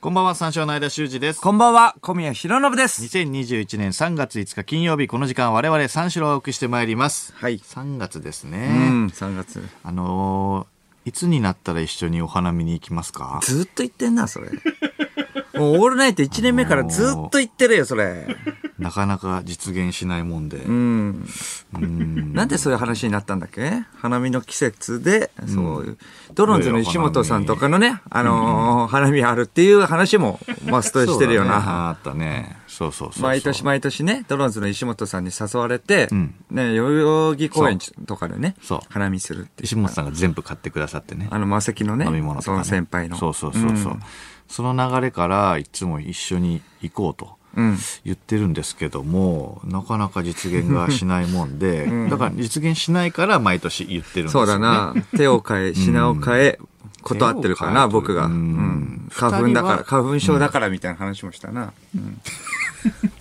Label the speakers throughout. Speaker 1: こんばんは、三章の間修二です。
Speaker 2: こんばんは、小宮弘信です。
Speaker 1: 2021年3月5日金曜日、この時間我々三四郎をお送りしてまいります。
Speaker 2: はい
Speaker 1: 3月です
Speaker 2: う
Speaker 1: ね。
Speaker 2: ん、3月。
Speaker 1: あのーいつになったら一緒にお花見に行きますか
Speaker 2: ずっと言ってんな、それ。もうオールナイト1年目からずっと言ってるよ、それ。
Speaker 1: なかなか実現しないもんで。
Speaker 2: うん。
Speaker 1: うん
Speaker 2: なんでそういう話になったんだっけ花見の季節で、そういう。ドロンズの石本さんとかのね、あのー花見あるっていう話もマストしてるよ
Speaker 1: そうだね
Speaker 2: な。
Speaker 1: あったね。そうそうそうそう。
Speaker 2: 毎年毎年ね、ドロンズの石本さんに誘われて、
Speaker 1: うん
Speaker 2: ね、代々木公園とかでね
Speaker 1: そう、
Speaker 2: 花見するっていう。
Speaker 1: 石本さんが全部買ってくださってね。
Speaker 2: あの、魔石のね、
Speaker 1: 飲み物とか、
Speaker 2: そ
Speaker 1: ね。
Speaker 2: の先輩の。
Speaker 1: そうそうそうそう。
Speaker 2: ん
Speaker 1: その流れから、いつも一緒に行こうと。
Speaker 2: うん。
Speaker 1: 言ってるんですけどもなかなか実現がしないもん で、
Speaker 2: ん
Speaker 1: だから実現しないから毎年言ってるんです
Speaker 2: そ
Speaker 1: よ、
Speaker 2: う
Speaker 1: ね、
Speaker 2: だな。手を変え、品を変え、断ってるからな、
Speaker 1: 手を変えと
Speaker 2: 僕が。
Speaker 1: う
Speaker 2: うんん。花粉
Speaker 1: 二
Speaker 2: だか
Speaker 1: 人は
Speaker 2: ら、花粉症だからみたいな話もしたな。うん。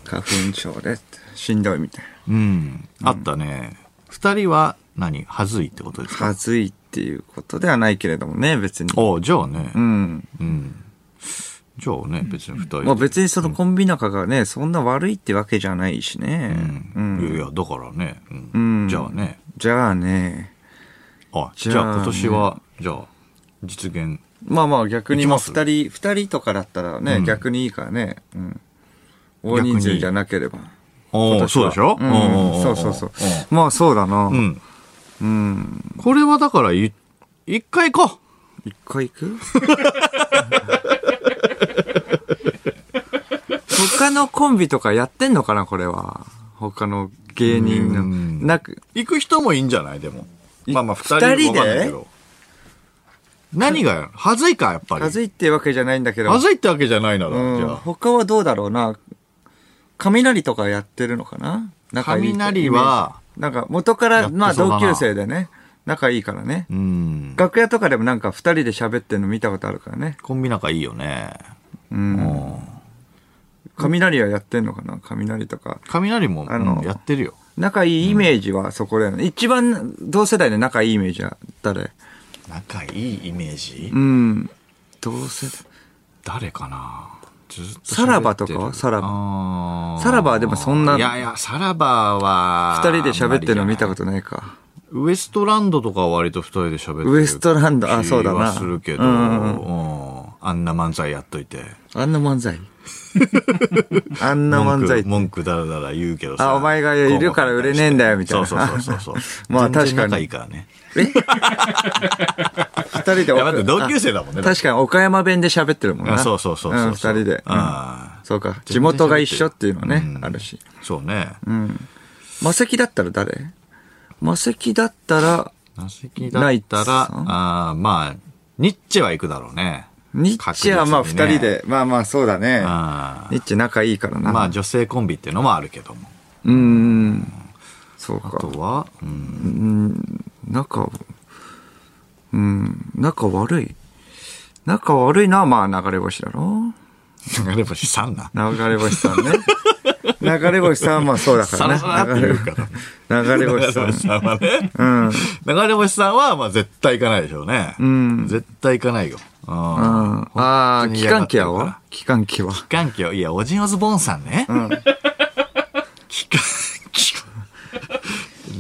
Speaker 2: 花粉症で、しんどいみたい
Speaker 1: うんあったね二人は何はずいってことです
Speaker 2: な。
Speaker 1: か
Speaker 2: はずいっていうことではないけれどもね、別に。
Speaker 1: おじゃあね
Speaker 2: うん。
Speaker 1: うん、じゃあね別に二人で
Speaker 2: まあ別にそのコンビ仲がね、そんな悪いってわけじゃないしね。
Speaker 1: う
Speaker 2: うん
Speaker 1: いやい
Speaker 2: ん。
Speaker 1: やだからね、うん
Speaker 2: うん
Speaker 1: じゃあね
Speaker 2: じゃあね。
Speaker 1: あじ
Speaker 2: じ
Speaker 1: ゃ
Speaker 2: ゃ
Speaker 1: あ
Speaker 2: あ
Speaker 1: 今年はじゃあ実現
Speaker 2: まあまあ逆にもう
Speaker 1: 行き
Speaker 2: 二
Speaker 1: ます
Speaker 2: 人、二人とかだったら
Speaker 1: う
Speaker 2: ね、
Speaker 1: ん
Speaker 2: 逆にいいからね。うん。
Speaker 1: 逆
Speaker 2: 大
Speaker 1: に
Speaker 2: 人数じゃなければ。
Speaker 1: お
Speaker 2: 今年
Speaker 1: ー
Speaker 2: は
Speaker 1: そうでしょ、
Speaker 2: うん
Speaker 1: んんん
Speaker 2: そうそうそう。まあそうだな。
Speaker 1: うんうん
Speaker 2: うん。
Speaker 1: これはだからい一回行こう
Speaker 2: 一回行く 他のコンビとかやってんのかなこれは。他の芸人の。
Speaker 1: うん
Speaker 2: なく、
Speaker 1: 行く人もいいんじゃないでも。
Speaker 2: い
Speaker 1: まあまあ、二人
Speaker 2: 二人
Speaker 1: わかんないけど。何がやはずいか、やっぱり。
Speaker 2: はずいってわけじゃないんだけど。
Speaker 1: はずいってわけじゃないな
Speaker 2: う
Speaker 1: ら、じ
Speaker 2: ん。
Speaker 1: ゃあ。
Speaker 2: 他はどうだろうな。雷とかやってるのかな仲いい
Speaker 1: 雷は、
Speaker 2: なんか元か
Speaker 1: や
Speaker 2: ら、
Speaker 1: って
Speaker 2: まあ
Speaker 1: そうだな
Speaker 2: 同級生でね、仲いいからね。
Speaker 1: うん。
Speaker 2: 楽屋とかでもなんか二人で喋ってるの見たことあるからね。
Speaker 1: コンビ仲いいよね。
Speaker 2: う。
Speaker 1: うんん。
Speaker 2: 雷はやってんのかな雷とか。
Speaker 1: 雷も、
Speaker 2: あの
Speaker 1: うんやってるよ。
Speaker 2: 仲いいイメージはそこだよね。一番同世代で仲いいイメージは誰
Speaker 1: 仲いいイメージ
Speaker 2: うん。同世代。
Speaker 1: 誰かなずっと喋ってる。
Speaker 2: さらばとかはさらば
Speaker 1: ば
Speaker 2: さらばはでもそんない
Speaker 1: やいや、さらばは、。
Speaker 2: 二人で喋ってるの見たこととないか。
Speaker 1: ウエストランドとかは割と二人で喋ってる。
Speaker 2: ウエストランドあそうだな
Speaker 1: 気はするけど、う
Speaker 2: うんうんうん
Speaker 1: んあんな漫才やっといて。
Speaker 2: あんな漫才 あんな漫才。
Speaker 1: 文句文句だらだら言うけどさ
Speaker 2: あお前がいるから売れねえんだよみたいな
Speaker 1: そうそうそうそうそう
Speaker 2: まあ
Speaker 1: 全然
Speaker 2: 確かに
Speaker 1: 仲いいからね
Speaker 2: 二人で。
Speaker 1: いや待って同級生だもんね
Speaker 2: あ確かに岡山弁で喋ってるもん
Speaker 1: あ
Speaker 2: な。
Speaker 1: そうそうそうそ
Speaker 2: ん
Speaker 1: う
Speaker 2: 二人で。うん
Speaker 1: ああ
Speaker 2: そうか。
Speaker 1: 全然
Speaker 2: 地元が一緒っていうのね
Speaker 1: う、ん
Speaker 2: あるし。
Speaker 1: そうね
Speaker 2: うん。魔石だったら誰魔石だったら、
Speaker 1: ナセキだったら
Speaker 2: ナイツさん
Speaker 1: ああまあニッチェは行くだろうね
Speaker 2: ニッチェはまあ
Speaker 1: 確
Speaker 2: 二
Speaker 1: 実にね
Speaker 2: 人で、まあまあそうだね。
Speaker 1: あ
Speaker 2: ニッチェ仲いいから
Speaker 1: あ
Speaker 2: な。
Speaker 1: まあ女性コンビっていうのもあるけども
Speaker 2: うーん。そう
Speaker 1: あ
Speaker 2: か
Speaker 1: と。はうん
Speaker 2: 仲、うん、仲悪い。仲悪いのはまあ流れ星だろ
Speaker 1: 流れ星さんな
Speaker 2: 流れ星 さんね。流れ星さんはまあそうだか
Speaker 1: さら
Speaker 2: らね。
Speaker 1: さらって言うから
Speaker 2: 流れ流れ 星さ
Speaker 1: 流れ
Speaker 2: ん。
Speaker 1: さんはね
Speaker 2: うん。
Speaker 1: 流れ星さんはまあ絶対行かないでしょうね
Speaker 2: うん
Speaker 1: 絶対行かないようん
Speaker 2: ああ
Speaker 1: 本当
Speaker 2: ー、
Speaker 1: に
Speaker 2: 機
Speaker 1: 嫌がっ
Speaker 2: 関
Speaker 1: て
Speaker 2: 機
Speaker 1: るか
Speaker 2: は
Speaker 1: ら
Speaker 2: は機関機は。
Speaker 1: 機関機を、いや、オジンオズボーンさんね。
Speaker 2: うん。
Speaker 1: 機関機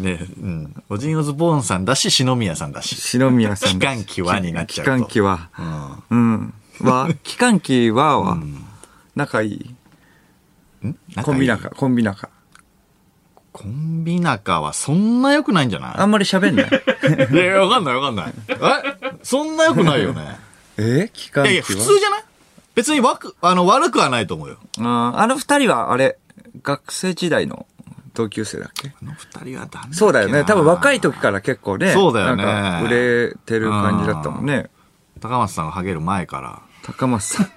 Speaker 1: ねうん。オジンオズボーンさんだし、篠宮さんだし。
Speaker 2: 篠宮さ
Speaker 1: 機
Speaker 2: ん。
Speaker 1: 関機はになっちゃう
Speaker 2: 機
Speaker 1: と
Speaker 2: 関機は。
Speaker 1: うん。
Speaker 2: うん。は、機関機はは、仲いい。コンビ
Speaker 1: 仲いい。
Speaker 2: 仲、コンビ仲。
Speaker 1: コンビ仲はそんな良くないんじゃ
Speaker 2: あ
Speaker 1: なん
Speaker 2: まり喋 んない。
Speaker 1: いいやいや、わかんないわかんない。えそんな良くないよね。
Speaker 2: え機
Speaker 1: い
Speaker 2: 関
Speaker 1: やいや、普通じゃない別にわく、あの、悪くはないと思うよ。
Speaker 2: あーあの二人は、あれ、学生時代の同級生だっけ
Speaker 1: あの二人はダメ
Speaker 2: そうだよね。多分若い時
Speaker 1: ら。
Speaker 2: から結構ね。
Speaker 1: そうだよね
Speaker 2: なんか、売れてる感じだったもんね。
Speaker 1: 高松さんがハゲる前か
Speaker 2: 高松さん。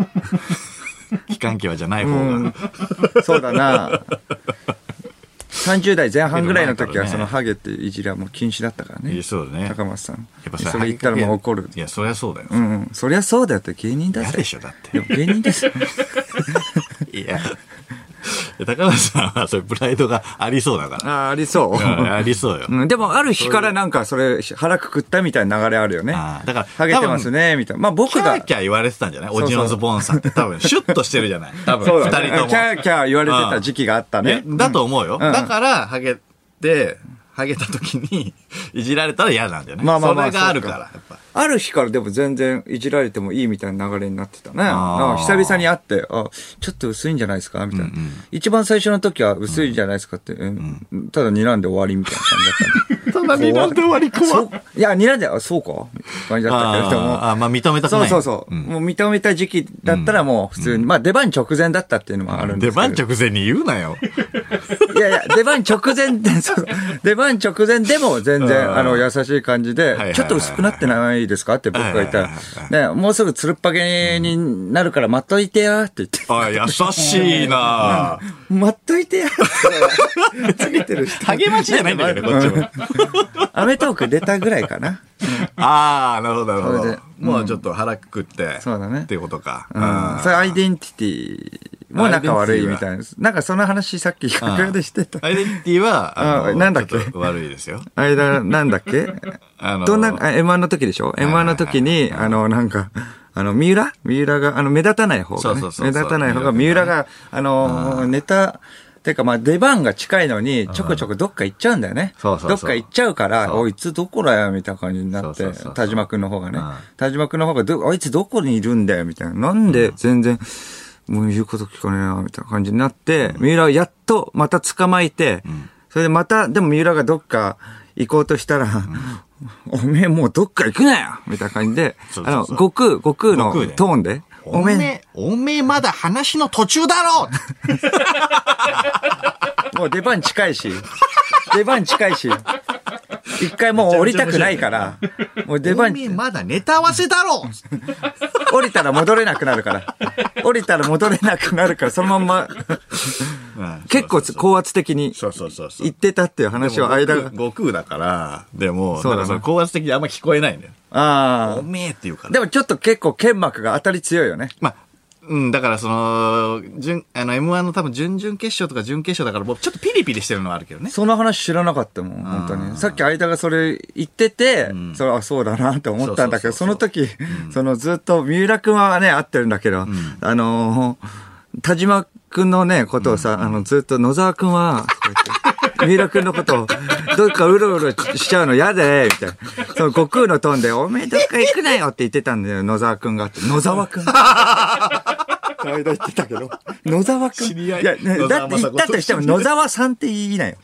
Speaker 1: ら、機関機はじゃないう方が。
Speaker 2: ん。そうだな。30代前半ぐらいの時
Speaker 1: けど前から
Speaker 2: は、
Speaker 1: ね
Speaker 2: そのハゲっていういじりはもう禁止だったから
Speaker 1: い
Speaker 2: ね
Speaker 1: や。そうだね。
Speaker 2: 高松さん。
Speaker 1: やっぱ
Speaker 2: それ言ったらもう怒る
Speaker 1: い。や、そりゃそうだよ。
Speaker 2: うんうん。そりゃそうだよって芸人だ
Speaker 1: 嫌
Speaker 2: ぜ
Speaker 1: で。しょ、だって
Speaker 2: で。も芸人ですよ。
Speaker 1: いや、や高橋さんはそれプライドがありそうだから。
Speaker 2: あーありそう。
Speaker 1: うんありそうよ。
Speaker 2: うん、でも、ある日からなんか、それ、腹くくったみたいな流れあるよね。
Speaker 1: あーだから
Speaker 2: ハゲてますね、みたいな。まあ、
Speaker 1: キ
Speaker 2: 僕
Speaker 1: ャ
Speaker 2: が
Speaker 1: ー。キャー言われてたんじゃない
Speaker 2: そう
Speaker 1: オジオズボーンさんって多分、シュッとしてるじゃない多分、
Speaker 2: そう
Speaker 1: 二
Speaker 2: だね。
Speaker 1: 人とも。
Speaker 2: キャーキャー言われてた時期があったね。
Speaker 1: ねだと思うよ。
Speaker 2: うん
Speaker 1: だから、ハゲて、ハゲた時に、いじられたら嫌なんじゃない
Speaker 2: まあまあまあ
Speaker 1: それがあるから、
Speaker 2: そ
Speaker 1: やっぱ。
Speaker 2: ある日からでも全然いじられてもいいみたいな流れになってたね。なんか久々に会って、あ、ちょっと薄いんじゃないですかみたいな、一番最初の時は薄いんじゃないですかって、うんただ睨んで終わりみたいな感じだったね。
Speaker 1: ただ、 睨んで終わり怖
Speaker 2: そういや、睨んで、あ、そうかみたいな感じだったけど、でも
Speaker 1: あーあー、まあ認めたく
Speaker 2: そ
Speaker 1: な
Speaker 2: う
Speaker 1: い。
Speaker 2: そうそう、もう認めた時期だったらもう普通に、まあ出番直前だったっていうのもあるんで
Speaker 1: 出
Speaker 2: すけど。
Speaker 1: 番直前に言うなよ。
Speaker 2: いやいや、出番直前で、そうそう出番直前でも全
Speaker 1: う
Speaker 2: 然、
Speaker 1: ん
Speaker 2: あの、優しい感じ
Speaker 1: いはいは
Speaker 2: で、
Speaker 1: い
Speaker 2: ちょっと薄くなってないですかって僕が言った
Speaker 1: はいはい
Speaker 2: ら、ね、もうすぐつるっぱげになるから待っといてやって言って、
Speaker 1: あ優しいな
Speaker 2: 待っといてやって、つけてる人。
Speaker 1: 励ましじゃないんだけどね、こっちも。
Speaker 2: アメトーク出たぐらいかな。
Speaker 1: ああ、なるほど、なるほ
Speaker 2: それ
Speaker 1: ど
Speaker 2: で。
Speaker 1: もうちょっと腹くくって。
Speaker 2: そうだね
Speaker 1: っていうことか。
Speaker 2: うん。それアイデンティティも仲悪いみたいな。なんかその話さっき 楽屋でしてた。
Speaker 1: アイデンティティは、あの
Speaker 2: うんなんだっけ
Speaker 1: ちょと悪いですよ。
Speaker 2: 間、なんだっけ
Speaker 1: あの
Speaker 2: どんな、あ M1 の時でしょ
Speaker 1: いはいはい
Speaker 2: ?M1 の時に、あの、なんか、あの、三浦三浦が、あの、目立たない方
Speaker 1: そう
Speaker 2: がね
Speaker 1: そう。そう
Speaker 2: 目立たない方が、三浦が、あの、ネタ、てかまあ出番が近いのに、ちょこちょこどっか行っちゃうんだよね。
Speaker 1: そうそうそう
Speaker 2: どっか行っちゃうから、
Speaker 1: そう
Speaker 2: おいつどこだよ、みたいな感じになって
Speaker 1: そうそうそうそう、
Speaker 2: 田島くんの方がね
Speaker 1: うん。
Speaker 2: 田島くんの方がど、あいつどこにいるんだよ、みたいな。なんで全然、もう言うこと聞かねえな、みたいな感じになって、三浦をやっとまた捕まえて、それでまた、でも三浦がどっか行こうとしたら、おめえもうどっか行くなよみたいな感じで、
Speaker 1: そう
Speaker 2: あ
Speaker 1: そ
Speaker 2: の、
Speaker 1: うそう
Speaker 2: 悟空、悟空
Speaker 1: 悟
Speaker 2: の
Speaker 1: 空ね
Speaker 2: トーンで、おめえ、、
Speaker 1: おめえまだ話の途中だろ
Speaker 2: もう出番近 いし、出番近いし、一回もう降りたくないから、もう出
Speaker 1: お
Speaker 2: 番、
Speaker 1: めえまだネタ合わせだろ
Speaker 2: 降りたら戻れなくなるから。降りたら戻れなくなるから、そのまんま、結構つ高圧的に
Speaker 1: そうそうそうそう
Speaker 2: 言ってたっていう話は間が。
Speaker 1: 悟空だから、でも、
Speaker 2: そう
Speaker 1: なん
Speaker 2: だな
Speaker 1: かその高圧的にあんま聞こえないんだよ。
Speaker 2: あ
Speaker 1: おめえっていうか
Speaker 2: あ。
Speaker 1: ら。
Speaker 2: でもちょっと結構剣幕が当たり強いよね。
Speaker 1: まあ、うん、だからその、準、あの、M1 の多分準々決勝とか準決勝だから、僕ちょっとピリピリしてるのはあるけどね。
Speaker 2: その話知らなかったもん、本当に。さっき間がそれ言ってて、それあそうだなって思ったんだけど、
Speaker 1: そ
Speaker 2: そう
Speaker 1: そう
Speaker 2: の
Speaker 1: そ
Speaker 2: 時、そのずっと三浦くんはね、会ってるんだけど、あのー田島くんのね、ことをさ、あの、ずっと野沢くんは、こうやって三浦くんのことを、どっかうろうろしちゃうの嫌で、みたいな。その悟空のトーンで、おめえどっか行くなよって言ってたんだよ、野沢くんがって。野沢 くん。間言ってたけど、野沢くん。
Speaker 1: 知り合い
Speaker 2: や、ね
Speaker 1: 野沢
Speaker 2: だ
Speaker 1: 雅
Speaker 2: っ
Speaker 1: 子
Speaker 2: て、だとしても野沢さんって言いなよ。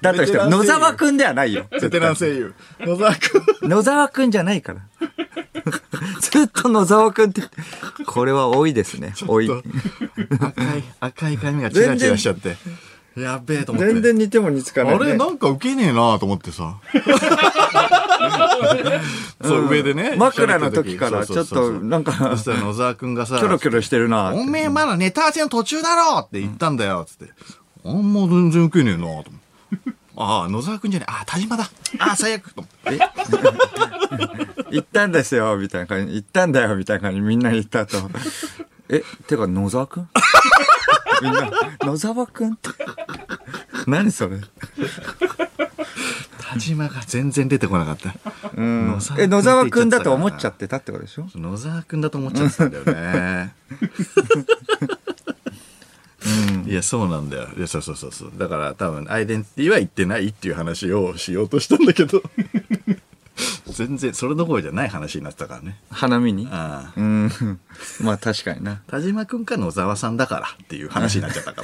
Speaker 2: だとしても、野沢くんではないよ。
Speaker 1: ベテラン声優。野沢くん。
Speaker 2: 野沢くんじゃないから。 ずっと野沢くんって、これは多いですね。多い。
Speaker 1: 赤い、赤い髪がチラチラしちゃって。やべえと思って。
Speaker 2: 全然似ても似つかない、
Speaker 1: あ
Speaker 2: ね。
Speaker 1: れ、なんかウケねえなと思って さ。そう、上でね。
Speaker 2: 枕の時から
Speaker 1: そうそうそうそう
Speaker 2: ちょっとなんか
Speaker 1: そしたら野沢くんがさ、
Speaker 2: キョロキョロしてるな。
Speaker 1: おめえまだネタ合わせの途中だろって言ったんだよ、つって。あんま全然ウケねえなと思 って。ああ、野沢くんじゃねえ。ああ、田島だ。ああ、最悪と思って。
Speaker 2: 行ったんですよ、みたいな感じ。行ったんだよ、みたいな感じ。みんな言ったと。え、てか、野沢く んみんな、野沢くんって。何それ
Speaker 1: 田島が全然出てこなかった。
Speaker 2: うんえ、野沢くんだと思っちゃってたってことでしょ
Speaker 1: 野沢くんだと思っちゃってたんだよ ね。いや、そうなんだよ。いや、そうそうそうそう。だから多分、アイデンティティは言ってないっていう話をしようとしたんだけ ど。全然、それどころじゃない話になってたからね。
Speaker 2: 花見に
Speaker 1: ああ。
Speaker 2: うん。まあ確かにな。
Speaker 1: 田島くんか野沢さんだからっていう話になっちゃったか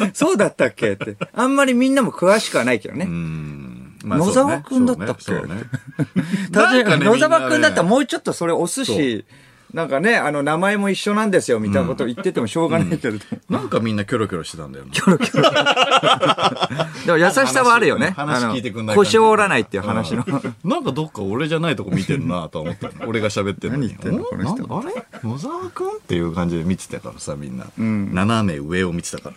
Speaker 1: ら。
Speaker 2: そうだったっけって。あんまりみんなも詳しくはないけどね。
Speaker 1: うん。
Speaker 2: 野沢くんだったっけ
Speaker 1: そう ね
Speaker 2: ただ
Speaker 1: なんかね
Speaker 2: 野沢くんだった
Speaker 1: みんなね
Speaker 2: らもうちょっとそれお寿司、なんかね、あの、名前も一緒なんですよ、みたいなこと言っててもしょうがないけれど。
Speaker 1: なんかみんなキョロキョロしてたんだよね。
Speaker 2: でも優しさはあるよね。
Speaker 1: 話聞いてくんない
Speaker 2: あの腰を折らないっていう話の。
Speaker 1: うんなんかどっか俺じゃないとこ見てるなとは思ったの 俺が喋ってるのに
Speaker 2: 何言ってんの
Speaker 1: お
Speaker 2: この人
Speaker 1: なんだあれ野沢くんっていう感じで見てたからさみんな、斜め上を見てたから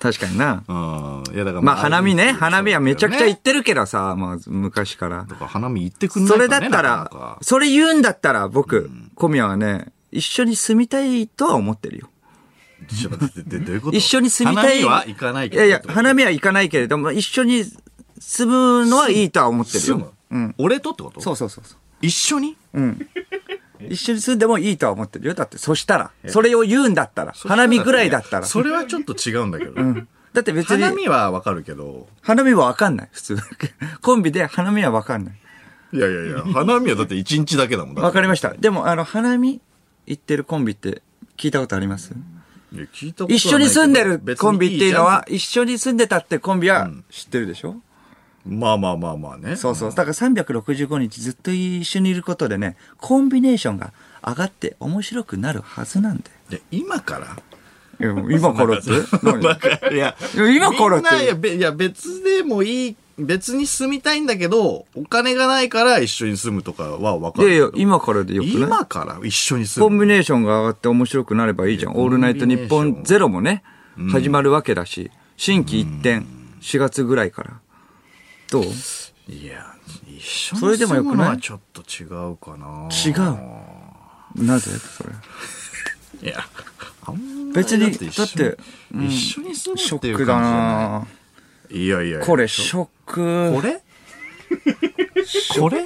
Speaker 2: 確かにな。
Speaker 1: うんいやだから
Speaker 2: まあ、花見ね。
Speaker 1: ああいう
Speaker 2: 花見はめちゃくちゃ
Speaker 1: ね
Speaker 2: 行ってるけどさ、まあ、昔から
Speaker 1: だ。から花見行ってくんな
Speaker 2: そ
Speaker 1: いか
Speaker 2: れ
Speaker 1: ね
Speaker 2: だ
Speaker 1: な
Speaker 2: った、
Speaker 1: かなから
Speaker 2: それ言うんだったら、僕、小宮はね、一緒に住みたいとは思ってるよ。
Speaker 1: ちょっと待ってでどういうこと
Speaker 2: 一緒に住みたい。
Speaker 1: 花見は行かないけど。
Speaker 2: やいや、花見は行かないけれども、一緒に住むのはいいとは思ってる
Speaker 1: 住む
Speaker 2: よ。うん。
Speaker 1: 俺とってこと
Speaker 2: そうそうそうそう。
Speaker 1: 一緒に
Speaker 2: 一緒に住んでもいいとは思ってるよ。だって、そしたら、それを言うんだったら、花見ぐらいだったら。
Speaker 1: それはちょっと違うんだけど。
Speaker 2: だって別に、
Speaker 1: 花見はわかるけど。
Speaker 2: 花見はわかんない、普通。 コンビで花見はわかんない。
Speaker 1: いやいやいや、花見はだって一日だけだもん。
Speaker 2: わかりま
Speaker 1: し
Speaker 2: した。でも、あの、花見行ってるコンビって聞いたことあります
Speaker 1: た。いや聞いたことはないけど
Speaker 2: 一緒に住んでるコンビっていうのは、、一緒に住んでたってコンビは知ってるでし
Speaker 1: 別にい
Speaker 2: ょ、
Speaker 1: いじゃんまあまあまあまあね。
Speaker 2: そうそう。だから365日ずっと一緒にいることでね、コンビネーションが上がって面白くなるはずなんだ
Speaker 1: で今から
Speaker 2: よ。今からって何
Speaker 1: わか るいや
Speaker 2: いや今からって
Speaker 1: みんないやべいや別でもいい別に住みたいんだけどお金がないから一緒に住むとかはわか
Speaker 2: いや
Speaker 1: る
Speaker 2: いや、今からでよくない
Speaker 1: 今から一緒に住
Speaker 2: コン
Speaker 1: む
Speaker 2: ビネーションが上がって面白くなればいいじゃん。オールナイト日
Speaker 1: コンビネー
Speaker 2: 本
Speaker 1: ション
Speaker 2: ゼロもね、始まるわけだし、新規一点、4月ぐらいから。どう
Speaker 1: いや一緒に
Speaker 2: それでも
Speaker 1: 住
Speaker 2: よ
Speaker 1: む
Speaker 2: く
Speaker 1: の
Speaker 2: な
Speaker 1: はいちょっと違うかな
Speaker 2: 違う。なぜそれ。
Speaker 1: いやあんまり
Speaker 2: 別に
Speaker 1: 一緒
Speaker 2: だってうん
Speaker 1: 一緒に住
Speaker 2: シ
Speaker 1: む
Speaker 2: ョ
Speaker 1: ってい
Speaker 2: ッ
Speaker 1: う感じ
Speaker 2: クだ
Speaker 1: じゃ
Speaker 2: な
Speaker 1: ないいやいやいや
Speaker 2: これ、ショック。
Speaker 1: これ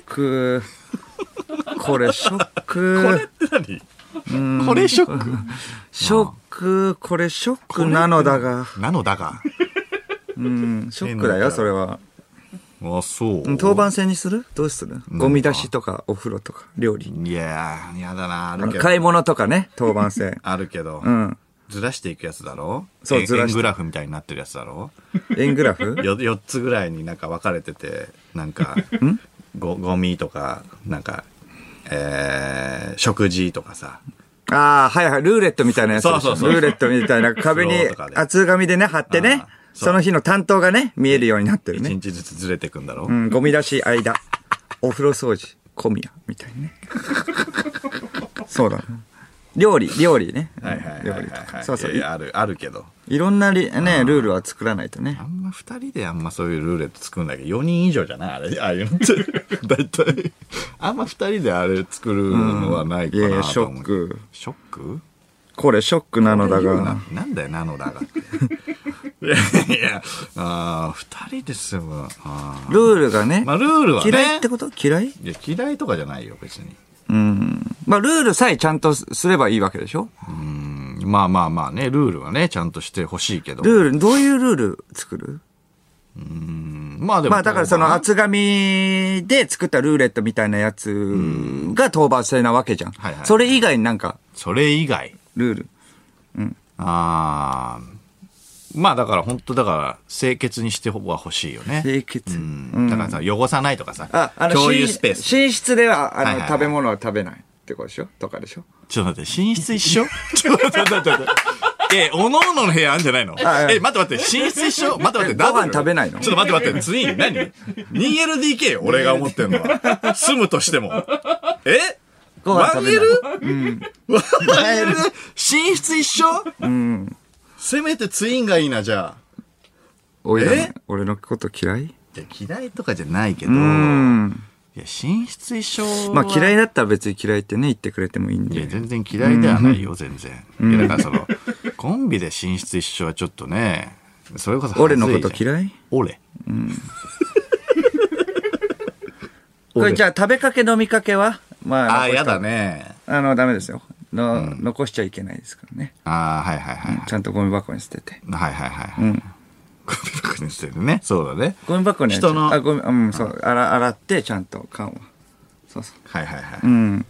Speaker 2: これこれショッ
Speaker 1: これっ
Speaker 2: ク。
Speaker 1: て何これショック
Speaker 2: ショック、これショックなのだが。
Speaker 1: なのだが
Speaker 2: うん、ショックだよ、それは。
Speaker 1: あそう
Speaker 2: うん当番制にするどうするゴミ出しとか、お風呂とか、料理。
Speaker 1: いやーやだなあるけど
Speaker 2: 買い物とかね、当
Speaker 1: 。
Speaker 2: 番制
Speaker 1: あるけど、
Speaker 2: うん。
Speaker 1: ずらしていくやつだろ
Speaker 2: そう
Speaker 1: 円
Speaker 2: ずらして
Speaker 1: 円グラフみたいになってるやつだろ
Speaker 2: 円グラフ
Speaker 1: よ ?4 つぐらいになんか分かれてて、なんか、ごゴミとか、なんか、えー、食事とかさ。
Speaker 2: ああ、はいはい、ルーレットみたいなやつでしょ。
Speaker 1: そうそうそう
Speaker 2: ルーレットみたいな壁に
Speaker 1: スローとかで
Speaker 2: 厚紙でね、貼ってね
Speaker 1: ああ、そう
Speaker 2: その日の担当がね、見えるようになってる
Speaker 1: 一
Speaker 2: ね。
Speaker 1: 日ずつずれてくんだろ、
Speaker 2: うん、ゴミ出し間、お風呂掃除、小宮、みたい なね。そうだな。料理、料理ね。
Speaker 1: はいはいはい
Speaker 2: 料
Speaker 1: はい
Speaker 2: 理と
Speaker 1: は
Speaker 2: か。
Speaker 1: い。
Speaker 2: そうそう。
Speaker 1: いやい
Speaker 2: い
Speaker 1: やある、あるけど。
Speaker 2: いろんなりね、ルールは作らないとね
Speaker 1: あ。んま2人であんまそういうルーレット作るんだけど、4人以上じゃないあれ、ああいうの って。だいたい、あんま2人であれ作るのはないか
Speaker 2: いやいや
Speaker 1: な
Speaker 2: シ
Speaker 1: と
Speaker 2: ョ
Speaker 1: 思う、
Speaker 2: ック。
Speaker 1: ショック
Speaker 2: これショックなのだ
Speaker 1: 言う
Speaker 2: が
Speaker 1: な。なんだよなのだがっていやいやああ2人で住むあ
Speaker 2: ルールがね
Speaker 1: ー、まあルールはね
Speaker 2: 嫌いってこと嫌い
Speaker 1: いや嫌いとかじゃないよ別に
Speaker 2: うん。まあ、ルールさえちゃんとすればいいわけでしょ
Speaker 1: うんまあまあまあねルールはねちゃんとしてほしいけど
Speaker 2: ルール、どういうルール作る
Speaker 1: うんまあでも
Speaker 2: まあだからその
Speaker 1: まあ
Speaker 2: 厚紙で作ったルーレットみたいなやつが当番制なわけじゃん。
Speaker 1: はいはい
Speaker 2: それ以外になんか
Speaker 1: それ以外
Speaker 2: ルール。
Speaker 1: ああまあだから本当だから清潔にしてほは欲しいよね
Speaker 2: 清
Speaker 1: う
Speaker 2: 潔。
Speaker 1: んだからさ汚さないとかさ
Speaker 2: あ、あの、
Speaker 1: 共有
Speaker 2: 寝
Speaker 1: スペース
Speaker 2: 寝室では、あ
Speaker 1: は
Speaker 2: の、
Speaker 1: いはいはい
Speaker 2: 食べ物は食べないってことでしょとかでしょ
Speaker 1: ちょっと待って、寝室一緒ちょっと待って、待って、 待って。え、おのおのの部屋あんじゃないの
Speaker 2: ああ
Speaker 1: え、待って待って、寝室一緒待って待って、
Speaker 2: え
Speaker 1: ダブル
Speaker 2: ご飯食べないの
Speaker 1: ちょっと待って待って、ついに何 ?2LDK よ俺が思ってんのは。住むとしても。え
Speaker 2: ご飯食べない
Speaker 1: 1L?1L? 寝室一緒
Speaker 2: うん。
Speaker 1: せめてツインがいいな、じゃあ。
Speaker 2: おいら
Speaker 1: え
Speaker 2: 俺のこと嫌い
Speaker 1: いや、嫌いとかじゃないけど、いうや、
Speaker 2: ん。
Speaker 1: 寝室一緒
Speaker 2: まあ嫌
Speaker 1: い。
Speaker 2: いだったら別に嫌いってね、言ってくれてもいいん
Speaker 1: いや、
Speaker 2: で。
Speaker 1: 全然嫌いではないよ、全然。いや、だからその、 コンビで寝室一緒はちょっとね、それこそ
Speaker 2: 俺のこと
Speaker 1: い
Speaker 2: 嫌い
Speaker 1: 俺。
Speaker 2: これじゃあ食べかけ飲みかけはまあ、
Speaker 1: ああー、やだね。
Speaker 2: あの、ダメですよ。の、残しちゃいけないですからね。
Speaker 1: ああ、はいはいはい。
Speaker 2: ちゃんとゴミ箱に捨てて。
Speaker 1: はいはいはい。うん。ゴミ箱に捨てるね。そうだね。
Speaker 2: ゴミ箱には
Speaker 1: 人の
Speaker 2: あ、ゴミ、うん、そう、洗洗って、ちゃんと缶は。そうそう。
Speaker 1: はいはいはい。
Speaker 2: うん。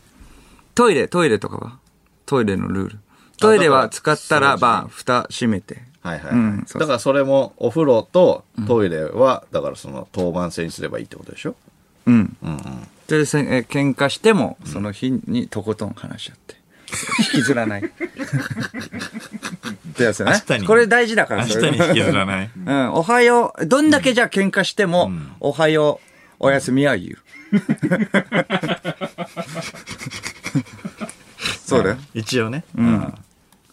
Speaker 2: トイレ、トイレとかはトイレのルール。トイレは使ったら、まあ、蓋閉めて。
Speaker 1: はいはいはい、
Speaker 2: うんそうそう
Speaker 1: だからそれもお風呂とトイレは、だからその当番制にすればいいってことでしょ
Speaker 2: うん。
Speaker 1: うんうん。
Speaker 2: それで、せんえ喧嘩しても、その日にとことん話し合って。引きずら ない。ってやつよね
Speaker 1: 明日に。
Speaker 2: これ大事だから、それ
Speaker 1: らない。
Speaker 2: うん、おはよう。どんだけじゃあ喧嘩しても、おはよう、おやすみは言う。 そうだよ。
Speaker 1: 一応ね。うん。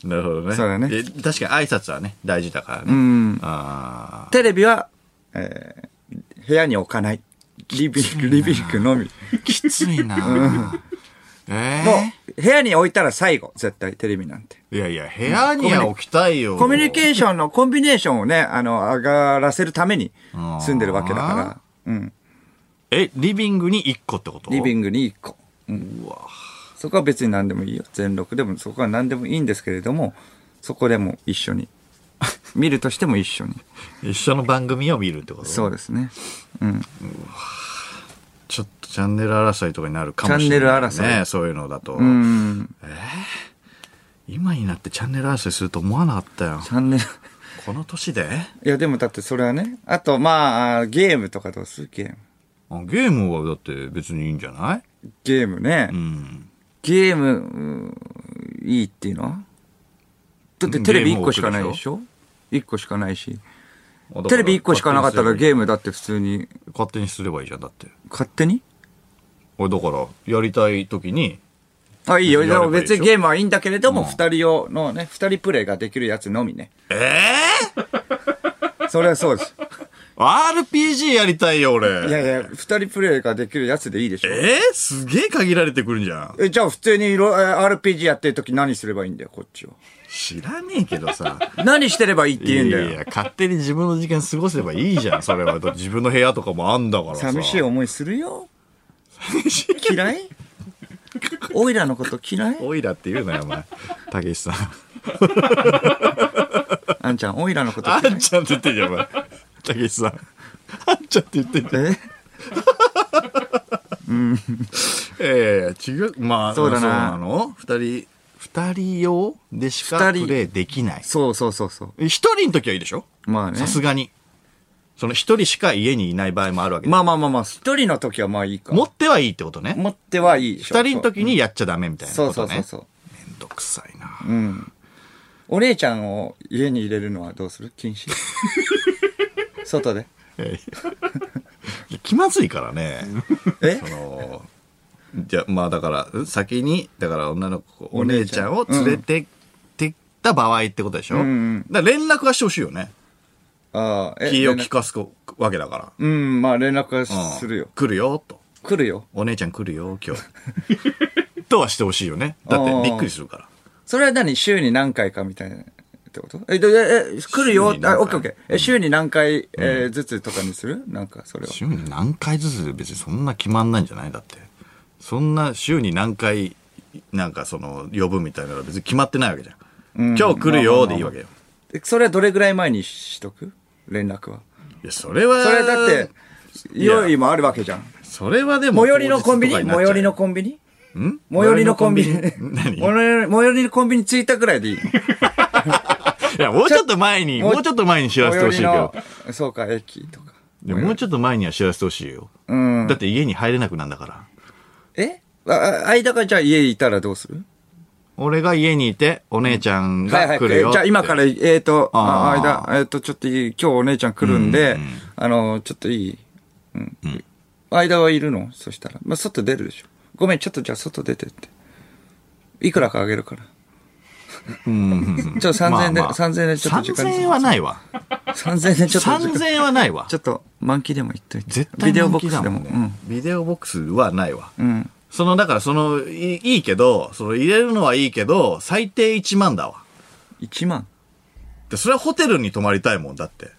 Speaker 1: なるほどね。
Speaker 2: そうだね
Speaker 1: え確かに挨拶はね、大事だからね。
Speaker 2: うん。
Speaker 1: ああ。
Speaker 2: テレビは、え ー部屋に置かない。リビング、リビングのみ。
Speaker 1: きついなえ
Speaker 2: もう、部屋に置いたら最後、絶対、テレビなんて。
Speaker 1: えいやいや、部屋には置きたいよ。
Speaker 2: コミュニケ
Speaker 1: ー
Speaker 2: ーションのコンビネーションをね、あの、上がらせるために住んでるわけだから、うん。
Speaker 1: え、リビングに1個ってこと
Speaker 2: リビ
Speaker 1: ン
Speaker 2: ングに1個。
Speaker 1: グ。うわ
Speaker 2: そこは別に何でもいいよ。全録でも、そこは何でもいいんですけれども、そこでも一緒 に。見るとしても一緒に。
Speaker 1: 一緒の番組を見るってこと
Speaker 2: そうですね。
Speaker 1: ちょっとチャンネル争いとかになるかもしれない、ね。
Speaker 2: チャンネル争
Speaker 1: い。そういうのだと。
Speaker 2: うん。
Speaker 1: 今になってチャンネル争いすると思わなかったよ。
Speaker 2: チャンネル。
Speaker 1: この年で
Speaker 2: いや、でもだってそれはね。あと、まあ、ゲームとかどうするゲーム。
Speaker 1: あゲームはだって別にいいんじゃない
Speaker 2: ゲームね。
Speaker 1: うん。
Speaker 2: ゲーム、うんいいっていうのはだってテレビ1個しかないでしょ ?1 個しかないし。テレビ1個しかなかったら
Speaker 1: ー
Speaker 2: ゲームだって普通に、
Speaker 1: ム。勝手にすればいいじゃん、だって。
Speaker 2: 勝手に
Speaker 1: 俺だから、やりたい時に、
Speaker 2: あ、いい
Speaker 1: や
Speaker 2: よ。
Speaker 1: れば
Speaker 2: で
Speaker 1: いいでしょ
Speaker 2: も別にゲームはいいんだけれども、
Speaker 1: うん
Speaker 2: 二人用のね、二人プレイができるやつのみね。
Speaker 1: えぇ、
Speaker 2: それはそうです。
Speaker 1: !RPG やりたいよ、
Speaker 2: い
Speaker 1: 俺。
Speaker 2: やいや、二人プレイができるやつでいいでし
Speaker 1: えー
Speaker 2: ょ。
Speaker 1: すげえ限られてくるんじゃん。
Speaker 2: え、じゃあ普通にいろ、え RPG やってる時何すればいいんだよ、こっちは。
Speaker 1: 知らねえけどさ。
Speaker 2: 何してればいいって
Speaker 1: い
Speaker 2: 言
Speaker 1: や
Speaker 2: うん
Speaker 1: い
Speaker 2: だよ。
Speaker 1: や、勝手に自分の時間過ごせばいいじゃん、それは。だって自分の部屋とかもあんだからさ。
Speaker 2: 寂し い思いするよ。嫌いオイラのこと嫌い
Speaker 1: おいらって言うなよ、お前。たけしさん。
Speaker 2: あんちゃん、オイラのこと
Speaker 1: あ
Speaker 2: 嫌い
Speaker 1: んちゃんって言ってんじゃん、お前。たけしさん。あんちゃんって言ってんじゃん。
Speaker 2: え
Speaker 1: ええ違う。まあ、
Speaker 2: そうだな
Speaker 1: なの二人、二人用でしか
Speaker 2: 二人
Speaker 1: プレイできない。
Speaker 2: そうそうそうそう。
Speaker 1: 一人の時はいいでしょ
Speaker 2: まあね
Speaker 1: さ。すがに。その一人しか家にいない場合もあるわけで。
Speaker 2: まあまあまあまあ、一人の時はまあいいか。
Speaker 1: 持ってはいいってことね。
Speaker 2: 持ってはいいでしょ。
Speaker 1: 二人の時にやっちゃダメみたいな
Speaker 2: そう
Speaker 1: こと
Speaker 2: そう
Speaker 1: ね。
Speaker 2: そうそう。
Speaker 1: めんどくさいな。
Speaker 2: うん。お姉ちゃんを家に入れるのはどうする 禁止外で。
Speaker 1: ええ 気まずいからね。
Speaker 2: え
Speaker 1: その、じゃ、まあだから、先に、だから女の子、お姉ちゃんを連れてってった場合ってことでしょ、
Speaker 2: うんうん
Speaker 1: だから連絡はしてほしいよね。
Speaker 2: ああ、え
Speaker 1: 気を
Speaker 2: 連
Speaker 1: 利
Speaker 2: 絡
Speaker 1: かすこわけだから。
Speaker 2: うん、まあ連絡は
Speaker 1: うん
Speaker 2: するよ。
Speaker 1: 来るよ、と。
Speaker 2: 来るよ。
Speaker 1: お姉ちゃん来るよ、今 日。とはしてほしいよね。だってびっくりするから。
Speaker 2: それは何週に何回かみたいな。ってことえ、でえ、え来るよ。あ、オ
Speaker 1: 週に何回
Speaker 2: ッケーオッケー。え、週に何回、えーずつとかにするなんか、それは。
Speaker 1: 週に何回ずつで別にそんな決まんないんじゃないだって。そんな週に何回、なんかその、呼ぶみたいなのは別に決まってないわけじゃん。
Speaker 2: うん
Speaker 1: 今日来るよ、でいいわけよ。
Speaker 2: えそれはどれぐらい前にしとく連絡は。
Speaker 1: いや、それは、
Speaker 2: それはだって、用意もあるわけじゃん。
Speaker 1: それはでも、
Speaker 2: 最寄りのコンビニ
Speaker 1: 当日
Speaker 2: 最
Speaker 1: とかになっちゃう
Speaker 2: 寄りのコンビニ
Speaker 1: ん
Speaker 2: 最寄りのコンビニ。
Speaker 1: 何
Speaker 2: 最寄り最寄りのコンビニ着いたぐらいでいい。
Speaker 1: いや、もうちょっと前に、もうちょっと前に知らせてほしいけど。
Speaker 2: 最寄りの。そうか、駅とか。
Speaker 1: でももうちょっと前には知らせてほしいよ。
Speaker 2: うん。
Speaker 1: だって家に入れなくなんだから。
Speaker 2: えああ間がじゃあ家いたらどうする
Speaker 1: 俺が家にいて、お姉ちゃん
Speaker 2: はいは
Speaker 1: が
Speaker 2: い。
Speaker 1: 来るよって。
Speaker 2: じゃあ今から、えっ、と、あ
Speaker 1: あー
Speaker 2: 間、えっ、と、ちょっといい今日お姉ちゃん来るんで、あの、ちょっといい。うん。間はいるのそしたら。まあ、外出るでしょ。ごめん、ちょっとじゃあ外出てって。いくらかあげるから。 ちょっと3000円で、3000円でちょっと時間
Speaker 1: 3000円はないわ。
Speaker 2: 3000円でちょっと時間
Speaker 1: 3000円はないわ
Speaker 2: ち。ょっと満期でも言っといて。
Speaker 1: 絶対
Speaker 2: ビデオボ
Speaker 1: 人
Speaker 2: ッ
Speaker 1: 気
Speaker 2: クス
Speaker 1: だ
Speaker 2: で
Speaker 1: も
Speaker 2: も。
Speaker 1: んね
Speaker 2: うん。
Speaker 1: ビデオボックスはないわ。
Speaker 2: うん。
Speaker 1: その、だからその、いいいけど、その入れるのはいいけど、最低1万だわ。
Speaker 2: 1万。
Speaker 1: でそれはホテルに泊まりたいもんだって。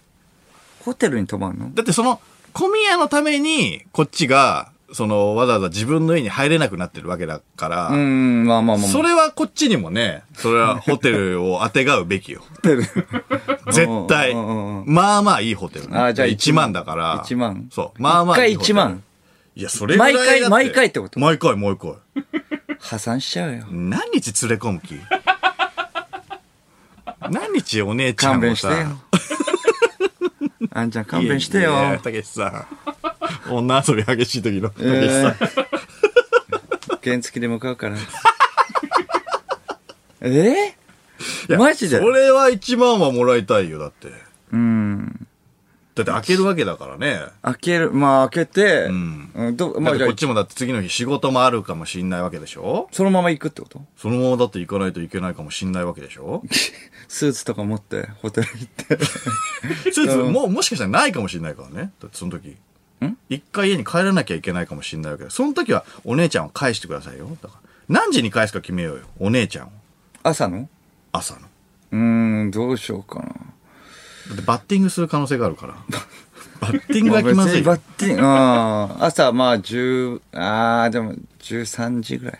Speaker 2: ホテルに泊まるの
Speaker 1: だってその、小宮のために、こっちが、その、わざわざ自分の家に入れなくなってるわけだから、
Speaker 2: うーん、まあまあまあまあ。
Speaker 1: それはこっちにもね、それはホテルをあてがうべきよ。
Speaker 2: ホテル。
Speaker 1: 絶対。
Speaker 2: うんうんうん
Speaker 1: まあまあいいホテルね、
Speaker 2: あーじゃあ
Speaker 1: 1万だから。
Speaker 2: 1万
Speaker 1: そう。まあまあいいホテル。
Speaker 2: 一回1万。
Speaker 1: いや、それぐらいだって
Speaker 2: 毎回毎回ってこと
Speaker 1: 毎回、毎回。
Speaker 2: 破産しちゃうよ。
Speaker 1: 何日連れ込む 気何日お姉ちゃん
Speaker 2: 勘弁
Speaker 1: も
Speaker 2: して
Speaker 1: さ。
Speaker 2: よ。 あんちゃん勘弁してよ
Speaker 1: い。やいやたけしさん。女遊び激しい時の。たけしさん。
Speaker 2: 原付で向かうから。 え
Speaker 1: いや
Speaker 2: マジで
Speaker 1: それは1万はもらいたいよ、だって。
Speaker 2: うん。
Speaker 1: だって開けるわけだからね。
Speaker 2: 開ける、まあ開けて、
Speaker 1: ん
Speaker 2: うん。ど
Speaker 1: ま
Speaker 2: ま
Speaker 1: あ、
Speaker 2: あじゃ
Speaker 1: こ
Speaker 2: あ
Speaker 1: っ、ちもだって次の日仕事もあるかもしんないわけでしょ
Speaker 2: そのまま行くってこと
Speaker 1: そのままだって行かないといけないかもしんないわけでしょ
Speaker 2: スーツとか持ってホテル行って。
Speaker 1: スーツも、もしかしたらないかもしんないからね。だってその時。一回家に帰らなきゃいけないかもしんないわけだ。その時はお姉ちゃんを返してくださいよ。だから何時に返すか決めようよ。お姉ちゃんを。
Speaker 2: 朝の
Speaker 1: 朝の。
Speaker 2: うーん、どうしようかな。
Speaker 1: だってバッティングする可能性がある から。バッティングが気まずい。
Speaker 2: まあ別にバッティング、うん。 朝、まあ、10、あー、でも、13時ぐらい。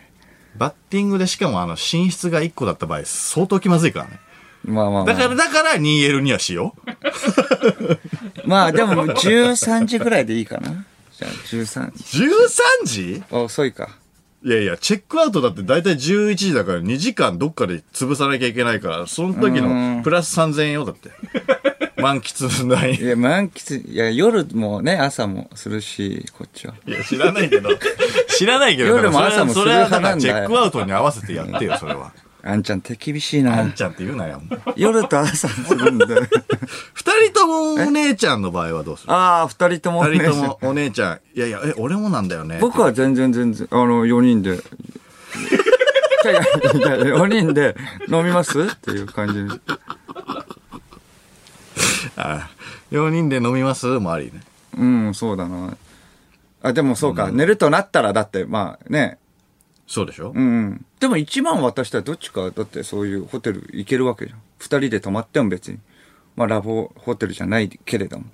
Speaker 1: バッティングでしかもあの、寝室が1個だった場合、相当気まずいからね。
Speaker 2: まあまあ、ま
Speaker 1: だ
Speaker 2: あ。
Speaker 1: から、だから 2L にはしよう。
Speaker 2: まあ、でも、13時ぐらいでいいかな。じゃあ、13時。
Speaker 1: 13時
Speaker 2: あ遅いか。
Speaker 1: いやいや、チェックアウトだって大体11時だから2時間どっかで潰さなきゃいけないから、その時のプラス3000円よ、 だって。満喫ない
Speaker 2: い。や、満喫、いや、夜もね、朝もするし、こっちは。
Speaker 1: いや、知らない けど。知らないけど。
Speaker 2: 夜も
Speaker 1: だから
Speaker 2: 朝も
Speaker 1: それは
Speaker 2: する派なんだ
Speaker 1: それ
Speaker 2: よ
Speaker 1: はだからチェックアウトに合わせてやってよ、それは。
Speaker 2: あんちゃん手厳しい
Speaker 1: あん
Speaker 2: な。
Speaker 1: ちゃんって言うなよ。もう
Speaker 2: 夜と朝するん で。
Speaker 1: 二人ともお姉ちゃんの場合はどうする
Speaker 2: ああ、二人とも
Speaker 1: 二
Speaker 2: ね
Speaker 1: 人ともお姉ちゃん。いやいや、え、俺もなんだよね。
Speaker 2: 僕は全然全然、あの、4 人で。いやいやいや、4人で飲みますっていう感じで。
Speaker 1: あ4人で飲みますもありね。
Speaker 2: うん、そうだな。あ、でもそうか、寝るとなったら、だって、まあね、
Speaker 1: そうでしょ
Speaker 2: うん。でも1万渡したらどっちか、だってそういうホテル行けるわけじゃん。2人で泊まっても別に。まあラボホテルじゃないけれども。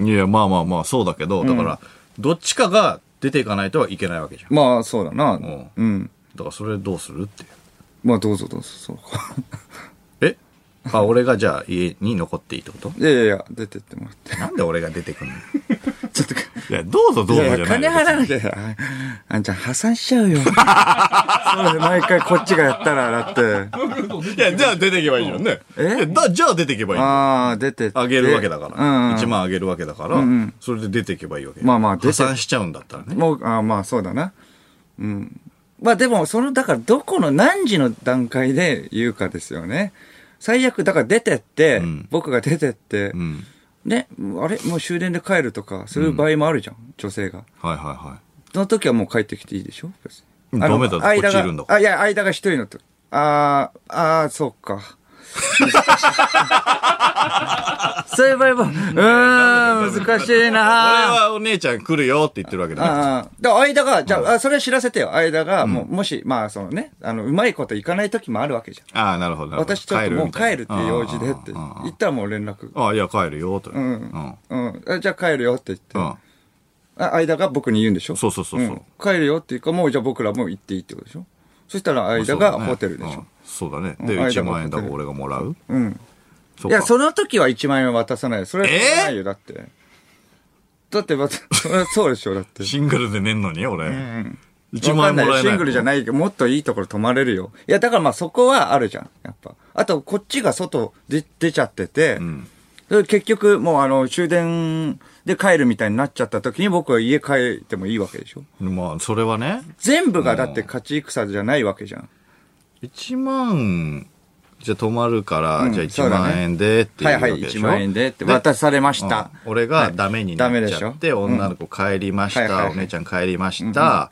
Speaker 1: いや、まあまあまあ、そうだけど、だから、どっちかが出ていかないとはいけないわけじゃん。
Speaker 2: まあそうだな。
Speaker 1: ん
Speaker 2: うん。
Speaker 1: だから、それどうするっていう。
Speaker 2: まあどうぞどうぞ、そう か。
Speaker 1: えあ、俺がじゃあ家に残っていいってこと
Speaker 2: いやいやいや、出てってもらって。
Speaker 1: なんで俺が出てくんの
Speaker 2: ちょっと、
Speaker 1: いや、どうぞどうぞ
Speaker 2: い
Speaker 1: じゃ
Speaker 2: や
Speaker 1: ないい
Speaker 2: や、金払わなきゃいけない。あんちゃん破産しちゃうよ。 そうだよ毎回こっちがやったら、だって。
Speaker 1: いや、じゃあ出てけばいいじゃんね。
Speaker 2: え
Speaker 1: いやだじゃあ出てけばいいの。
Speaker 2: ああ、出てって
Speaker 1: あげるわけだから。
Speaker 2: うん、
Speaker 1: 1
Speaker 2: うん。
Speaker 1: 万あげるわけだから、それで出てけばいいわけ。
Speaker 2: まあまあ出て
Speaker 1: 破産しちゃうんだったらね。
Speaker 2: もう、ああ、まあそうだな。うん。まあでも、その、だからどこの何時の段階で言うかですよね。最悪、だから出てって、
Speaker 1: ん
Speaker 2: 僕が出てって、
Speaker 1: うん。
Speaker 2: ね、あれもう終電で帰るとか、そういう場合もあるじゃん、女性が。
Speaker 1: はいはいはい。
Speaker 2: その時はもう帰ってきていいでしょ別に
Speaker 1: ダメだってこっちいるんだ
Speaker 2: 間があ、いや、間が一人のと。あー、あー、そう か。そういう場合も、うーん、難しい
Speaker 1: 俺
Speaker 2: な
Speaker 1: はお姉ちゃん来るよって言ってるわけだね。
Speaker 2: ああ。で、間が、じゃあ、あそれは知らせてよ。間が、もう、もし、まあ、そのね、あの、うまいこといかない時もあるわけじゃん。
Speaker 1: ああ、なるほどなるほど。
Speaker 2: 私ちょっともう帰るっていう用事でって
Speaker 1: ああああ
Speaker 2: 言ったらもう連絡。
Speaker 1: ああ、いや、帰るよ、と。うんうん。
Speaker 2: うん。あじゃあ帰るよって言って。
Speaker 1: うん。
Speaker 2: あ間が僕に言うんでしょ
Speaker 1: そうそうそうそうん
Speaker 2: 帰るよっていうか、もうじゃあ僕らも行っていいってことでしょそしたら間
Speaker 1: そうだ
Speaker 2: が
Speaker 1: ね
Speaker 2: ホテルでし
Speaker 1: う
Speaker 2: ょ
Speaker 1: んそうだね。
Speaker 2: うん
Speaker 1: で、
Speaker 2: 間が
Speaker 1: 1万円だか
Speaker 2: ホテ
Speaker 1: ら
Speaker 2: ル
Speaker 1: 俺がもらう
Speaker 2: うん。
Speaker 1: そ
Speaker 2: いや、
Speaker 1: う
Speaker 2: その時は1万円渡さない。それは
Speaker 1: えー
Speaker 2: 渡さないよ、だって。だって、また、 それはそうでしょ、だって
Speaker 1: か。。シングルで寝んのに、俺。
Speaker 2: うん。
Speaker 1: 1万円もらえ
Speaker 2: わ
Speaker 1: ない。
Speaker 2: かんシングルじゃないけど、もっといいところ泊まれるよ。いや、だからまあそこはあるじゃん。やっぱ。あと、こっちが外で出ちゃってて、
Speaker 1: ん
Speaker 2: それで結局、もうあの、終電で帰るみたいになっちゃった時に僕は家帰ってもいいわけでしょ。
Speaker 1: まあ、それはね。
Speaker 2: 全部がだって勝ち戦じゃないわけじゃん。
Speaker 1: 1万、じゃあ泊まるから、
Speaker 2: うん
Speaker 1: じゃあ
Speaker 2: そ
Speaker 1: 1
Speaker 2: うだね
Speaker 1: 万円でっていう
Speaker 2: は
Speaker 1: わ
Speaker 2: いは
Speaker 1: け
Speaker 2: い、
Speaker 1: でし
Speaker 2: 1
Speaker 1: ょ。
Speaker 2: 万円でって渡されました。
Speaker 1: うん俺がダメになっちゃって、女の子帰りました、
Speaker 2: はいはいはい
Speaker 1: お姉ちゃん帰りました、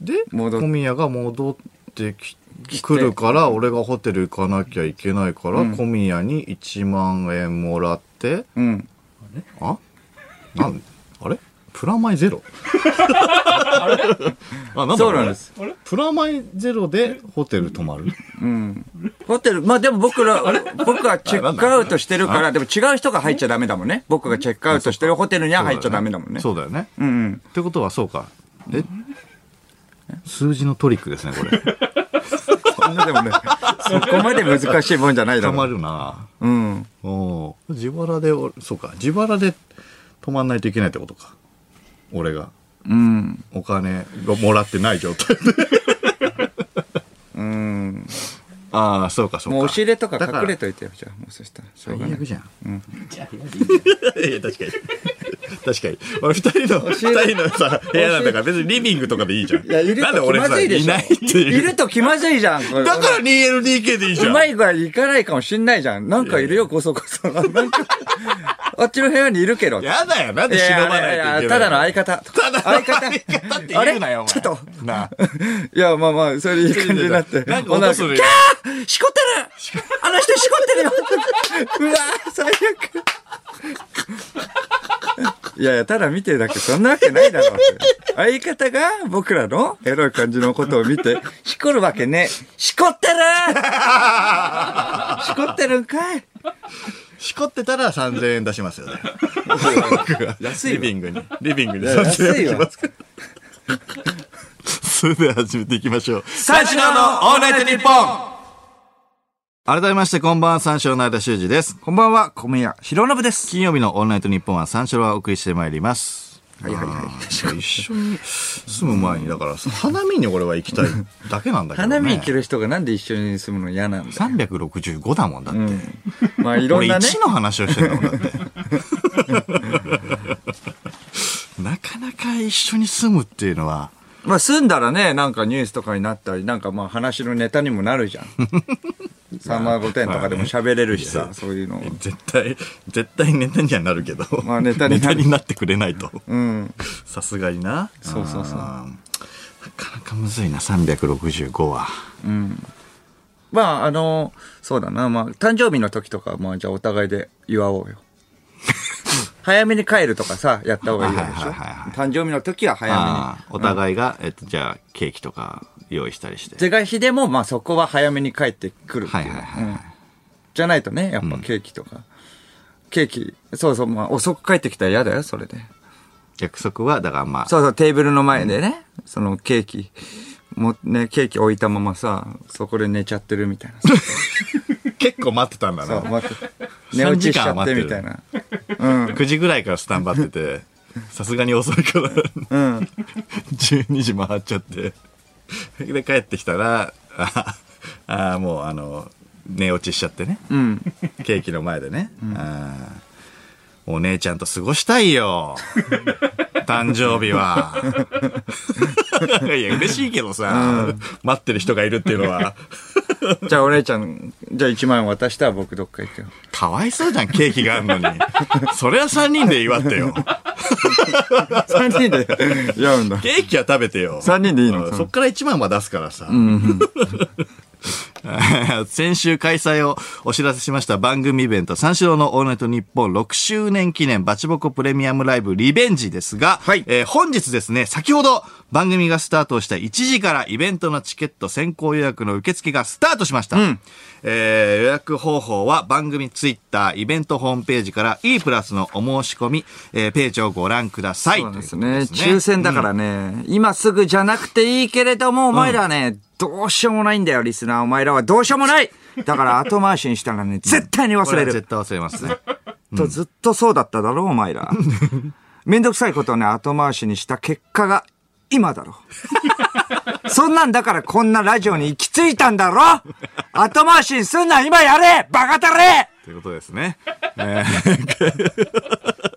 Speaker 1: で
Speaker 2: 戻っ
Speaker 1: 小宮が戻ってき来るから俺がホテル行かなきゃいけないから、小宮に1万円もらって
Speaker 2: うん。
Speaker 1: あなんあれプラマイゼ ロあなんだ
Speaker 2: そうなんです
Speaker 1: これプラマイゼロでホテル泊まる
Speaker 2: うん。ホテル、まあでも僕ら、僕はチェックアウトしてるから、でも違う人が入っちゃダメだもんね。僕がチェックアウトしてるホテルには入っちゃダメだもんね。
Speaker 1: そうだよね
Speaker 2: うんうん。
Speaker 1: ってことはそうかえ数字のトリックですねこれ
Speaker 2: そんなで もね、そこまで難しいもんじゃないだ
Speaker 1: たま
Speaker 2: ろ。
Speaker 1: るな
Speaker 2: うん。
Speaker 1: おー自腹でおそうか自腹で泊まんないといけないってことか俺が
Speaker 2: うん。
Speaker 1: お金がもらってない状態で
Speaker 2: うん。
Speaker 1: ああそうかそうか
Speaker 2: もう押し入れとか
Speaker 1: だから
Speaker 2: 隠れといてよ、じゃあ。もうそしたら。しょうが
Speaker 1: 最
Speaker 2: ない
Speaker 1: 悪。じゃん、いや確かに確かに俺二人の二人のさ部屋なんだから別にリビングとかでいいじゃん
Speaker 2: いや、いる
Speaker 1: なんで
Speaker 2: と気
Speaker 1: 俺
Speaker 2: ま
Speaker 1: さ
Speaker 2: ずいでしょ。
Speaker 1: いないっていう
Speaker 2: ると気まずいじゃん。これ
Speaker 1: だから 2LDK でいいじゃん
Speaker 2: うまい具合いかないかもしんないじゃん。なんかいるよ、こそ こそ。なんか、あっちの部屋にいるけど。
Speaker 1: やだよ、なんで忍ばないといけない
Speaker 2: やややただの相方。
Speaker 1: ただの
Speaker 2: 相方。
Speaker 1: 相方って言うなよ、お前。
Speaker 2: あれちょっと。
Speaker 1: なあ。
Speaker 2: いや、まあまあ、それいい感じになって。
Speaker 1: なんか音するよ
Speaker 2: キャーしこってるあの人しこってるよ うわー最悪。いやいや、ただ見てるだけ、そんなわけないだろうって。相方が僕らのエロい感じのことを見て、しこるわけね。しこってるしこってるんかい
Speaker 1: しこってたら3000円出し ますよね。
Speaker 2: 安
Speaker 1: リ
Speaker 2: い
Speaker 1: ビ
Speaker 2: よ。
Speaker 1: ングに。リビングに3000円
Speaker 2: 安い
Speaker 1: 出しま
Speaker 2: よ
Speaker 1: す。。 それでは始めていきましょう。
Speaker 2: 三四郎のオールナイトニッポン
Speaker 1: 改めまして、こんばんは、三四郎の間修二です。
Speaker 2: こんばんは、米屋ひろのぶです。
Speaker 1: 金曜日のオンラインと日本は三四郎はお送りしてまいります。
Speaker 2: はいはいはい
Speaker 1: あー一緒に住む前に、だ から、花見に俺は行きたいだけなんだけど、ね。
Speaker 2: 花見行ける人がなんで一緒に住むの嫌なんだよ。
Speaker 1: 365だもんだって。
Speaker 2: まあいろん
Speaker 1: 俺
Speaker 2: なね。
Speaker 1: 1の話をしてんだもんだ って。なかなか一緒に住むっていうのは、
Speaker 2: まあ住んだらね、なんかニュースとかになったり、なんかまあ話のネタにもなるじゃん。 サンマー御殿とかでも喋れるし
Speaker 1: まあ
Speaker 2: さ、
Speaker 1: ね
Speaker 2: そういうの。
Speaker 1: 絶対、絶対ネタにはなるけど、
Speaker 2: まあネタに
Speaker 1: ネ
Speaker 2: な
Speaker 1: タ
Speaker 2: る
Speaker 1: になってくれないと。
Speaker 2: うん。
Speaker 1: さすがにな。
Speaker 2: そうそうそう
Speaker 1: あーなかなかむずいな、365は。
Speaker 2: まああの、そうだな、まあ誕生日の時とか、まあじゃあお互いで祝お うよ。早めに帰るとかさ、やった方がいいわけでし
Speaker 1: は
Speaker 2: ょ
Speaker 1: いはいはいはい。
Speaker 2: 誕生日の時は早めに
Speaker 1: あ。ーお互いが、えっと、じゃあ、ケーキとか用意したりして。
Speaker 2: 是が非でも、まあそこは早めに帰ってくるってい
Speaker 1: は
Speaker 2: う。
Speaker 1: いはいはいはい
Speaker 2: うんじゃないとね、やっぱケーキとか。ケーキ、そうそう、まあ遅く帰ってきたら嫌だよ、それで。
Speaker 1: 約束は、だからまあ、
Speaker 2: そうそう、テーブルの前でね、そのケーキ、もね、ケーキ置いたままさ、そこで寝ちゃってるみたいな。
Speaker 1: 結構待ってたんだ
Speaker 2: そう、
Speaker 1: な。
Speaker 2: 待 って。寝落ちしちゃってみたいな。うん、
Speaker 1: 9時ぐらいからスタンバってて、さすがに遅いから、
Speaker 2: うん。
Speaker 1: 12時回っちゃって。で、帰ってきたら、ああー、もう、あの、寝落ちしちゃってね。
Speaker 2: うん。
Speaker 1: ケーキの前でね。あーお姉ちゃんと過ごしたいよ。誕生日は。 いや、嬉しいけどさ、待ってる人がいるっていうのは、
Speaker 2: じゃあお姉ちゃん、じゃあ1万円渡したら僕どっか行くよ。
Speaker 1: かわいそうじゃん、ケーキがあるのに。それは3人で祝ってよ。
Speaker 2: 3人でやるんだ。
Speaker 1: ケーキは食べてよ。
Speaker 2: 三人でいいの
Speaker 1: うんそっから1万は出すからさ。 先週開催をお知らせしました番組イベント三四郎のオールナイトニッポン6周年記念バチボコプレミアムライブリベンジですが、
Speaker 2: はい
Speaker 1: えー本日ですね、先ほど番組がスタートした1時からイベントのチケット先行予約の受付がスタートしました。えー予約方法は番組ツイッター、イベントホームページから E プラスのお申し込み、えーページをご覧ください。
Speaker 2: そうです
Speaker 1: とい
Speaker 2: ね。
Speaker 1: うことですね
Speaker 2: 抽選だからね、今すぐじゃなくていいけれども、お前らね、どうしようもないんだよ、リスナー。お前らはどうしようもないだから後回しにしたらね、絶対に忘れ
Speaker 1: こは
Speaker 2: る
Speaker 1: 絶。対忘れますね。
Speaker 2: とずっとそうだっただろう、お前ら。めんどくさいことをね、後回しにした結果が今だろ。 そんなんだからこんなラジオに行き着いたんだろ後回しにすんな、今やれバカたれ
Speaker 1: ということですね。えーえー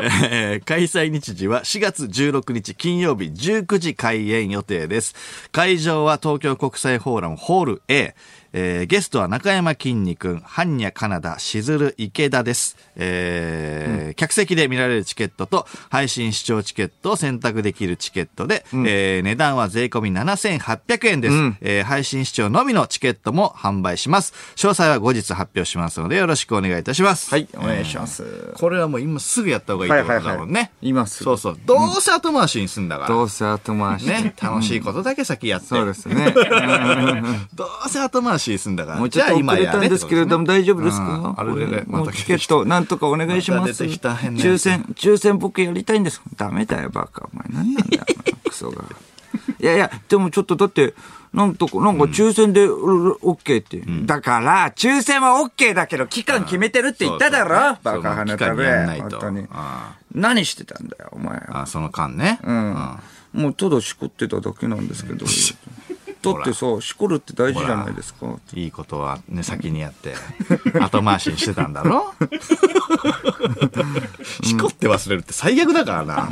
Speaker 1: 開催日時は4月16日金曜日19時開演予定です。会場は東京国際フォーラムホール A。えーゲストは中山きんに君、般若カナダ、しずる池田です。えー客席で見られるチケットと配信視聴チケットを選択できるチケットで、えー値段は税込み7800円です、えー配信視聴のみのチケットも販売します。詳細は後日発表しますのでよろしくお願いいたします。
Speaker 2: はい、お願いします。
Speaker 1: これはもう今すぐやった方がいいってことだもん
Speaker 2: はいはいは
Speaker 1: ね
Speaker 2: い。今すぐ
Speaker 1: そうそう。どうせ後回しにすんだから。
Speaker 2: どうせ後回し。
Speaker 1: ね。楽しいことだけ先やって。
Speaker 2: そうです ね。
Speaker 1: どうせ後回しにすんだから。
Speaker 2: もうちょっと遅れたんですけれども
Speaker 1: じゃあ今やれ
Speaker 2: 大丈夫です
Speaker 1: うん
Speaker 2: か
Speaker 1: あれでね
Speaker 2: も
Speaker 1: ま
Speaker 2: う
Speaker 1: た
Speaker 2: チケットなんとかお願いしま。
Speaker 1: ますた出てきた変なやつ
Speaker 2: 抽選、抽選僕やりたいんです。ダメだよ、バカ。お前何なんだ よ、お前クソが。いやいや、でもちょっとだって、なんとか、なんか抽選で、うるオッケーって。だから、抽選はオッケーだけど、期間決めてるって言っただろ
Speaker 1: そうそう
Speaker 2: バカ花
Speaker 1: そ
Speaker 2: 食
Speaker 1: う期間にやらな
Speaker 2: べ。
Speaker 1: い
Speaker 2: 本
Speaker 1: と
Speaker 2: 当に
Speaker 1: あ。
Speaker 2: 何してたんだよ、お前は。
Speaker 1: あ、その間ね。
Speaker 2: うん
Speaker 1: うん
Speaker 2: もうただしこってただけなんです けど。だってさ、しこるって大事じゃないですか。
Speaker 1: いいことはね、先にやって、 後回しにしてたんだ ろしこって忘れるって最悪だから な。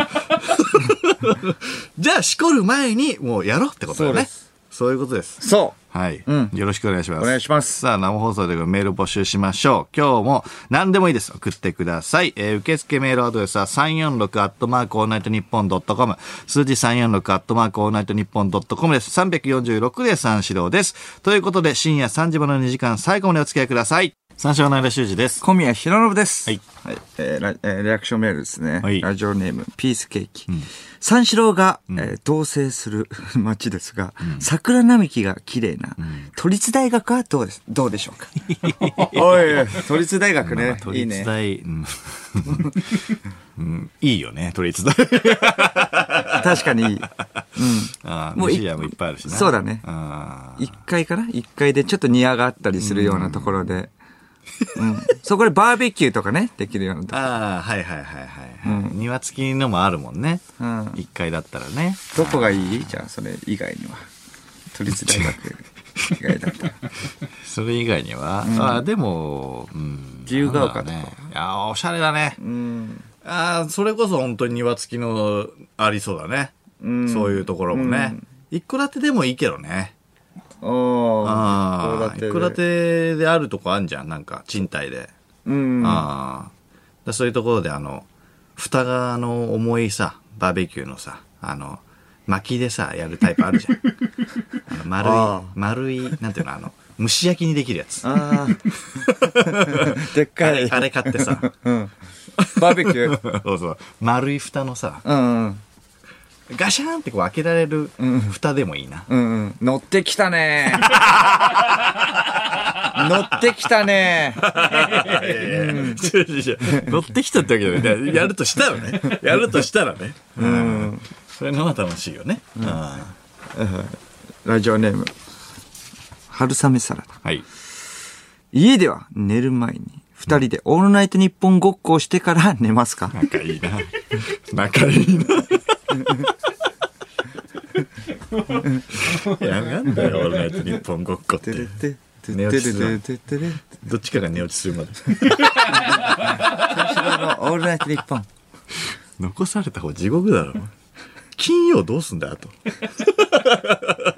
Speaker 1: じゃあ、しこる前にもうやろうってことだ
Speaker 2: そうで
Speaker 1: ね
Speaker 2: す。
Speaker 1: そういうことです。
Speaker 2: そう
Speaker 1: はい、
Speaker 2: うん
Speaker 1: よろしくお願いします。
Speaker 2: お願いします
Speaker 1: さあ、生放送でメール募集しましょう。今日も何でもいいです。送ってください。えー受付メールアドレスは346アットマークオールナイトニッポンドットコム。数字346アットマークオールナイトニッポンドットコムです。346で三四郎です。ということで、深夜3時までの2時間、最後までお付き合いください。三四郎の間修二です。
Speaker 2: 小宮弘信です。
Speaker 1: はい。
Speaker 2: えーラえーリアクションメールですね。
Speaker 1: はい
Speaker 2: ラジオネーム、ピースケーキ。三四郎が、えー同棲する 町ですが、桜並木が綺麗な、都立大学はどうですどうでし ょうかおいおい、都立大学
Speaker 1: まあ
Speaker 2: ね。
Speaker 1: 都
Speaker 2: いい
Speaker 1: 立
Speaker 2: ね。
Speaker 1: 大、うん うんいいよね、都立大。
Speaker 2: 確かにいい。
Speaker 1: ああ
Speaker 2: もうい
Speaker 1: 飯屋もいっぱいあるしな。
Speaker 2: そうだね
Speaker 1: ああ
Speaker 2: 一階かな一階でちょっと庭があったりするようなところで。うん。そこでバーベキューとかね、できるようなとこ
Speaker 1: ああ、はいはいはいはいはい。庭付きのもあるもんね
Speaker 2: うん。
Speaker 1: 一階だったらね。
Speaker 2: どこがいいじゃあ、それ以外には。都立大学以外だったら。
Speaker 1: それ以外には、ああ、でも、うん。
Speaker 2: 自由が丘とか
Speaker 1: なんだろうね。ああ、おしゃれだね。
Speaker 2: うん。
Speaker 1: ああ、それこそ本当に庭付きのありそうだね。
Speaker 2: うん
Speaker 1: そういうところもね。一戸建てでもいいけどね。
Speaker 2: お
Speaker 1: ああ、一
Speaker 2: 一
Speaker 1: 戸建てであるとこあんじゃん。なんか、賃貸で。
Speaker 2: うん。
Speaker 1: ああ。だそういうところで、あの、蓋が、あの、重いさ、バーベキューのさ、あの、薪でさ、やるタイプあるじ ゃん。あの丸い
Speaker 2: ああ
Speaker 1: 丸い、なんていうの、あの、蒸し焼きにできるやつ。
Speaker 2: あー で
Speaker 1: あ
Speaker 2: っか
Speaker 1: れ
Speaker 2: い。
Speaker 1: あれ買ってさ、
Speaker 2: うん。バーベキ ュー。
Speaker 1: そうそう、丸い蓋のさ、
Speaker 2: うんうん。
Speaker 1: ガシャーンってこう開けられる蓋でもいいな。
Speaker 2: うんうん。乗ってきたね乗ってきたね
Speaker 1: いやいやいや違う違う違う乗ってきたってわけじゃないだから。やるとしたらね。やるとしたらね。うん。それのが楽しいよね。あ
Speaker 2: ラジオネーム。春雨サラダ。
Speaker 1: あはい。
Speaker 2: 家では寝る前に、二人でオールナイトニッポンごっこをしてから寝ますか
Speaker 1: 仲いいな。仲いいな。いや、なんだよ、オールナイトニッポンごっこって。寝落ちするどっちかが寝落ちするまで。
Speaker 2: オールナイトニッポン。
Speaker 1: 残された方地獄だろ。金曜どうすんだよ、あと。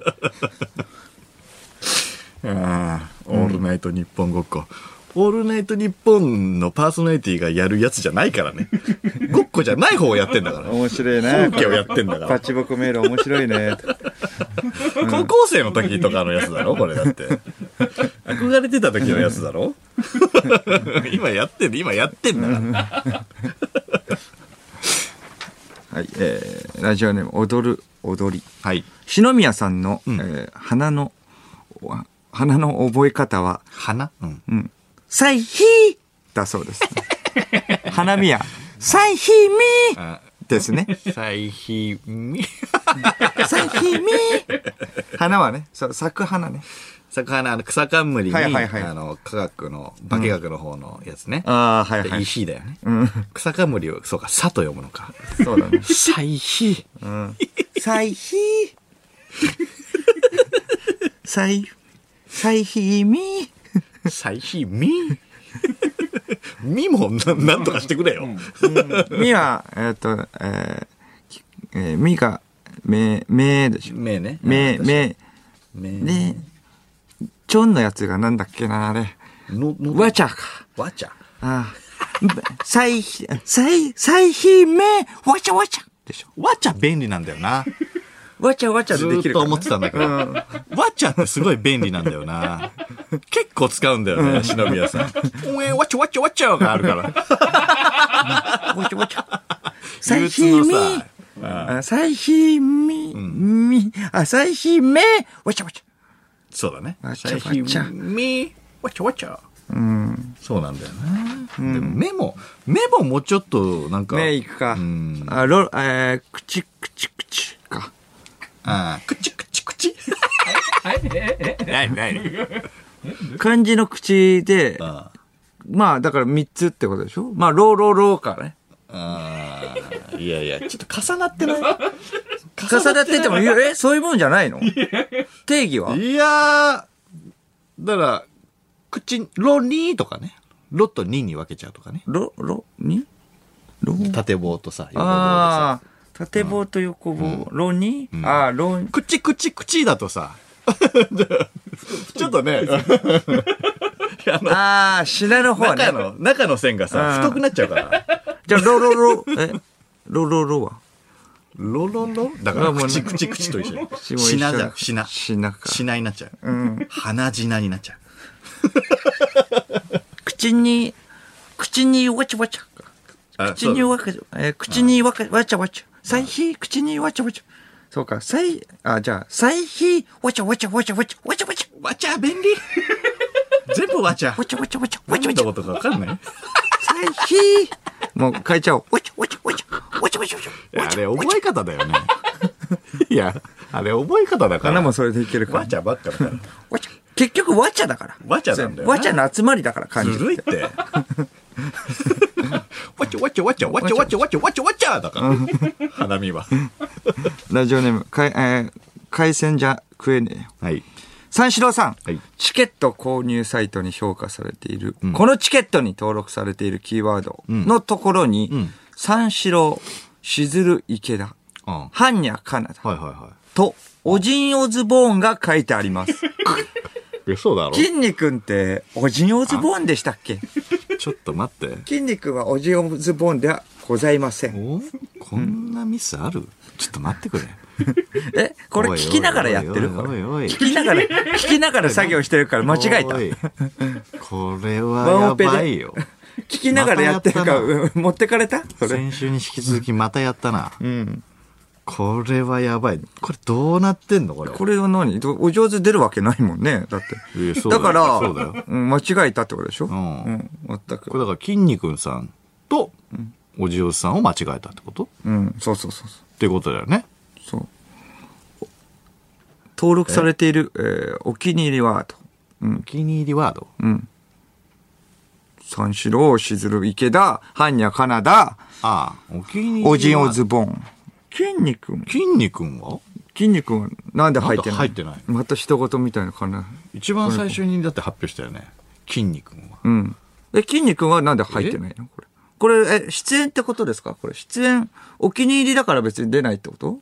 Speaker 1: ああ、オールナイトニッポンごっこ。オールナイトニッポンのパーソナリティがやるやつじゃないからね。ごっこじゃない方をやってんだから。
Speaker 2: 面白いね。
Speaker 1: 今日やってんだから
Speaker 2: パ。チボコメール面白いね。
Speaker 1: 高校生の時とかのやつだろこれだ って。憧れてた時のやつだろ 今やってんだ、今やってんだから。
Speaker 2: はい、えー、ラジオネーム、踊る、踊り。
Speaker 1: はい。
Speaker 2: 篠宮さんの、
Speaker 1: ん
Speaker 2: えー花の、お花の覚え方は、
Speaker 1: 花うん。
Speaker 2: うん、サイヒーだそ うです、花宮、サイヒーミ
Speaker 1: あ、
Speaker 2: ーですね。
Speaker 1: 最ひみ。
Speaker 2: サイヒーミー花はね、そう、咲く花ね。
Speaker 1: 魚、あの、 草冠に、
Speaker 2: はいはいはい
Speaker 1: あの、科学の、化学の方のやつね。
Speaker 2: ああ、はい
Speaker 1: で、。石だよね。草冠を、そうか、さと読むのか。
Speaker 2: そうだね。
Speaker 1: 最ひ。
Speaker 2: うん。サイヒー。サイ、サイヒーミ ー。
Speaker 1: 最ひみ。みもな、なんとかしてくれよ。
Speaker 2: ミは、えっ、と、えーきえー、ミが、め、めでしょ。
Speaker 1: めね。
Speaker 2: め、め、
Speaker 1: め。
Speaker 2: で、ちょんのやつがなんだっけな、あれ。
Speaker 1: の、の、
Speaker 2: わちゃか。
Speaker 1: わちゃ。
Speaker 2: ああ。さい、さい、さいひめ、わちゃわちゃ。でしょ。
Speaker 1: わちゃ便利なんだよな。
Speaker 2: わちゃわち ゃ
Speaker 1: ず
Speaker 2: ででき
Speaker 1: ーっ
Speaker 2: る
Speaker 1: と
Speaker 2: から、
Speaker 1: 思ってたんだけど。
Speaker 2: う
Speaker 1: わちゃってすごい便利なんだよな。結構使うんだよね、忍び屋さん。おえ、わちゃわちゃわちゃがあるから。
Speaker 2: わちゃわちゃ。 さ
Speaker 1: 憂
Speaker 2: い
Speaker 1: 鬱
Speaker 2: ひ
Speaker 1: の
Speaker 2: み。
Speaker 1: さ、
Speaker 2: あさいひみ、み、あ、さいひめ、わちゃわち
Speaker 1: そうだね。
Speaker 2: わちゃわちゃ
Speaker 1: 最近み、わちゃわちゃ。そうなんだよな。でも目も、目ももうちょっと、なん
Speaker 2: ゃ。
Speaker 1: か、
Speaker 2: ね、いくか
Speaker 1: うん。
Speaker 2: あ、ろ、えー、くちくちくちか。
Speaker 1: ああ、くちくちくち。ないない。
Speaker 2: 漢字の口で、
Speaker 1: あー
Speaker 2: まあ、だから3つってことでしょまあ、ローローローかね。
Speaker 1: あー、いやいや、ちょっと重な ってない
Speaker 2: 重なってても、いやえ、そういうもんじゃないの定義はい
Speaker 1: やー、だから、口、ロニーとかね。ロとニーに分けちゃうとかね。
Speaker 2: ロ、ロ、にロ
Speaker 1: 縦棒とさ、横棒でさ。
Speaker 2: ああ、縦棒と横棒。ロにああ、ロ に。
Speaker 1: 口、口、口だとさ。ちょっとね、
Speaker 2: ああ、品の方ね
Speaker 1: 中。の、中の線がさ、
Speaker 2: うん
Speaker 1: 太くなっちゃうから。
Speaker 2: じゃあ、ロロロ、え ロロロは
Speaker 1: ロロロだから、
Speaker 2: あもうね
Speaker 1: 口、口、口と一緒。
Speaker 2: 口
Speaker 1: し
Speaker 2: も一緒
Speaker 1: なじゃん、しな。
Speaker 2: しなか。
Speaker 1: しなになっちゃう。
Speaker 2: うん。
Speaker 1: 鼻しなになっちゃう。
Speaker 2: 口に、口にわちゃわちゃ。
Speaker 1: あ
Speaker 2: 口に
Speaker 1: そう
Speaker 2: わか、えー口にわか、わちゃわちゃ。最ひ、口にわちゃわちゃ。そうか、最、あ、じゃあ、最ひ、わちゃわちゃわちゃわちゃわちゃわちゃ
Speaker 1: わちゃ便利全部わちゃ
Speaker 2: わちゃわちゃわちゃわ
Speaker 1: わ
Speaker 2: ちゃ
Speaker 1: ち
Speaker 2: わ
Speaker 1: ゃ
Speaker 2: ち
Speaker 1: こと
Speaker 2: ゃ
Speaker 1: かわかんない
Speaker 2: 最ひ。もう変えちゃおう。わちゃわちゃわちゃわちゃわちゃわち
Speaker 1: い
Speaker 2: ゃ
Speaker 1: やあれ覚え方だ よねいやあれ覚え方だから
Speaker 2: 花もそれでいけるか
Speaker 1: わ
Speaker 2: ら。
Speaker 1: ちゃばっかだから
Speaker 2: わちゃ。結局、わちゃだから。
Speaker 1: わちゃなんだよな
Speaker 2: わちゃの集まりだから、感じ
Speaker 1: ず。るい って。わちゃわちゃわちゃわちゃわちゃわちゃわちゃわちゃだから。花見は。
Speaker 2: ラジオネーム、かい、えー海鮮じゃ食えねえよ。
Speaker 1: はい。
Speaker 2: 三四郎さん、
Speaker 1: はい
Speaker 2: チケット購入サイトに評価されている、このチケットに登録されているキーワードのところに、三四郎、しずる池田、
Speaker 1: うん。はい
Speaker 2: 般若カナダ
Speaker 1: はいは
Speaker 2: と、オジンオズボーンが書いてあり ます。
Speaker 1: い。嘘だろ
Speaker 2: 筋肉って、オジンオズボーンでしたっけ
Speaker 1: ちょっと待って。
Speaker 2: 筋肉はオジンオズボーンではございません。
Speaker 1: おこんなミスあるちょっと待ってくれ。
Speaker 2: え、これ聞きながらやってる
Speaker 1: おい
Speaker 2: こ
Speaker 1: お
Speaker 2: れ
Speaker 1: いおいおい
Speaker 2: 聞きながら、聞きながら作業してるから間違えた
Speaker 1: お。いこれ
Speaker 2: ワン
Speaker 1: は
Speaker 2: オペ
Speaker 1: や
Speaker 2: で
Speaker 1: ばいよ。
Speaker 2: 聞きながらやってるから、
Speaker 1: また
Speaker 2: うん持ってかれたそれ。
Speaker 1: 先週に引き続きまたやったな。
Speaker 2: うん。
Speaker 1: これはやばい。これどうなってんのこれ。
Speaker 2: これは何どお上手出るわけないもんね。だって
Speaker 1: いや。そうだ
Speaker 2: だ
Speaker 1: よ
Speaker 2: から、
Speaker 1: そうだよ
Speaker 2: うん間違えたってことでしょうんん。全
Speaker 1: これ
Speaker 2: く。
Speaker 1: だから筋肉さんとおじおさんを間違えたってこと
Speaker 2: うん。そうそうそうそ
Speaker 1: ってことだよね。
Speaker 2: う。そう。登録されている、えーお気に入りワード。
Speaker 1: お気に入りワード。
Speaker 2: うん。三四郎、しずる、池田、般若、カナダ、
Speaker 1: ああ、お気に入りは。
Speaker 2: おじんおズボン。筋肉
Speaker 1: 筋肉は
Speaker 2: 筋肉はなんで入ってない
Speaker 1: なんで入って
Speaker 2: また人事みたいな感じ。
Speaker 1: 一番最初にだって発表したよね。筋肉は。
Speaker 2: うん。え、筋肉はなんで入ってないのこれ。これ、え、出演ってことですかこれ、出演、お気に入りだから別に出ないってこと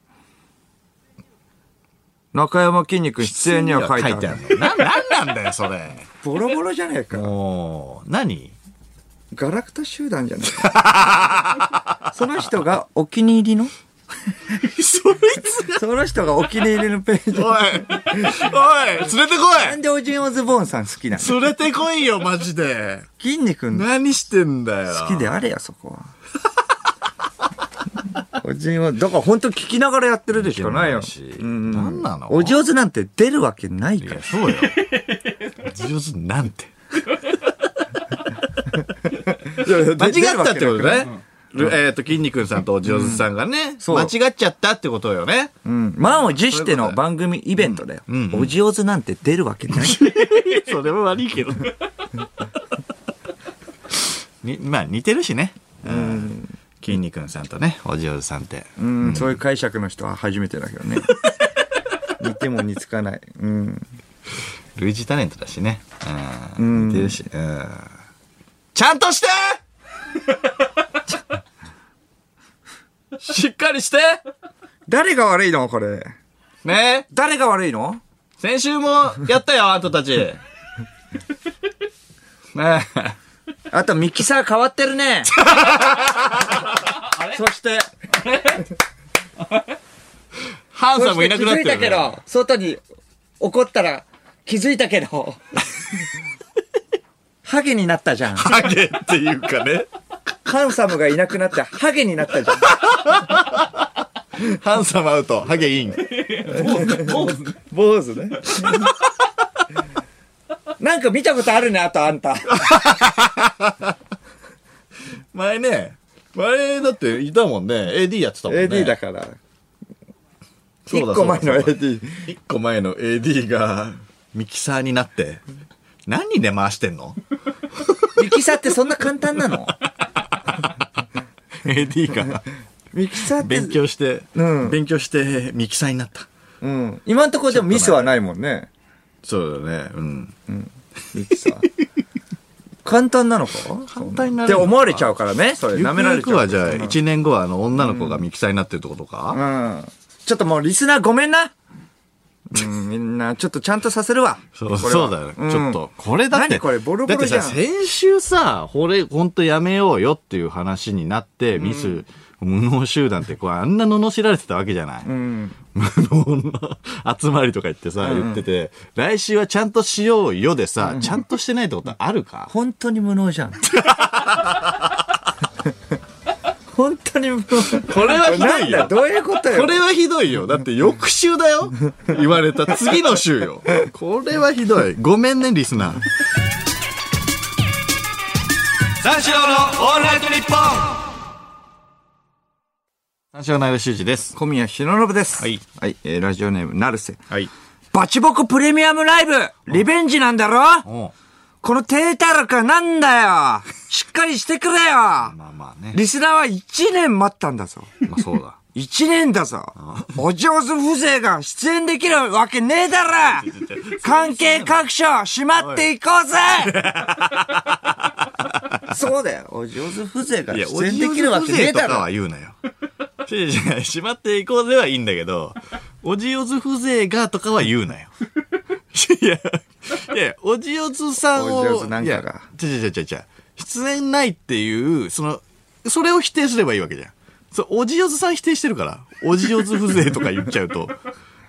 Speaker 2: 中山筋肉出演には書いてある。
Speaker 1: るの。な、なんなんだよ、それ。
Speaker 2: ボロボロじゃねえか。
Speaker 1: もう、何
Speaker 2: ガラクタ集団じゃねえか。 その人がお気に入りの
Speaker 1: そいつ
Speaker 2: その人がお気に入りのページ。
Speaker 1: おい、おい、連れてこ
Speaker 2: なんでおじんおズボンさん好きなの
Speaker 1: い連れてこいよ、マジで。
Speaker 2: 筋肉の
Speaker 1: 何してんだよ。
Speaker 2: 好きであれや、そ こは。おじんは、だから本当聞きながらやってるでしかないよ。
Speaker 1: し
Speaker 2: うん
Speaker 1: 何なの
Speaker 2: お上手なんて出るわけない
Speaker 1: い
Speaker 2: から
Speaker 1: や、。そうよ。上手なん て。間違ったってことね。るえっ、と、筋肉さんとお上手さんがね、
Speaker 2: そう
Speaker 1: 間違っちゃったってことよね。
Speaker 2: うん。満を持しての番組イベントだよ。お上手なんて出るわけない。
Speaker 1: それは悪いけど。 にまあ、似てるしね。うん。筋肉さんとね、お上手さんって。
Speaker 2: うん、そういう解釈の人は初めてだけどね。似ても似つかない。うん。
Speaker 1: 類似タレントだしね。うん。似てるし。うん。ちゃん としてしっかりして
Speaker 2: 誰が悪いのこれ。
Speaker 1: ね
Speaker 2: 誰が悪いの
Speaker 1: 先週もやったよ、あんたた ち。ねえ。
Speaker 2: あとミキサー変わってるね。 そして、
Speaker 1: ハン
Speaker 2: そ
Speaker 1: さんも
Speaker 2: し
Speaker 1: い
Speaker 2: て
Speaker 1: な
Speaker 2: 気
Speaker 1: くなって
Speaker 2: づいた
Speaker 1: る、
Speaker 2: けど、外に怒ったら気づいたけど、 ハゲになったじゃん。
Speaker 1: ハゲっていうかね。
Speaker 2: ハンサムがいなくなってハゲになったじゃん。
Speaker 1: ハンサムアウト、ハゲイン。
Speaker 2: 坊主ね。 なんか見たことあるね、あとあんた。
Speaker 1: 前ね、前だっていたもんね。AD やってたもんね。
Speaker 2: AD だ
Speaker 1: か
Speaker 2: から。
Speaker 1: そうだ
Speaker 2: 1個前の
Speaker 1: そうだそうだ
Speaker 2: AD。
Speaker 1: 一個前の AD がミキサーになって、何で回してんの
Speaker 2: ミキサーってそんな簡単なの
Speaker 1: ?AD が
Speaker 2: ミキサーって、
Speaker 1: 勉強して、
Speaker 2: うん
Speaker 1: 勉強してミキサーになった。
Speaker 2: うん。今んところでもミスはないもんね。
Speaker 1: そうだね。うん。
Speaker 2: ミキ サー。簡単なのか
Speaker 1: 簡単にな
Speaker 2: っ
Speaker 1: る
Speaker 2: て
Speaker 1: のか
Speaker 2: 思われちゃうからね、それ。
Speaker 1: ゆ
Speaker 2: 舐め
Speaker 1: く
Speaker 2: ら
Speaker 1: ゆ
Speaker 2: れち
Speaker 1: く
Speaker 2: ゃう。
Speaker 1: はじゃあ、1年後はあの女の子がミキサーになってるってことか、
Speaker 2: うん。ちょっともうリスナーごめんな。うん、みんな、ちょっとちゃんとさせるわ。
Speaker 1: そ
Speaker 2: こ
Speaker 1: う
Speaker 2: れは
Speaker 1: そうだよ、
Speaker 2: うん
Speaker 1: ちょっと。これだって、
Speaker 2: 何これボロボロじゃん
Speaker 1: だってさ、先週さ、これほんとやめようよっていう話になってミス無能集団ってこうあんな罵られてたわけじゃない。
Speaker 2: うん。
Speaker 1: 無能の集まりとか言ってさ、言ってて、来週はちゃんとしようよでさ、ちゃんとしてないってことあるか
Speaker 2: 本当に無能じゃん。本当に無能。
Speaker 1: これはひど
Speaker 2: ないんだ、
Speaker 1: よ。
Speaker 2: どういうこと よ
Speaker 1: こ。れはひどいよ。だって翌週だよ。言われた次の週よ。これはひどい。ごめんね、リスナー。三四郎のオールナイトニッポン三四郎の間修二です。
Speaker 2: 小宮浩信です。
Speaker 1: はい。
Speaker 2: はい、えーラジオネーム、なるせ。
Speaker 1: はい。
Speaker 2: バチボコプレミアムライブリベンジなんだろ
Speaker 1: おう
Speaker 2: この低たらかなんだよしっかりしてくれよ
Speaker 1: まあまあね。
Speaker 2: リスナーは1年待ったんだぞ。
Speaker 1: まあそうだ。
Speaker 2: 1年だぞお上手風情が出演できるわけねえ だろ関係各所閉まっていこうぜ そうだよ。お上手風情が
Speaker 1: いや、
Speaker 2: 出演できるわけねえだ
Speaker 1: おじよず風情とか
Speaker 2: ろ
Speaker 1: は言うなよ。違う違う、しまっていこうではいいんだけど、おじよず風情がとかは言うなよ。いや、いや、おじよずさんを、
Speaker 2: おじよずなんかが
Speaker 1: いや違う違う違う違う、出演ないっていう、その、それを否定すればいいわけじゃん。そう、おじよずさん否定してるから、おじよず風情とか言っちゃうと。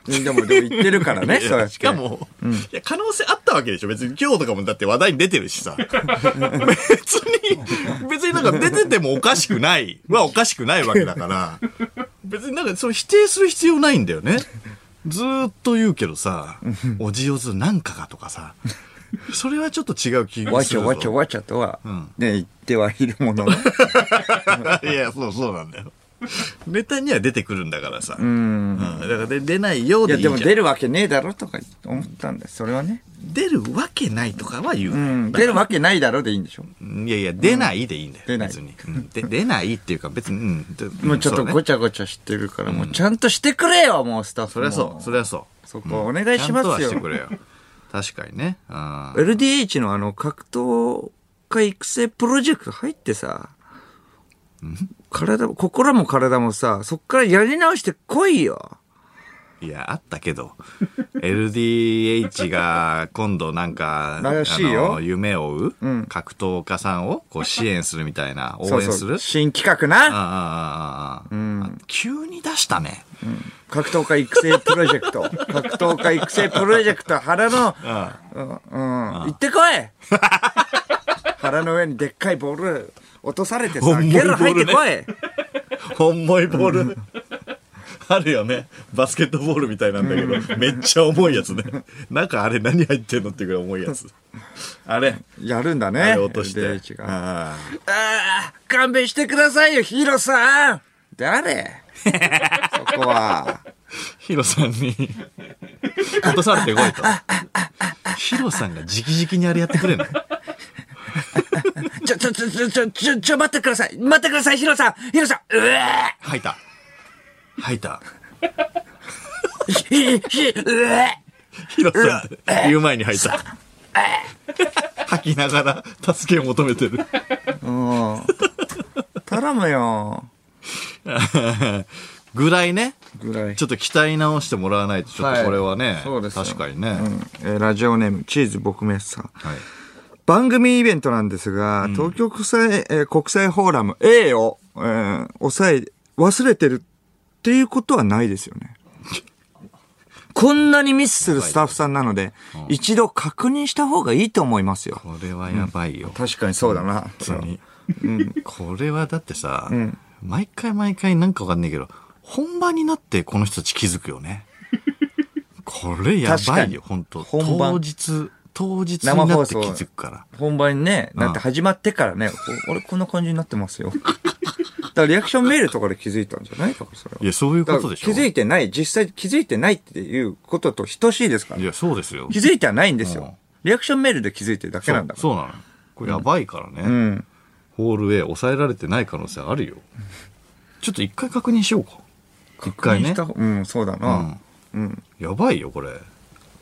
Speaker 2: でも、でも言ってる からね、
Speaker 1: いや
Speaker 2: そうやって
Speaker 1: しかも、いや、可能性あったわけでしょ。別に今日とかもだって話題に出てるし さ。別に、別になんか出ててもおかしくないはおかしくないわけだから、別になんかそれ否定する必要ないんだよね。ずーっと言うけどさ、おじよずなんかがとかさ、それはちょっと違う気が
Speaker 2: わ
Speaker 1: す
Speaker 2: ち
Speaker 1: る
Speaker 2: ゃ
Speaker 1: ぞ。
Speaker 2: わちゃわちゃとは、ね、言ってはいるもの の。
Speaker 1: いや、そうそうなんだよ。ネタには出てくるんだからさ。うん。だからで出ないよう
Speaker 2: い
Speaker 1: で
Speaker 2: や、
Speaker 1: いいじ
Speaker 2: で
Speaker 1: ゃん
Speaker 2: も出るわけねえだろとか思ったんだよ。それはね。
Speaker 1: 出るわけないとかは言う。
Speaker 2: うん。出るわけないだろでいいんでしょ。
Speaker 1: いやいや、出ないでいいんだよ。
Speaker 2: 出ない
Speaker 1: 別に。うんで出ないっていうか、別に、うんで
Speaker 2: もうちょっ
Speaker 1: そ
Speaker 2: と
Speaker 1: ね
Speaker 2: ごちゃごちゃしてるから、もうちゃんとしてくれよ、もうスタッフ
Speaker 1: そりゃそう、そ
Speaker 2: れ
Speaker 1: りゃそう。
Speaker 2: そこお願いしま
Speaker 1: ちゃんとは
Speaker 2: すよ
Speaker 1: して。くれよ。確かにね。あー
Speaker 2: LDH のあの、格闘家育成プロジェクト入ってさ、体も、心も体もさ、そっからやり直してこいよ。
Speaker 1: いや、あったけど、LDH が今度なんか、
Speaker 2: らしいよ
Speaker 1: あの夢を追う、
Speaker 2: ん
Speaker 1: 格闘家さんをこう支援するみたいな、
Speaker 2: そ
Speaker 1: 応
Speaker 2: う
Speaker 1: 援
Speaker 2: そう
Speaker 1: する
Speaker 2: 新企画
Speaker 1: あーあ
Speaker 2: な。
Speaker 1: ーあーあー、あ急に出したね。
Speaker 2: 格闘家育成プロジェ クト。格闘家育成プロジェクト、腹の、うん、行ってこい腹の上にでっかいボール落とされて さ、
Speaker 1: 重いボー
Speaker 2: ゲ
Speaker 1: ル
Speaker 2: ロ
Speaker 1: ね
Speaker 2: 入ってこい
Speaker 1: 重いボール。あるよね。バスケットボールみたいなんだけど、めっちゃ重いやつね。中あれ何入ってんのってぐらい重いやつ。あれ、
Speaker 2: やるんだね。
Speaker 1: あれ落として。
Speaker 2: LDH があ
Speaker 1: ああ
Speaker 2: あー、勘弁してくださいよ、ヒーローさん 誰そこは。
Speaker 1: ヒロさんに落とされてこいと。ヒロさんが直々にあれやってくれんの
Speaker 2: ちょ、ちょ、ちょ、ちょ、ちょ、ちょ、ちょ、待ってください待ってください、ヒーローさんヒーローさんうえ
Speaker 1: 吐いた。吐いた。
Speaker 2: ーひ、ひ、ひうえ
Speaker 1: ヒロさんって言う前に吐いた。吐きながら助けを求めてる。
Speaker 2: ーうん。頼むよ。
Speaker 1: ぐらいね。
Speaker 2: ぐらい。
Speaker 1: ちょっと鍛え直してもらわないと、ちょっとこれはね、
Speaker 2: はいそうですよ
Speaker 1: 確かにね。
Speaker 2: うんえーラジオネーム、チーズ撲滅さん。
Speaker 1: はい。
Speaker 2: 番組イベントなんですが、東京国際、えー国際フォーラム A を、えー抑え、忘れてるっていうことはないですよね。 こんなにミスするスタッフさんなので、一度確認した方がいいと思いますよ。
Speaker 1: これはやばいよ。
Speaker 2: 確かにそうだな。
Speaker 1: 本当に。これはだってさ、毎回毎回なんかわかんないけど、本番になってこの人たち気づくよね。これやばいよ、
Speaker 2: 確
Speaker 1: 本当
Speaker 2: 本番
Speaker 1: 当日、当日になって気づくから。
Speaker 2: 本番にね、
Speaker 1: ん。
Speaker 2: だって始まってからね、こう俺こんな感じになってますよ。だ からリアクションメールとかで気づいたんじゃないだからそれはい
Speaker 1: や、そういう
Speaker 2: だ
Speaker 1: こ
Speaker 2: か
Speaker 1: と
Speaker 2: ら
Speaker 1: でし
Speaker 2: 気
Speaker 1: ょ。
Speaker 2: づ
Speaker 1: い
Speaker 2: いてない、実際気づいてないっていうことと等しいですから。
Speaker 1: や、そうですよ。
Speaker 2: 気づいてはないんです
Speaker 1: うん
Speaker 2: よ。リアクションメールで気づいてるだけなんだから。
Speaker 1: そうそうなのよ。これやばいからね。
Speaker 2: うん。
Speaker 1: ホール A 抑えられてない可能性あるよ。ちょっと一回確認しようか。一回ね。
Speaker 2: うん、そうだな。うん。
Speaker 1: やばいよ、これ。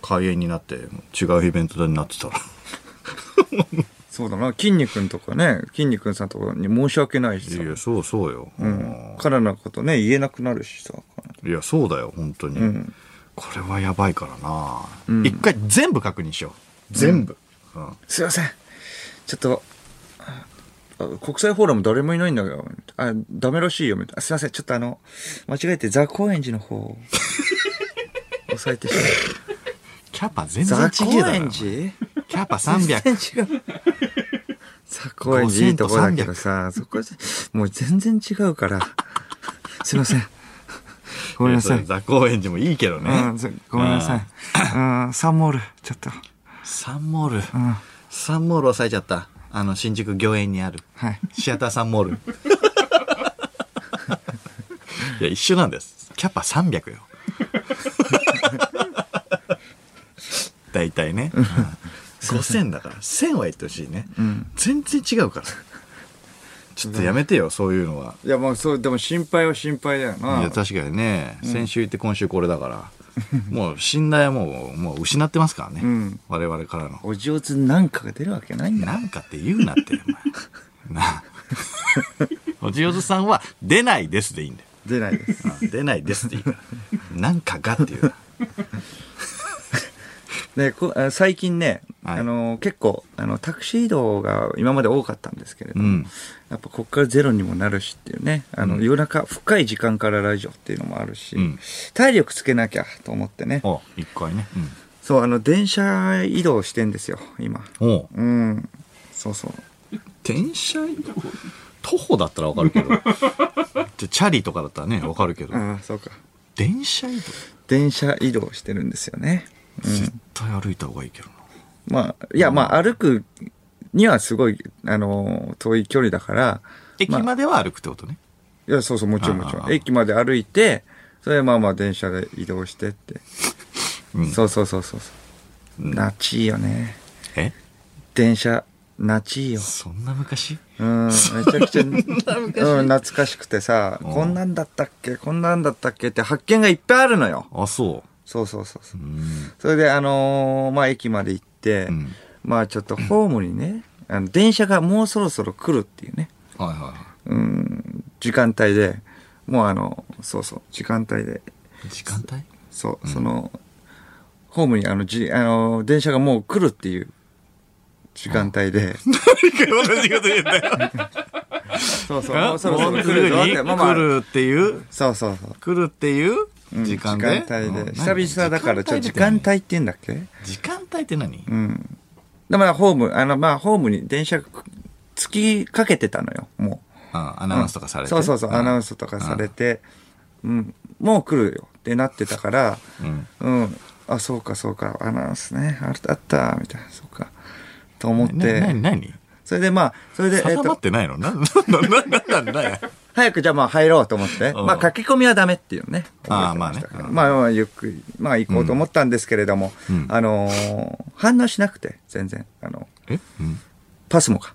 Speaker 1: 開演になって、違うイベントになって たら。
Speaker 2: そうだな。筋肉んとかね、筋肉んさんとかに申し訳ないし
Speaker 1: い
Speaker 2: さ。
Speaker 1: や、そうそうよ。
Speaker 2: うん。からのことね、言えなくなるしさ。
Speaker 1: いや、そうだよ、本当に。
Speaker 2: ん
Speaker 1: これはやばいからな。一回全部確認しよう。全部。うん
Speaker 2: すいません。ちょっと、あ国際フォーラム誰もいないんだけど、あ、ダメらしいよ、みたいな。すいません、ちょっとあの、間違えてザ・高円寺の方を押さえてしまっ
Speaker 1: キャパ 全然
Speaker 2: た。ザ・
Speaker 1: ち
Speaker 2: 高
Speaker 1: げえだ
Speaker 2: 円
Speaker 1: な。
Speaker 2: 寺
Speaker 1: キャパ300。
Speaker 2: 全然違う。ザ・高円寺いいとこだけどさ、そこ、もう全然違う から。すいません。 ごめんなさ
Speaker 1: えー
Speaker 2: い。
Speaker 1: そうザ・高円寺もいいけど
Speaker 2: う
Speaker 1: ね
Speaker 2: ん。、ごめんなさい。うん、サンモール、ちょっと。
Speaker 1: サンモール。
Speaker 2: うん、
Speaker 1: サンモール抑えちゃった。あの、新宿御苑にある。
Speaker 2: はい。
Speaker 1: シアターサンモール。 いや、一緒なんです。キャパ300よ。 大体ね。うん5000だから。1000は言ってほしいね。全然違うから。ちょっとやめてよ、そういうのは。
Speaker 2: いや、もうそう、でも心配は心配だよ
Speaker 1: い
Speaker 2: な
Speaker 1: や、。確かにね、先週行って今週これだから。もう信頼はもう、もう失ってますからね。
Speaker 2: うん
Speaker 1: 我々からの。
Speaker 2: お上手なんかが出るわけないんだ。
Speaker 1: なんかって言うなって、お前。なあ。おじおずさんは、出ないですでいいんだよ。
Speaker 2: 出ないです。
Speaker 1: うん出ないですっていいから。なんかがっていうな。
Speaker 2: でこあ最近ね、
Speaker 1: はい
Speaker 2: あの結構あのタクシー移動が今まで多かったんですけれども、
Speaker 1: うん
Speaker 2: やっぱここからゼロにもなるしっていうねあの、
Speaker 1: うん
Speaker 2: 夜中深い時間からラジオっていうのもあるし、
Speaker 1: うん
Speaker 2: 体力つけなきゃと思ってね
Speaker 1: お、一回ね。
Speaker 2: そうあの電車移動してんですよ今
Speaker 1: うん。お
Speaker 2: うんそうそう
Speaker 1: 電車移動徒歩だったらわかるけど。じゃチャリとかだったらね、わかるけど。
Speaker 2: ああそうか
Speaker 1: 電車移動
Speaker 2: 電車移動してるんですよね、
Speaker 1: 絶対歩いた方がいいけどな。
Speaker 2: まあいやまあ歩くにはすごいあの遠い距離だから
Speaker 1: 駅までは歩くってことね。
Speaker 2: いや、そうそう、もちろんも
Speaker 1: あ
Speaker 2: ちろ
Speaker 1: あ
Speaker 2: ん。駅まで歩いて、それでまあまあ電車で移動してって。
Speaker 1: うん
Speaker 2: そうそうそうそう。
Speaker 1: うん
Speaker 2: なちいよね。
Speaker 1: え
Speaker 2: 電車、なちいよ。
Speaker 1: そんな昔
Speaker 2: うん、めちゃくちゃ、うん、懐かしくてさ、
Speaker 1: うん
Speaker 2: こんなんだったっけこんなんだったっけって発見がいっぱいあるのよ。
Speaker 1: あ、そ。
Speaker 2: そうそうそうそうう。
Speaker 1: うん。
Speaker 2: それで、あのーまあ駅まで行って、
Speaker 1: うん
Speaker 2: まあちょっとホームにね、あの電車がもうそろそろ来るっていうね。
Speaker 1: はいはいは
Speaker 2: うん、時間帯で、もうあの、そうそう、時間帯で、
Speaker 1: い。時間帯
Speaker 2: そう、
Speaker 1: うん
Speaker 2: その、ホームにあの、じ、あの、電車がもう来るっていう時間 帯で。
Speaker 1: 同じこと言ったよ。
Speaker 2: そうそう、も
Speaker 1: も
Speaker 2: う
Speaker 1: う
Speaker 2: そろそ
Speaker 1: す
Speaker 2: ろ来る
Speaker 1: ぐ
Speaker 2: ぞっ
Speaker 1: に
Speaker 2: て、まあま
Speaker 1: 来
Speaker 2: あ、
Speaker 1: るっていう、
Speaker 2: そうそうそう。
Speaker 1: 来るっていう
Speaker 2: うん
Speaker 1: 時間で。
Speaker 2: 帯
Speaker 1: う
Speaker 2: で。
Speaker 1: ん
Speaker 2: 久々だから、ちょ、時
Speaker 1: 帯
Speaker 2: 間
Speaker 1: って
Speaker 2: 帯って言うんだっけ
Speaker 1: 何時間帯って何
Speaker 2: うん。だから、ホーム、あの、まあ、ホームに電車が突きかけてたのよ、もう。
Speaker 1: あアナウンスとかされて。
Speaker 2: そうそうそう、
Speaker 1: ん
Speaker 2: アナウンスとかされ。て、うん、もう来るよってなってたから、
Speaker 1: うん。
Speaker 2: うん。あ、そうか、そうか、アナウンスね。ああった、みたいな、そうか。と思っ
Speaker 1: なな
Speaker 2: て。
Speaker 1: 何
Speaker 2: それでまあ、それで、えっ
Speaker 1: 定まっ
Speaker 2: と、
Speaker 1: てないの な、なんなんなんなんだよ。
Speaker 2: 早くじゃあまあ入ろうと思って、
Speaker 1: うん
Speaker 2: まあ書き込みはダメっていうね。
Speaker 1: ああ
Speaker 2: 覚えてしたから
Speaker 1: まあねうん
Speaker 2: まあまあゆっくり、まあ行こうと思ったんですけれども、
Speaker 1: うん
Speaker 2: あのー反応しなくて、全然。あの、
Speaker 1: えうん
Speaker 2: パスモが。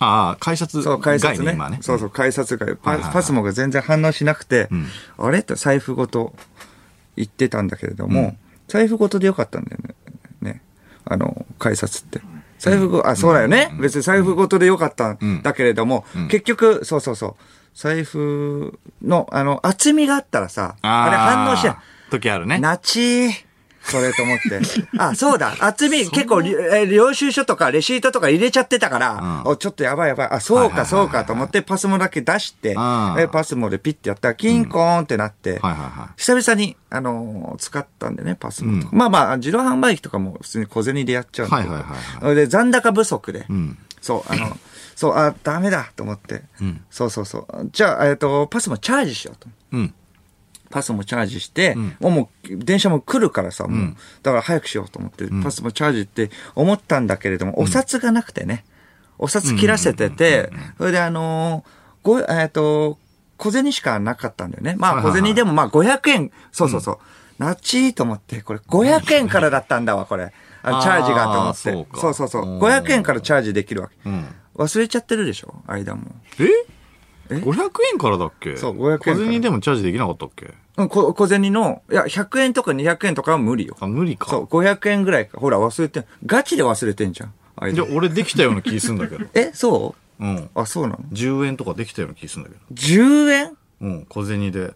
Speaker 1: ああ、改札
Speaker 2: そう、改札
Speaker 1: 外
Speaker 2: ね。
Speaker 1: 今ね。
Speaker 2: そうそう、改札が、
Speaker 1: は
Speaker 2: パ
Speaker 1: いはいはい
Speaker 2: パスモが全然反応しなくて、
Speaker 1: うん
Speaker 2: あれって財布ごと言ってたんだけれども、
Speaker 1: うん
Speaker 2: 財布ごとでよかったんだよね。ね。あの、改札って。財布ご、あ、そうだよね。別に財布ごとでよかったんだけれども、
Speaker 1: うん
Speaker 2: 結局、そうそうそう。財布の、あの、厚みがあったらさ、あれ反応しない。
Speaker 1: い。時あるね。
Speaker 2: なちー。それと思って。あ、そうだ。厚み、結構り、えー領収書とかレシートとか入れちゃってたから、
Speaker 1: うん
Speaker 2: おちょっとやばいやばい。あ、そ
Speaker 1: は
Speaker 2: う
Speaker 1: いはいはいは
Speaker 2: か、
Speaker 1: い
Speaker 2: そうかと思って、パスモだけ出して、え
Speaker 1: あー
Speaker 2: ーパスモでピッてやったら、キンコーンってなって、
Speaker 1: はいはいはい。
Speaker 2: 久々に、あのー使ったんでね、パスモとか。
Speaker 1: う
Speaker 2: まあまあ、自動販売機とかも普通に小銭でやっちゃうんで。
Speaker 1: はいはいはいはい
Speaker 2: それで、残高不足で。
Speaker 1: うん。
Speaker 2: そう、あの、そう、あ、ダメだと思って。
Speaker 1: うん
Speaker 2: そうそうそう。じゃあ、えっ、と、パスモチャージしようと。
Speaker 1: うん。
Speaker 2: パスもチャージして、
Speaker 1: ん
Speaker 2: もうもう電車も来るからさ、もう、
Speaker 1: うん
Speaker 2: だから早くしようと思って、
Speaker 1: ん
Speaker 2: パスもチャージって思ったんだけれども、お札がなくてね、お札切らせてて、それであのーご、えっ、と、小銭しかなかったんだよね。ま
Speaker 1: はい
Speaker 2: あ
Speaker 1: はいは
Speaker 2: 小
Speaker 1: い
Speaker 2: 銭でもまあ500円、そうそうそう、なっちーと思って、これ500円からだったんだわ、これ。あのチャージがと思って。
Speaker 1: あーそうか
Speaker 2: そうそうそう
Speaker 1: うん
Speaker 2: 500円からチャージできるわけ。
Speaker 1: うん。
Speaker 2: 忘れちゃってるでしょ間も。
Speaker 1: え
Speaker 2: え
Speaker 1: ?500 円からだっけ
Speaker 2: そう500円から
Speaker 1: 小銭でもチャージできなかったっけ
Speaker 2: うん、こ小銭の、いや、100円とか200円とかは無理よ。
Speaker 1: あ、無理か。
Speaker 2: そう、500円ぐらいか。ほら、忘れてんガチで忘れてんじゃん。あいつ
Speaker 1: じゃあ俺できたような気すんだけど。
Speaker 2: え、そ
Speaker 1: うん。
Speaker 2: うあ、そうなの
Speaker 1: 10円とかできたような気すんだけど。
Speaker 2: ?10 円
Speaker 1: うん、小銭で。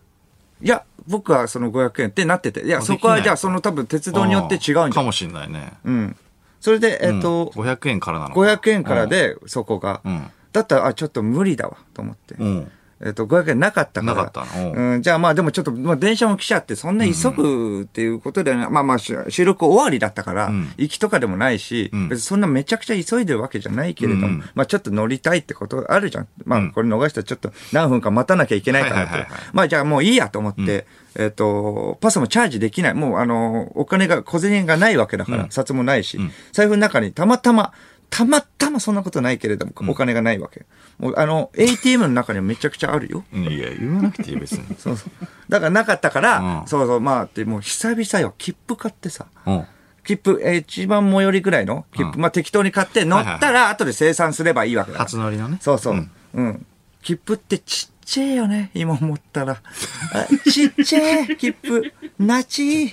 Speaker 2: いや、僕はその500円ってなってて。いや、
Speaker 1: あ
Speaker 2: そこは
Speaker 1: できない
Speaker 2: じゃあその多分鉄道によって違うんじゃ
Speaker 1: か
Speaker 2: ん。
Speaker 1: もしんないね。
Speaker 2: うん。それで、えっ、と、
Speaker 1: うん500円からなのか。
Speaker 2: 500円からで、そこが。
Speaker 1: うん。うん。
Speaker 2: だったら、あ、ちょっと無理だわ、と思って。
Speaker 1: うん。
Speaker 2: えっと、500円なかったから。
Speaker 1: なかったのう
Speaker 2: うん、じゃあまあでもちょっと、まあ電車も来ちゃって、そんな急ぐっていうことではない、まあまあし収録終わりだったから、
Speaker 1: ん
Speaker 2: 行きとかでもないし、
Speaker 1: ん
Speaker 2: 別にそんなめちゃくちゃ急いでるわけじゃないけれども、
Speaker 1: うん
Speaker 2: まあちょっと乗りたいってことあるじゃん。まあこれ逃したらちょっと何分か待たなきゃいけないかな
Speaker 1: はいはいは
Speaker 2: と
Speaker 1: いはい。
Speaker 2: まあじゃあもういいやと思って、えっと、パスもチャージできない。もうあの、お金が、小銭がないわけだから、札もないし、財布の中にたまたま、たまたまそんなことないけれども、お金がないわけ。もうあの、ATM の中にはめちゃくちゃあるよ。
Speaker 1: いや、言わなくていい別に。
Speaker 2: そうそう。だからなかったから、
Speaker 1: うん
Speaker 2: そうそう、まあ、でもう久々よ、切符買ってさ、
Speaker 1: うん。
Speaker 2: 切符、えー一番最寄りぐらいの切符、
Speaker 1: うん
Speaker 2: まあ適当に買って乗ったら、後で生産すればいいわけだから。
Speaker 1: 初乗りのね。
Speaker 2: そうそう、うん。切符ってちっちゃいよね、今思ったら。あちっちゃい、切符。なちい。よ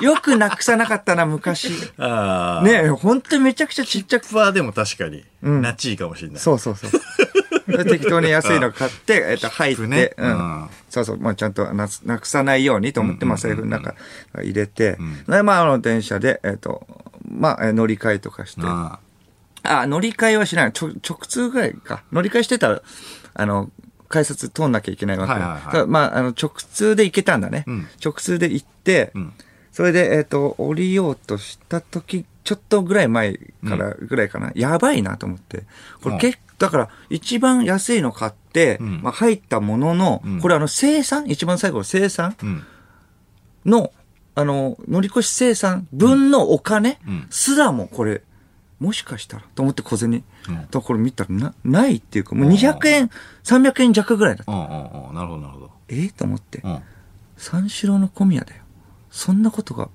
Speaker 2: く、よくなくさなかったな、昔。
Speaker 1: ああ。
Speaker 2: ねえ、ほんとめちゃくちゃちっちゃく
Speaker 1: ファーでも確かに、
Speaker 2: ん
Speaker 1: ナチいかもしれない。
Speaker 2: そうそうそう。適当に安いの買って、えっと、入っ
Speaker 1: 切符
Speaker 2: て、
Speaker 1: ね
Speaker 2: う
Speaker 1: うん
Speaker 2: ん。そうそう、まあ、ちゃんとななくさないようにと思って、まあ、財布の中入れて
Speaker 1: ん、
Speaker 2: で、まあ、あの、電車で、えっと、まあ、えー乗り換えとかして、
Speaker 1: あ
Speaker 2: あ、乗り換えはしない。ちょ直通ぐらいか。乗り換えしてたら、あの、改札通んなきゃいけないわけ。
Speaker 1: はいはいはい
Speaker 2: だからまあ、あの、直通で行けたんだね。
Speaker 1: うん
Speaker 2: 直通で行って、
Speaker 1: ん
Speaker 2: それで、えっ、と、降りようとした時、ちょっとぐらい前から、ぐらいかな、やばいなと思って。こ
Speaker 1: うん
Speaker 2: れ結構、だから、一番安いの買って、
Speaker 1: ん
Speaker 2: まあ、入ったものの、
Speaker 1: ん
Speaker 2: これあの、生産一番最後の生産
Speaker 1: あ。うん。
Speaker 2: の、あの、乗り越し生産分のお金
Speaker 1: うん
Speaker 2: すらもこれ、もしかしたらと思って小銭。
Speaker 1: うん
Speaker 2: とこれ見たらな、ないっていうか、もう
Speaker 1: うん
Speaker 2: 200円、300円弱ぐらいだった。
Speaker 1: うんうんうん。なるほど、なるほど。
Speaker 2: えーと思って
Speaker 1: う。ん。
Speaker 2: 三四郎の小宮だよ。そんなことが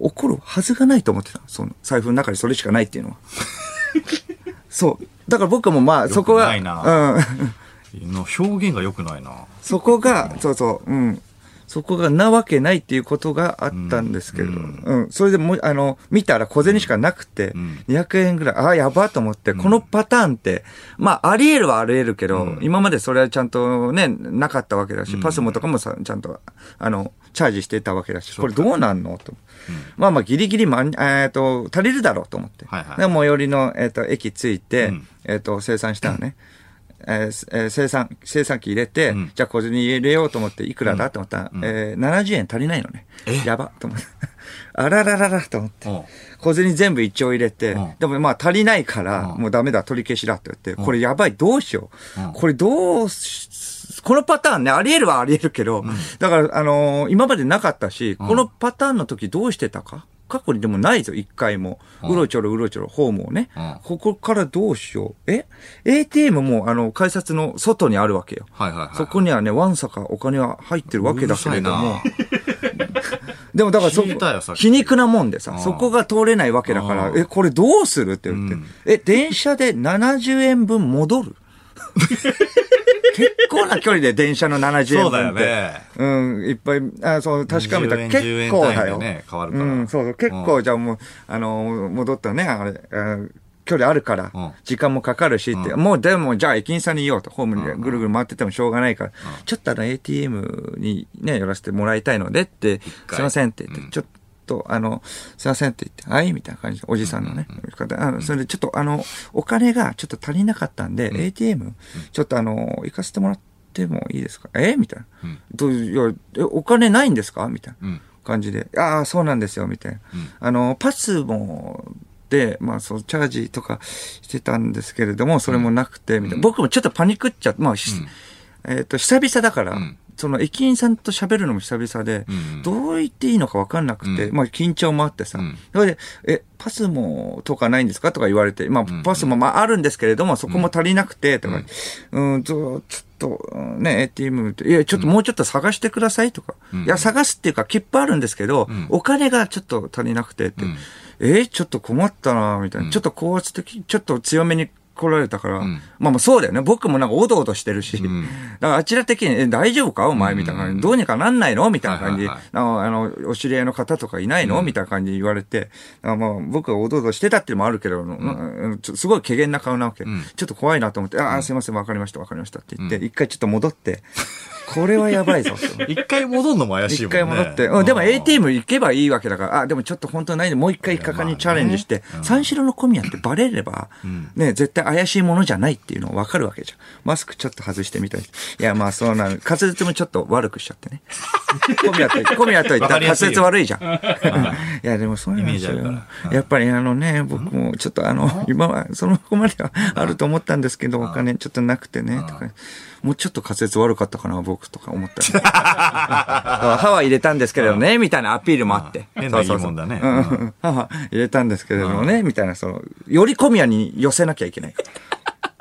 Speaker 2: 起こるはずがないと思ってた。その財布の中にそれしかないっていう のは。そう。だから僕もまあ、
Speaker 1: く
Speaker 2: そこは、
Speaker 1: ないな
Speaker 2: うん。
Speaker 1: の表現が良くないな。
Speaker 2: そこが、そうそう、うん。そこがなわけないっていうことがあったんですけ
Speaker 1: う
Speaker 2: ど、うんん。それでもう、あの、見たら小銭しかなくて、
Speaker 1: うん
Speaker 2: 200円ぐらい、ああ、やばと思って、このパターンって、まあ、あり得るはあり得るけど、
Speaker 1: うん
Speaker 2: 今までそれはちゃんとね、なかったわけだし、
Speaker 1: うん
Speaker 2: パスモとかもさ、ちゃんと、あの、チャージしてたわけだし、
Speaker 1: そう
Speaker 2: こ
Speaker 1: か
Speaker 2: れどうなんのと。まあまあ、ギリギリ、まん、えっ、と、足りるだろうと思って。
Speaker 1: はいはい
Speaker 2: で最寄りの、えっ、と、駅着いて、
Speaker 1: うん
Speaker 2: えっ、と、生産したらね、えーすえー生産、生産機入れて、
Speaker 1: うん
Speaker 2: じゃあ小銭入れようと思って、いくらだと思ったら、
Speaker 1: うん
Speaker 2: えー70円足りないのね
Speaker 1: え。
Speaker 2: やば、と思って。 あらららら、と思って。
Speaker 1: うん。
Speaker 2: 小銭全部一丁入れて、
Speaker 1: うん
Speaker 2: でもまあ足りないから、
Speaker 1: うん
Speaker 2: もうダメだ、取り消しだって言って、これやばい、どうしよう。
Speaker 1: うん
Speaker 2: これどうし、このパターンね、あり得るはあり得るけど、だから、あのー今までなかったし、このパターンの時どうしてたか過去にでもないぞ、一回も。
Speaker 1: うん
Speaker 2: うろちょろうろちょろ、ホームをね、
Speaker 1: うん
Speaker 2: ここからどうしよう。え ?ATM も、あの、改札の外にあるわけよ。
Speaker 1: はいはいはい。
Speaker 2: そこにはね、わんさかお金は入ってるわけだけれども
Speaker 1: う。
Speaker 2: でもだからそこ
Speaker 1: 聞いたよさっき
Speaker 2: 皮肉なもんで
Speaker 1: う
Speaker 2: さ
Speaker 1: ん、
Speaker 2: そこが通れないわけだか
Speaker 1: う
Speaker 2: ら、
Speaker 1: ん
Speaker 2: え、これどうするって言って、
Speaker 1: うん
Speaker 2: え、電車で70円分 戻る結構な距離で電車の70
Speaker 1: そ
Speaker 2: 円
Speaker 1: うだよ
Speaker 2: 分って。
Speaker 1: ね。
Speaker 2: うん、いっぱい、あそう、確かめたら
Speaker 1: 20円
Speaker 2: 結構
Speaker 1: 10
Speaker 2: だ
Speaker 1: 円単位で
Speaker 2: よ。
Speaker 1: ね変わるから
Speaker 2: うん、そうそう、結
Speaker 1: う
Speaker 2: 構じゃあもう、あのー、戻ったね、あれ、あー距離あるから
Speaker 1: うん、
Speaker 2: 時間もかかるしって、
Speaker 1: う
Speaker 2: もうでも、じゃあ駅員さんに言おうと、ホーム
Speaker 1: うん
Speaker 2: にぐるぐる回っててもしょうがないから、ちょっとあの、ATM にね、寄らせてもらいたいのでって、
Speaker 1: 回
Speaker 2: すいませんって言って、
Speaker 1: うん
Speaker 2: ちょっと、あの、すいませんって言って、はいみたいな感じで、おじさんのね、方あのそれでちょっとあの、お金がちょっと足りなかったんで、ATM、ちょっとあの、行かせてもらってもいいですかえみたいな。
Speaker 1: うん
Speaker 2: どういやえお金ないんですかみたいな
Speaker 1: うん。
Speaker 2: 感じで、ああ、そうなんですよ、みたいな。
Speaker 1: うん
Speaker 2: あの、パスも、で、まあ、そう、チャージとかしてたんですけれども、それもなくて、みたいな。僕もちょっとパニックっちゃって、まあ、しえっ、と、久々だから、
Speaker 1: うん
Speaker 2: その駅員さんと喋るのも久々で、
Speaker 1: うん
Speaker 2: どう言っていいのか分かんなくて、
Speaker 1: うん
Speaker 2: まあ緊張もあってさ、
Speaker 1: うん
Speaker 2: それで、え、パスもとかないんですかとか言われて、まあ
Speaker 1: ん
Speaker 2: パスもまああるんですけれども、そこも足りなくて、とか、うん、ちょちょっと、うんね、ATM って、いや、ちょっともうちょっと探してくださいとか、
Speaker 1: うん
Speaker 2: いや、探すっていうか、切符あるんですけど、
Speaker 1: うん
Speaker 2: お金がちょっと足りなくてって、
Speaker 1: うん
Speaker 2: えちょっと困ったな、みたいな、
Speaker 1: うん
Speaker 2: ちょっと高圧的、ちょっと強めに来られたから、
Speaker 1: うん
Speaker 2: まあまあそうだよね。僕もなんかおどおどしてるし、
Speaker 1: ん
Speaker 2: だからあちら的に、え、大丈夫かお前みたいな感じで、どうにかなんないのみたいな感じで、
Speaker 1: はいはい
Speaker 2: あの、あのお知り合いの方とかいないの、みたいな感じで言われて、あまあ僕がおどおどしてたっていうのもあるけど、うんちょすごい怪げな顔なわけ、
Speaker 1: ん
Speaker 2: ちょっと怖いなと思って、ああ、すいません、わかりました、わかりましたって言って、一回ちょっと戻って、これはやばいぞと思って。
Speaker 1: 一回戻るのも怪しい
Speaker 2: 一
Speaker 1: もんね。
Speaker 2: 回戻って。うん、でも
Speaker 1: あー
Speaker 2: ATM 行けばいいわけだから、あ、でもちょっと本当ないんで、もう一回果敢にチャレンジして、三四郎の小宮ってバレれば、ね、絶対然怪しいものじゃないっていうの分かるわけじゃん。マスクちょっと外してみたい。いや、まあそうなの。滑舌もちょっと悪くしちゃって ね。小宮と、小宮と言ったら滑舌悪いじゃん。いや、でもそういうのですよ
Speaker 1: イメージあるか
Speaker 2: やっぱりあのね、僕もちょっとあの、今は、そのこまではあると思ったんですけど、お金ちょっとなくてね、とか。もうちょっと滑舌悪かったかな、僕とか思ったり。だから 歯は入れたんですけどね、みたいなアピールもあって。
Speaker 1: 変ないいもんだね。
Speaker 2: うんうん母入れたんですけれどもね、みたいな、その、より小宮に寄せなきゃいけない。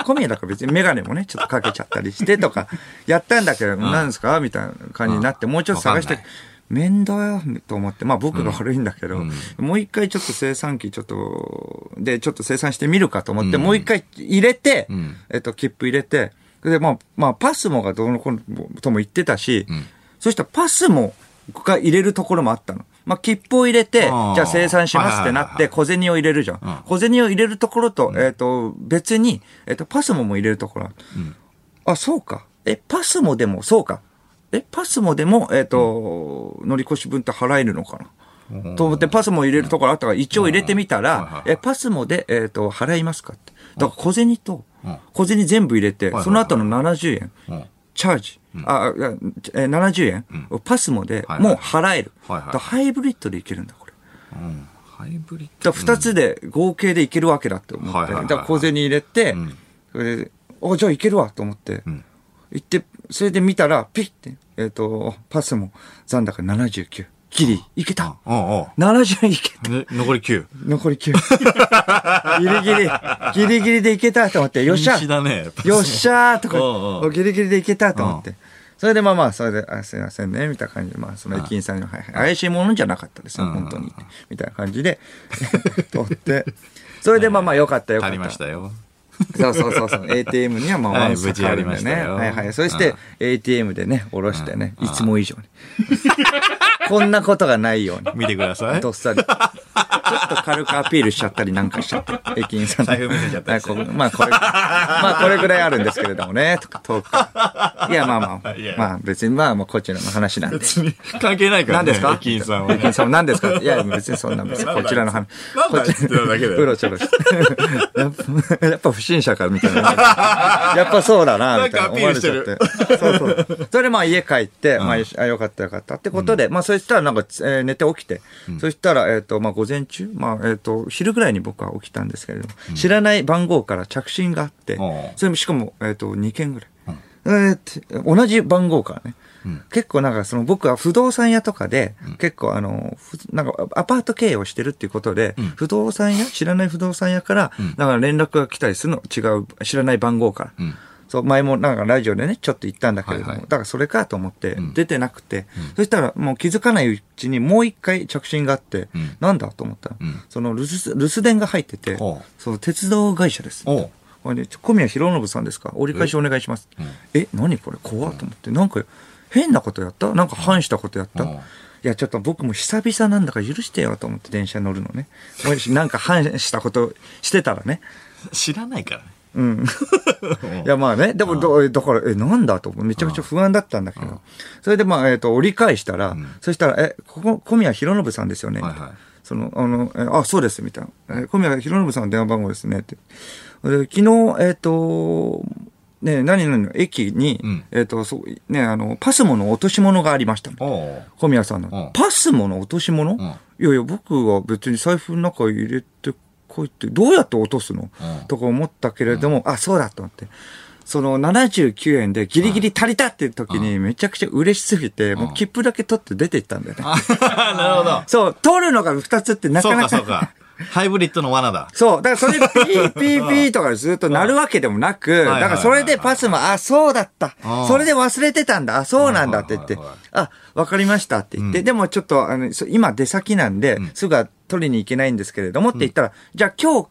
Speaker 2: 小宮だから別にメガネもね、ちょっとかけちゃったりしてとか、やったんだけど、何ですかみたいな感じになって、もうちょっと探し
Speaker 1: わ
Speaker 2: て
Speaker 1: かん、
Speaker 2: 面倒やと思って、まあ僕が悪いんだけど、もう一回ちょっと生産機ちょっと、で、ちょっと生産してみるかと思って、もう一回入れて、
Speaker 1: ん
Speaker 2: えっと、切符入れて、で、まあ、まあ、パスモがどうのこうのとも言ってたし、そしたらパスモが入れるところもあったの。まあ、切符を入れて、じ
Speaker 1: あー
Speaker 2: ゃあ生産しますっ
Speaker 1: はいはい
Speaker 2: てなっ
Speaker 1: はいは
Speaker 2: て、
Speaker 1: い
Speaker 2: 小銭を入れるじゃん。小銭を入れるところと、えっと、別に、えっと、パスモも入れるところある。あ、そうか。え、パスモでも、そうか。え、パスモでも、えっ、と、乗り越し分って払えるのかなと思って、パスモ入れるところあったから、一応入れてみたら、
Speaker 1: うん
Speaker 2: え、パスモで、えっ、と、払いますかって。だから小銭と
Speaker 1: うん、
Speaker 2: 小銭全部入れて
Speaker 1: はいは、い
Speaker 2: その後の70円、
Speaker 1: うん
Speaker 2: チャージ、あ、あえー70円、パスモで
Speaker 1: はいはい
Speaker 2: もう払える。
Speaker 1: はいはい
Speaker 2: だからハイブリッドでいけるんだ、これ。
Speaker 1: うんハイブリッド。
Speaker 2: だから2つで合計でいけるわけだって思
Speaker 1: はい
Speaker 2: っ
Speaker 1: は
Speaker 2: て、
Speaker 1: いはいはい
Speaker 2: だから小銭入れて、
Speaker 1: ん
Speaker 2: それで、あ、じゃあいけるわと思って、
Speaker 1: ん
Speaker 2: 行って、それで見たら、ピッて、えっ、と、パスも残高79。ギリ、いけた。
Speaker 1: うんおう
Speaker 2: 70いけた。
Speaker 1: おうね残り9。
Speaker 2: 残り9。ギリギリ、ギリギリでいけたと思って、よっしゃ
Speaker 1: 禁止だね。
Speaker 2: よっしゃーとか
Speaker 1: うんうん
Speaker 2: お、ギリギリでいけたと思って。それでまあまあ、それで、あすいませんね、みたいな感じで、まあ、その駅員さんにも、はいはい、怪しいものじゃなかったですよ、
Speaker 1: うんうんうん
Speaker 2: 本当に。みたいな感じで、 取って。それでまあまあ、よかったよかっ
Speaker 1: 足
Speaker 2: た。
Speaker 1: りましたよ。
Speaker 2: そうそうそうそう。ATM にはまあ、
Speaker 1: はい
Speaker 2: ワンサカあるん
Speaker 1: 無
Speaker 2: で
Speaker 1: 事
Speaker 2: ね。
Speaker 1: やりましたよ
Speaker 2: はいはい。そし
Speaker 1: う
Speaker 2: て
Speaker 1: ん、
Speaker 2: ATM でね、下ろしてね、いつも以上に。 こんなことがないように。
Speaker 1: 見てください
Speaker 2: ど。っさり。ちょっと軽くアピールしちゃったりなんかしちゃって、駅員さんに
Speaker 1: 財布見せちゃったりして
Speaker 2: はいこまあこれ、まあこれぐらいあるんですけれどもね、とか、トークとかいや、まあま あ
Speaker 1: いや、
Speaker 2: まあ別にまあもうこっちらの話なんで。
Speaker 1: 別に関係ないから
Speaker 2: 何
Speaker 1: ね。
Speaker 2: ですか
Speaker 1: 駅員さんは
Speaker 2: 駅。員さんも何で すかいや、別にそんな、別にこちらの話。
Speaker 1: なんだなんだ
Speaker 2: こち
Speaker 1: っつってるだけだよ
Speaker 2: うろちょろして。 やっぱ、やっぱ不審者か、み たいな。やっぱそうだな、みたい
Speaker 1: な
Speaker 2: な。
Speaker 1: んかアピールしてる
Speaker 2: 思われちゃって。そうそう。それでまあ家帰って、まあよしあよかったよかったってことで、まあそしたらなんか、えー寝て起きて、そしたら、えっと、まあ午前中、まあえっと、昼ぐらいに僕は起きたんですけれども、知らない番号から着信があって
Speaker 1: おう、
Speaker 2: それもしかも、えっと、2件ぐらい。えーって同じ番号からね、結構なんかその僕は不動産屋とかで、結構あの、ふなんかアパート経営をしてるっていうことで、不動産屋、知らない不動産屋から、なんか連絡が来たりするの、違う、知らない番号から。そう、前もなんかラジオでね、ちょっと言ったんだけれども、
Speaker 1: はいはい
Speaker 2: だからそれかと思って、出てなくて、そしたらもう気づかないうちにもう一回着信があって、
Speaker 1: ん
Speaker 2: なんだと思ったら、
Speaker 1: ん
Speaker 2: その留守、留守電が入ってて
Speaker 1: ほう、
Speaker 2: その鉄道会社です。
Speaker 1: おう
Speaker 2: これね、ちょ小宮弘信さんですか折り返しお願いします。え、何これ怖っと思って。なんか変なことやったなんか反したことやった
Speaker 1: うん
Speaker 2: いや、ちょっと僕も久々なんだから許してよと思って電車に乗るのね。もしなんか反したことしてたらね。
Speaker 1: 知らないからね。
Speaker 2: いや、まあね。でも、どだから、え、なんだと思う。めちゃくちゃ不安だったんだけど。それで、まあ、えっと、折り返したら、そしたら、え、ここ、小宮弘信さんですよね。
Speaker 1: はいはい
Speaker 2: その、あの、えあ、そうです、みたいな。え小宮弘信さんの電話番号ですね、って。で昨日、えっ、と、ね、何々の駅に、
Speaker 1: うん
Speaker 2: えっ、と、そう、ね、あの、パスモの落とし物がありました。
Speaker 1: おう
Speaker 2: 小宮さんの、
Speaker 1: うん
Speaker 2: パスモの落とし物、
Speaker 1: ん
Speaker 2: いやいや、僕は別に財布の中入れてこいって、どうやって落とすの、
Speaker 1: うん
Speaker 2: とか思ったけれども、あ、そうだと思って。その79円でギリギリ足りたっていう時にめちゃくちゃ嬉しすぎて、もう切符だけ取って出て行ったんだよね。
Speaker 1: なるほど。
Speaker 2: そう、取るのが2つってな
Speaker 1: そ
Speaker 2: か
Speaker 1: う
Speaker 2: な
Speaker 1: か
Speaker 2: か
Speaker 1: そうか。ハイブリッドの罠だ。
Speaker 2: そう。だからそれでピーピーピーとかずっと鳴るわけでもなく、
Speaker 1: はい
Speaker 2: だからそれでパスも、あ、そうだった
Speaker 1: うん。
Speaker 2: それで忘れてたんだ。あ、そうなんだって言って
Speaker 1: はいはいはい、
Speaker 2: あ、わかりましたって言って、でもちょっと、あの、そ今出先なんで、すぐは取りに行けないんですけれどもって言ったら、じゃあ今日、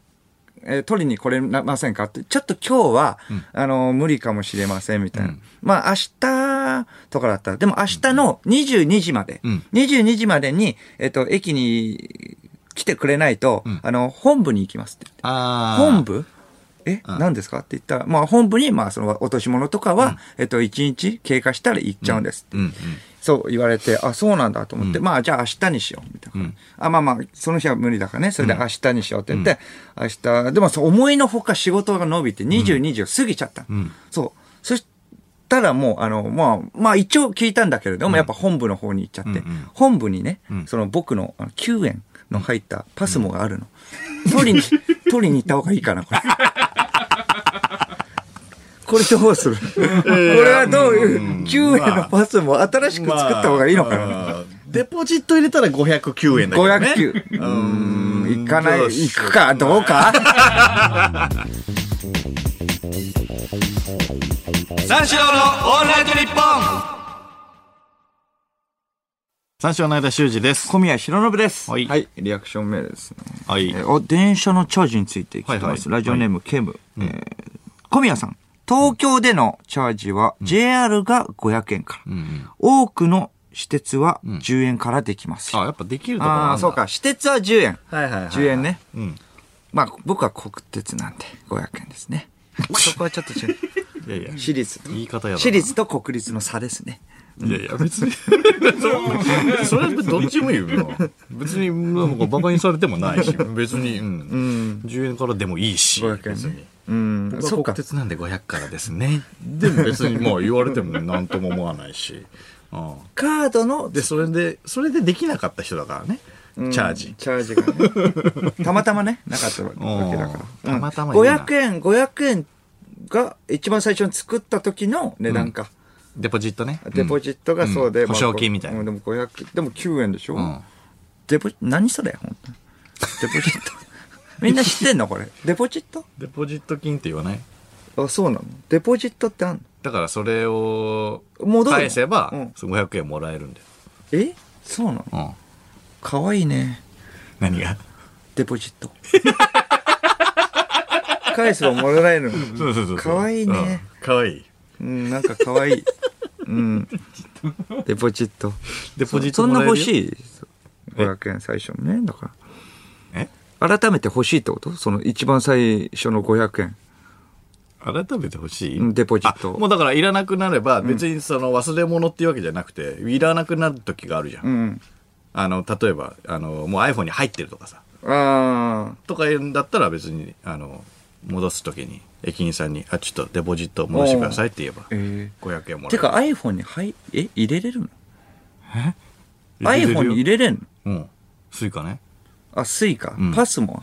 Speaker 2: えー取りに来れませんかって、ちょっと今日は、あの、無理かもしれませんみたいな。まあ明日とかだったら、でも明日の22時まで、
Speaker 1: うん
Speaker 2: 22時までに、えっ、と、駅に来てくれないと、あの、本部に行きますって。
Speaker 1: あー
Speaker 2: 本部え、何ですかって言ったら、まあ本部に、まあその落とし物とかは、えっと、1日経過したら行っちゃうんですって。
Speaker 1: うんうん。
Speaker 2: そう言われて、あ、そうなんだと思って、まあ、じゃあ明日にしよう、みたいな、あ、まあまあ、その日は無理だからね、それで明日にしようって言って、明日、でもそう思いのほか仕事が伸びて22時を過ぎちゃった。そう。そしたらもう、あの、まあ、まあ一応聞いたんだけれども、やっぱ本部の方に行っちゃって、本部にね、その僕のあの9円の入ったパスモがあるの。取りに、取りに行った方がいいかな、これ。これどうするこれはどういう、9円のパスも新しく作った方がいいのかな、
Speaker 1: まあデポジット入れたら509円だけどね。
Speaker 2: 509。うーん、行かない、行くか、どうか
Speaker 1: 三四郎のオールナイトニッポン三四郎の間修二です。
Speaker 2: 小宮弘信です。
Speaker 1: はい
Speaker 2: リアクションメールですね。
Speaker 1: はい。
Speaker 2: えーお電車のチャージについて聞き
Speaker 1: はいは
Speaker 2: ま
Speaker 1: い
Speaker 2: す。ラジオネーム、ケム、えー小宮さん、東京でのチャージは JR が500円から。
Speaker 1: ん
Speaker 2: 多くの私鉄は10円からできます。
Speaker 1: あ、やっぱできるところ
Speaker 2: ああ、そう。か。私鉄は10円。
Speaker 1: はいはいはい。
Speaker 2: 10円ね。
Speaker 1: うん。
Speaker 2: まあ、僕は国鉄なんで、500円ですね。そこはちょっと違う。
Speaker 1: いやいや。
Speaker 2: 私立と。
Speaker 1: 言い方やだな
Speaker 2: 私立と国立の差ですね。
Speaker 1: いやいや、別に。 それどっちも言うよ。別に、なんか馬鹿にされてもないし、別に、うん。10円からでもいいし、
Speaker 2: 500円ね
Speaker 1: 別に。
Speaker 2: うん。
Speaker 1: 僕
Speaker 2: そ
Speaker 1: は
Speaker 2: うか
Speaker 1: 国。鉄なんで500からですね。でも別に、まあ言われても何とも思わないし。うん。
Speaker 2: カードの
Speaker 1: で、それで、それでできなかった人だからね。チャージ。
Speaker 2: チャージがね。たまたまね、なかったわけ だから。
Speaker 1: うんたまたまいいな
Speaker 2: 500円、500円が一番最初に作った時の値段か。
Speaker 1: デポジットね。
Speaker 2: デポジットがそうで。
Speaker 1: うん
Speaker 2: まあ
Speaker 1: 保証金みたいな
Speaker 2: うんでも500、でも9円でしょ
Speaker 1: うん
Speaker 2: デポ、何それ本当にデポジット。 みんな知ってんのこれ。デポジット
Speaker 1: デポジット金って言わない
Speaker 2: あ、そうなのデポジットってあんの
Speaker 1: だからそれを
Speaker 2: 戻るの
Speaker 1: 返せば、
Speaker 2: うん
Speaker 1: その500円もらえるんだよ。
Speaker 2: えそうなの
Speaker 1: うん。
Speaker 2: かわいいね。
Speaker 1: 何が
Speaker 2: デポジ ット。返せばもらえるの。
Speaker 1: そうそうそうそう。
Speaker 2: かわいいね
Speaker 1: うん。かわいい。
Speaker 2: うん、なんか可愛い。うん。デポジット。
Speaker 1: デポジット
Speaker 2: そんな欲
Speaker 1: い。
Speaker 2: しい ?500 円最初のね。だか
Speaker 1: え
Speaker 2: ら。改めて欲しいってことその一番最初の500円。
Speaker 1: 改めて欲しい、
Speaker 2: うんデポジッ
Speaker 1: あ
Speaker 2: ト
Speaker 1: もうだからいらなくなれば、別にその忘れ物っていうわけじゃなくて、いらなくなる時があるじゃん。
Speaker 2: うん。
Speaker 1: あの、例えば、あの、もう iPhone に入ってるとかさ。
Speaker 2: あ
Speaker 1: とかだったら別に、あの、戻す時に、駅員さんに、あ、ちょっとデポジット戻してくださいって言えば
Speaker 2: ー。、え
Speaker 1: 500円もらえる。
Speaker 2: てか iPhone に入、え入れれるの
Speaker 1: 入れれるよ
Speaker 2: ?iPhone に入れれんの
Speaker 1: うん。スイカね。
Speaker 2: あ、スイカ、
Speaker 1: ん
Speaker 2: パスも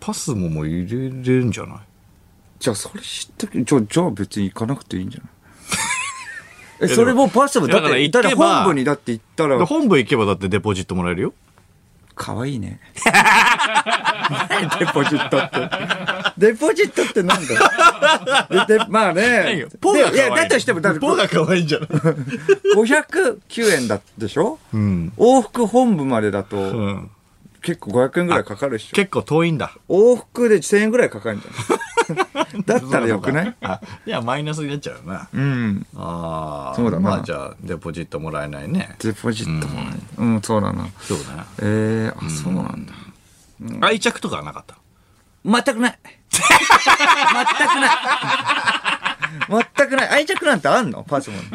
Speaker 1: パスモも入れれるんじゃない
Speaker 2: じゃあそれ知ってるじゃあ、じゃあ別に行かなくていいんじゃない え、それもパスも、だっ
Speaker 1: いや
Speaker 2: て、
Speaker 1: だから行
Speaker 2: だっ
Speaker 1: け
Speaker 2: て
Speaker 1: ば
Speaker 2: 本部にだって行った
Speaker 1: で
Speaker 2: ら、
Speaker 1: 本部行けばだってデポジットもらえるよ。
Speaker 2: かわいいね。 デポジットって。デポジットってなんだででまあね。
Speaker 1: ポが可愛い。
Speaker 2: でいや、だとしても、だって
Speaker 1: ポが可愛いんじゃない
Speaker 2: 509円だったでしょ
Speaker 1: うん。
Speaker 2: 往復本部までだと、
Speaker 1: うん。
Speaker 2: 結構500円ぐらいかかるでしょ
Speaker 1: 結構遠いんだ。
Speaker 2: 往復で1000円ぐらいかかるんじゃ ないだったらよくない
Speaker 1: あ、いや、マイナスになっちゃうよな。
Speaker 2: うん。
Speaker 1: ああ。
Speaker 2: そうだな
Speaker 1: まあじゃあ、デポジットもらえないね。
Speaker 2: デポジットもない。うん、そうだな。
Speaker 1: そうだね。
Speaker 2: えー、あ、そうなんだ。
Speaker 1: 愛着とかはなかった。
Speaker 2: 全くない。全くない。全くない。愛着なんてあんのパスモンに。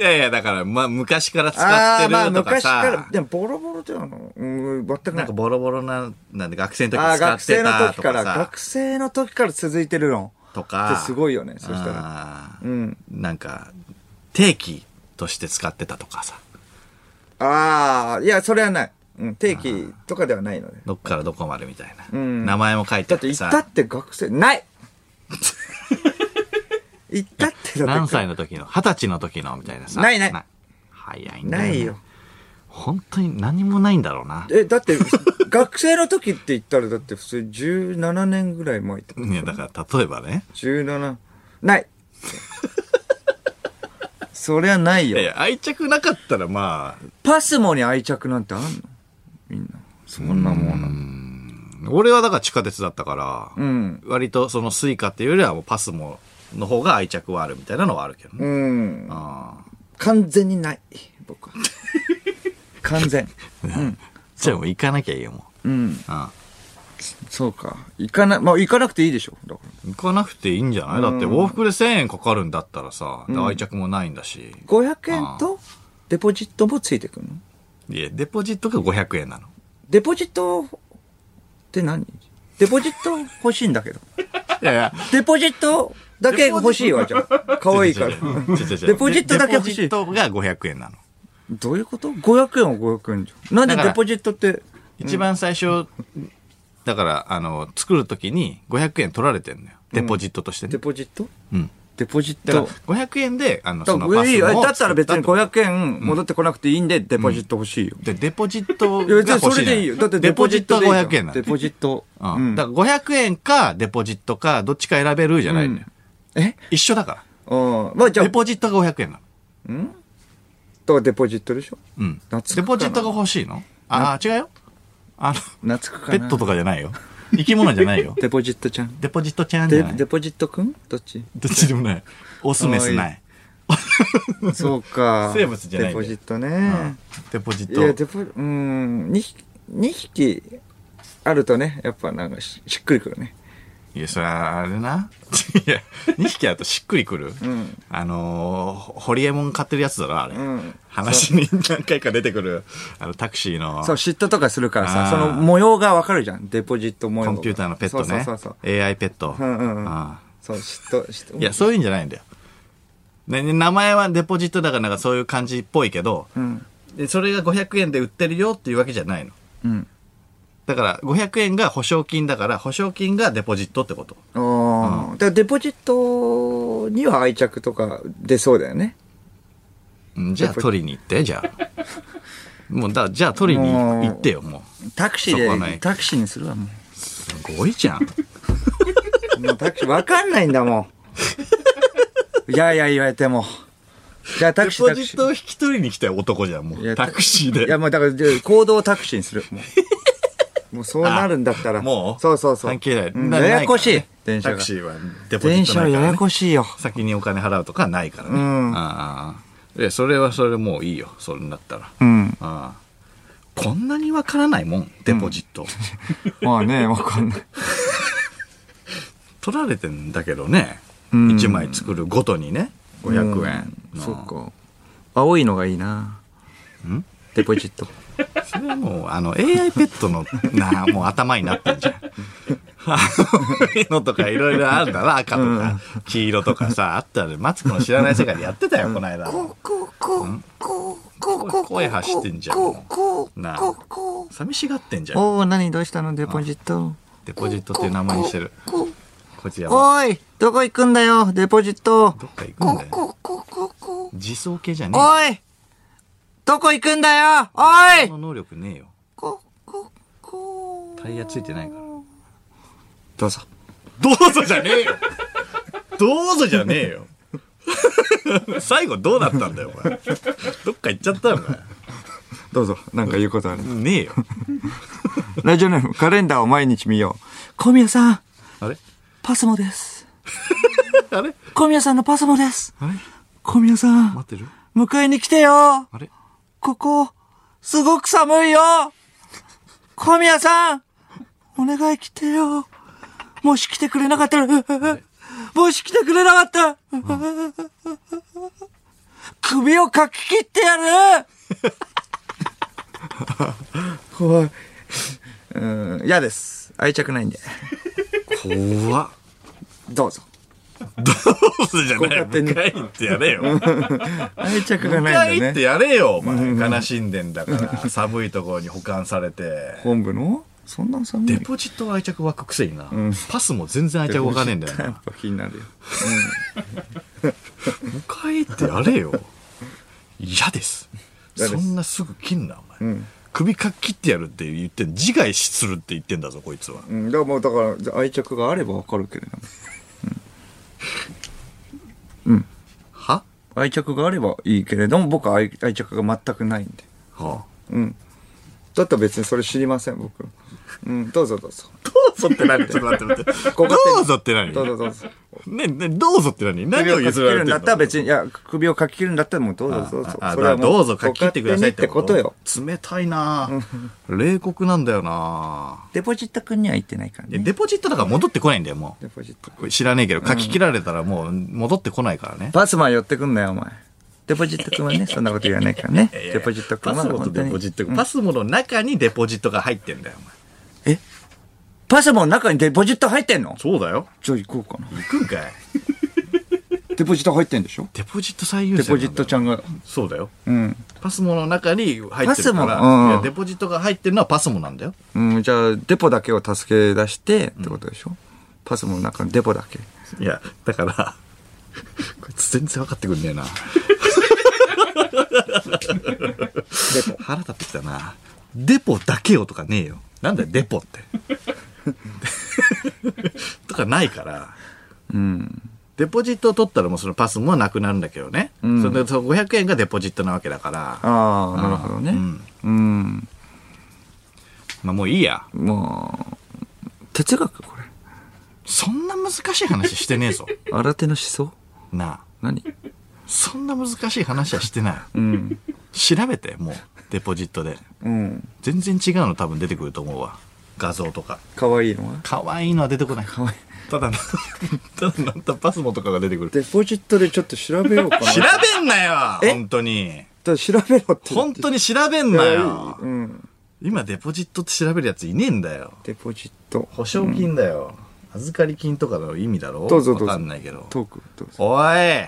Speaker 1: いやいや、だから、まあ、昔から使っ
Speaker 2: あ
Speaker 1: て
Speaker 2: あー、まあ
Speaker 1: るとか
Speaker 2: 昔か
Speaker 1: さ
Speaker 2: ら。。でもボロボロってあの、うん、全く
Speaker 1: な
Speaker 2: なんい
Speaker 1: か。ボロボロな、なんで学生の時
Speaker 2: ああ、
Speaker 1: 使っ
Speaker 2: 学
Speaker 1: て
Speaker 2: 生の
Speaker 1: た
Speaker 2: 時
Speaker 1: と
Speaker 2: か、
Speaker 1: からさ。
Speaker 2: 学生の時から続いてるの。
Speaker 1: とか。
Speaker 2: ってすごいよねそしたら
Speaker 1: ら
Speaker 2: うん。
Speaker 1: なんか、定期として使ってたとかさ。
Speaker 2: ああ、いや、それはない。うん、定期とかではないので。
Speaker 1: どっからどこまでみたいな。
Speaker 2: ん
Speaker 1: 名前も書いて
Speaker 2: だ
Speaker 1: あ
Speaker 2: って
Speaker 1: って
Speaker 2: 行
Speaker 1: さ。
Speaker 2: ったって学 生、ない行ったってだって。
Speaker 1: 何歳の時の二十歳の時のみたいなさ。
Speaker 2: ないない
Speaker 1: 早いんだよ、ね。
Speaker 2: ないよ。。
Speaker 1: 本当に何もないんだろうな。
Speaker 2: え、だって、学生の時って言ったら、だって普通に17年ぐらい前ってこと
Speaker 1: いや、だから例えばね。
Speaker 2: 17、ない そりゃない
Speaker 1: いやい
Speaker 2: よ。
Speaker 1: や、愛着なかったらま
Speaker 2: パスモに愛着なんてあんのみんな。そんなもんな。
Speaker 1: あ、俺はだから地下鉄だったから、
Speaker 2: うん。
Speaker 1: 割とそのスイカっていうよりはもうパスモの方が愛着はあるみたいなのはあるけどね。
Speaker 2: うん。
Speaker 1: ああ
Speaker 2: 完全にない。僕は。完全。
Speaker 1: じゃあもう行かなきゃいいよ、もう。
Speaker 2: うん。
Speaker 1: あ
Speaker 2: そうか。行かな、まあ行かなくていいでしょ。だか
Speaker 1: あ行かなくていいんじゃないだって往復で1000円かかるんだったらさ、愛着もないんだし。
Speaker 2: ら500円とデポジットもついてくるの
Speaker 1: いや、デポジットが500円なの。
Speaker 2: デポジットって何デポジット欲しいんだけど。
Speaker 1: いやい や、
Speaker 2: デポジットだけ欲しいわ、じゃあ。可愛いから
Speaker 1: 違 う違う違う違う違う
Speaker 2: デポジットだけ欲しい
Speaker 1: デポジットが500円なの。
Speaker 2: どういうこと ?500 円は500円じゃん。なんで
Speaker 1: だから
Speaker 2: デポジットって、
Speaker 1: 一番最初、だから、あの、作るときに500円取られてんのよ。デポジットとしてね
Speaker 2: デ。ポジット
Speaker 1: うん。
Speaker 2: デポジッ
Speaker 1: だから
Speaker 2: ト。、
Speaker 1: 500円で、あの、
Speaker 2: だ
Speaker 1: そ
Speaker 2: か
Speaker 1: の
Speaker 2: ら
Speaker 1: バ
Speaker 2: い
Speaker 1: ス
Speaker 2: いよ
Speaker 1: を
Speaker 2: だったら別に
Speaker 1: 作っ
Speaker 2: 500円戻ってこなくていいんで、デポジット欲しいよ。
Speaker 1: たとで、デポジット
Speaker 2: いや、別
Speaker 1: が
Speaker 2: にそ
Speaker 1: 欲し
Speaker 2: れ
Speaker 1: いじゃん
Speaker 2: でいいよ。だって
Speaker 1: デ
Speaker 2: デ
Speaker 1: ポ
Speaker 2: ポ
Speaker 1: ジ
Speaker 2: ジ
Speaker 1: ッ
Speaker 2: ッ
Speaker 1: ト
Speaker 2: トでいいじゃん
Speaker 1: 500円なの
Speaker 2: デ。ポジット。
Speaker 1: う
Speaker 2: うん
Speaker 1: ん。だから500円か、デポジットか、どっちか選べるじゃないのよ。
Speaker 2: え
Speaker 1: 一緒だか
Speaker 2: うん。まあじゃ
Speaker 1: ら。デ
Speaker 2: あ、だか
Speaker 1: ポジットが500円なの。
Speaker 2: らデポジットでしょ
Speaker 1: うん。
Speaker 2: 懐くか
Speaker 1: デ
Speaker 2: な
Speaker 1: ポジットが欲しいのああ、違うよ。あの、
Speaker 2: 懐くか
Speaker 1: ペ
Speaker 2: な
Speaker 1: ットとかじゃないよ。生き物じゃない よ。
Speaker 2: デポジットちゃん。
Speaker 1: デポジットちゃんじ
Speaker 2: デ
Speaker 1: ゃない。
Speaker 2: デ
Speaker 1: ど
Speaker 2: ポジットくんどっち
Speaker 1: っちでもない。オスメスない。
Speaker 2: そうか。
Speaker 1: 生物じゃないん
Speaker 2: デ
Speaker 1: だよ
Speaker 2: ポジット
Speaker 1: うん
Speaker 2: ね。
Speaker 1: デポジッ
Speaker 2: いや、
Speaker 1: ト。
Speaker 2: デポ、うん、2匹、二匹あるとね、やっぱなんかししっくりくるね。
Speaker 1: いや、それはあれな。 いや、2匹あとしっくりくる。
Speaker 2: ん
Speaker 1: あのー、ほホリエモン買ってるやつだろ、あれ。
Speaker 2: ん
Speaker 1: 話に何回か出てくる、あの、タクシーの、
Speaker 2: そう、嫉妬とかするから
Speaker 1: あー
Speaker 2: さ、その模様がわかるじゃん。デポジット模
Speaker 1: コ
Speaker 2: 様が。
Speaker 1: ンピューターのペットね。
Speaker 2: そうそうそう
Speaker 1: AI ペット。
Speaker 2: そう。うんうんうん。
Speaker 1: あ
Speaker 2: そう、嫉妬、嫉
Speaker 1: あ
Speaker 2: 妬。
Speaker 1: いや、そういうんじゃないんだよ。ね、ね名前はデポジットだからなんかそういう感じっぽいけど、
Speaker 2: うん。
Speaker 1: でそれが500円で売ってるよっていうわけじゃないの。
Speaker 2: うん。
Speaker 1: だから、500円が保証金だから、保証金がデポジットってこと。
Speaker 2: ああ、だからデポジットには愛着とか出そうだよね。
Speaker 1: うんじゃあ取りに行って、じゃあ。 もうだ、じゃあ取りに行ってよ、もう。
Speaker 2: タクシ
Speaker 1: そこはな
Speaker 2: ー
Speaker 1: い
Speaker 2: で、タクシーにするわ、も
Speaker 1: すごいじゃん。
Speaker 2: う。もうタクシー、わかんないんだもん。いやいや言われても。じゃあタ
Speaker 1: デ
Speaker 2: クシー、
Speaker 1: ポ
Speaker 2: タク
Speaker 1: ジ
Speaker 2: シ
Speaker 1: ットを引き取りに来た男じゃん、も。
Speaker 2: いうや
Speaker 1: タクシー
Speaker 2: ー。いや、
Speaker 1: で。
Speaker 2: もうだから、じゃあ行動をタクシーにする。もうもうそうなるんだったら。
Speaker 1: もう
Speaker 2: そうそうそう。
Speaker 1: 関係ない。
Speaker 2: うん
Speaker 1: な
Speaker 2: ややこし
Speaker 1: ないか。らね
Speaker 2: 電車
Speaker 1: タ
Speaker 2: が
Speaker 1: ク。シーはデポジ
Speaker 2: 電
Speaker 1: ット
Speaker 2: 車
Speaker 1: な
Speaker 2: はい
Speaker 1: か
Speaker 2: や
Speaker 1: ら
Speaker 2: や
Speaker 1: ね。
Speaker 2: こしいよ。
Speaker 1: 先にお金払うとかないからね。
Speaker 2: うん
Speaker 1: ああ。で、それはそれもういいよ、それになったら。
Speaker 2: うん。
Speaker 1: ああ。こんなにわからないもん、デポジット。
Speaker 2: まあね、わかんない。
Speaker 1: 取られてんだけどね。
Speaker 2: うん
Speaker 1: 1枚作るごとにね、500円
Speaker 2: うん
Speaker 1: の。
Speaker 2: そっか。青いのがいいな。
Speaker 1: ん
Speaker 2: デポジット。
Speaker 1: それはもう、あの、AI ペットの、なあ、もう頭になってんじゃん。あののとかいろいろあるんだな、赤とか、黄色とかさ、あったら、マツコの知らない世界でやってたよ、この間。声走ってんじゃん。なあ、寂しがってんじゃん。
Speaker 2: おお、何どうしたのデポジット。
Speaker 1: デポジットっていう名前にしてる。こちらは。
Speaker 2: おい、どこ行くんだよ、デポジット。
Speaker 1: どっか行くんだよ。自走系じゃねえ。
Speaker 2: おい、どこ行くんだよ、おい
Speaker 1: その能力ねえよ。タイヤついてないから。
Speaker 2: どうぞ。
Speaker 1: どうぞじゃねえよどうぞじゃねえよ最後どうなったんだよ、お前。どっか行っちゃったよ、お
Speaker 2: どうぞ、なんか言うことある。
Speaker 1: 前。ねえよ。
Speaker 2: ラジオネーム、カレンダーを毎日見よう。小宮さん、
Speaker 1: あれ
Speaker 2: パスモです。
Speaker 1: あれ
Speaker 2: 小宮さんのパスモです。
Speaker 1: あれ
Speaker 2: 小宮さん、
Speaker 1: 待ってる
Speaker 2: 迎えに来てよ。
Speaker 1: あれ
Speaker 2: ここ、すごく寒いよ小宮さんお願い来てよもし来てくれなかったら、 もし来てくれなかったら、 首をかき切ってやる 怖い。うん、嫌です。愛着ないんで。
Speaker 1: 怖っ。
Speaker 2: どうぞ。
Speaker 1: どうぞじゃないよ。
Speaker 2: こうやってね
Speaker 1: 迎え行ってやれよ。迎
Speaker 2: 愛着が
Speaker 1: え行って。やれよ、お前。悲しんでんだから。寒いところに保管されて。
Speaker 2: 本部のそんな寒
Speaker 1: デポジットは愛着湧くくせにな。パスも全然愛着湧かねえんだよな。
Speaker 2: ぱ気になるよ。
Speaker 1: 迎え行ってやれよ。嫌です。
Speaker 2: 嫌で
Speaker 1: そ
Speaker 2: す
Speaker 1: んなすぐ切んな、お
Speaker 2: う
Speaker 1: 前
Speaker 2: ん。
Speaker 1: 首かっ切ってやるって言って、自害するって言ってんだぞ、こいつは。
Speaker 2: うん、だからもうだからじゃあ愛着があればわかるけれども
Speaker 1: は
Speaker 2: 愛着があればいいけれども僕は愛愛着が全くないんで
Speaker 1: はあ。
Speaker 2: うんだったら別にそれ知りません僕うんどうぞどうぞ
Speaker 1: どうぞって何ちょっと待って待って。
Speaker 2: ご勝手 に
Speaker 1: どうぞって何
Speaker 2: どうぞどうぞ
Speaker 1: ね、ね、どうぞって何 何
Speaker 2: 首
Speaker 1: を
Speaker 2: をかき
Speaker 1: 譲
Speaker 2: 切
Speaker 1: られて
Speaker 2: るんだったら別にいや首をかき切るんだったらもうどうぞどうぞ
Speaker 1: ああ
Speaker 2: それ
Speaker 1: だ
Speaker 2: はも
Speaker 1: からどうぞ書き切ってくださいって
Speaker 2: ご勝手にってことよ
Speaker 1: よ。冷たいなぁ冷酷なんだよな
Speaker 2: デポジット君には言ってないから
Speaker 1: ぁ
Speaker 2: ね
Speaker 1: デポジットだから戻ってこないんだよ、も
Speaker 2: デポジット
Speaker 1: う。知らねえけど、書き切られたらもう戻ってこないからね。
Speaker 2: パスマン寄ってくんなよお前デポジット君 はね、そんなこと言わないからね。
Speaker 1: いやいや
Speaker 2: デポジット君
Speaker 1: パ
Speaker 2: は
Speaker 1: スモと
Speaker 2: 本当
Speaker 1: デ
Speaker 2: に。
Speaker 1: ポジット、
Speaker 2: うん
Speaker 1: パスモの中にデポジットが入ってんだよ、お前。
Speaker 2: パスモの中にデポジット入ってんの
Speaker 1: そうだよ。
Speaker 2: じゃあ行こうかな。
Speaker 1: 行くんかい。
Speaker 2: デポジット入ってんでしょ
Speaker 1: デポジット最優
Speaker 2: デ
Speaker 1: 先
Speaker 2: ポ
Speaker 1: なんだよ。
Speaker 2: ジットちゃんが。
Speaker 1: そうだよ。
Speaker 2: うん。
Speaker 1: パスモの中に入ってるか
Speaker 2: パスモうん
Speaker 1: ら、いやデポジットが入ってるのはパスモなんだよ。
Speaker 2: うん、じゃあ、デポだけを助け出してってことでしょ、パスモの中のデポだけ。
Speaker 1: いや、だから、こいつ全然分かってくんねえな。デポ。腹立ってきたな。デポだけよとかねえよ。なんだよ、デポ って。とかないから。
Speaker 2: うん。
Speaker 1: デポジットを取ったらもうそのパスもなくなるんだけどね。それでその500円がデポジットなわけだから。
Speaker 2: ああ、なるほどね。うん。
Speaker 1: まあもういいや。
Speaker 2: もう、哲学これ。
Speaker 1: そんな難しい話してねえ ぞ。
Speaker 2: 新手の思想
Speaker 1: なあ。
Speaker 2: 何
Speaker 1: そんな難しい話はしてない。
Speaker 2: うん。
Speaker 1: 調べて、もう、デポジットで。
Speaker 2: うん。
Speaker 1: 全然違うの多分出てくると思うわ。画像とか。
Speaker 2: かわいいのは
Speaker 1: 可愛いのは出てこない。
Speaker 2: かわいい。
Speaker 1: ただ、 ただなんたパスモとかが出てくる。
Speaker 2: デポジットでちょっと調べようかな。
Speaker 1: 調べんなよ
Speaker 2: え
Speaker 1: 本当に。
Speaker 2: だ調べろって。
Speaker 1: 本当に調べんなよ
Speaker 2: うん。
Speaker 1: 今デポジットって調べるやついねえんだよ。
Speaker 2: デポジット。
Speaker 1: 保証金だよ、預かり金とかの意味だろ
Speaker 2: どうぞどうぞ
Speaker 1: わかんないけど
Speaker 2: トーク、どうぞ。
Speaker 1: おい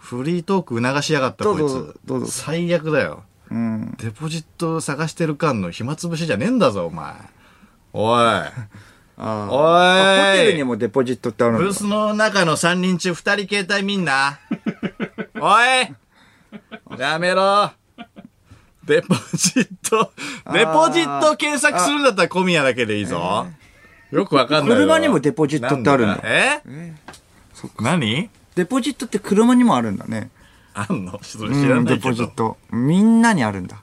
Speaker 1: フリートーク促しやがった
Speaker 2: ど
Speaker 1: こ
Speaker 2: う
Speaker 1: い
Speaker 2: ぞ
Speaker 1: つ
Speaker 2: どうぞ
Speaker 1: 最悪だよ
Speaker 2: うん。
Speaker 1: デポジット探してる間の暇つぶしじゃねえんだぞお前おい
Speaker 2: あー
Speaker 1: おい
Speaker 2: あホテルにもデポジットってある
Speaker 1: ブ
Speaker 2: の
Speaker 1: ースの中の3人中2人携帯見んなおいやめろデポジットデポジット検索するんだったら小宮だけでいいぞよくわかんないわ
Speaker 2: 車にもデポジットってあるんだ
Speaker 1: なんえ何
Speaker 2: デポジットって車にもあるんだね。
Speaker 1: あんのそれ
Speaker 2: うん
Speaker 1: 知らない
Speaker 2: デ
Speaker 1: け
Speaker 2: ポジ
Speaker 1: ど
Speaker 2: ッ。ト。みんなにあ るんだ。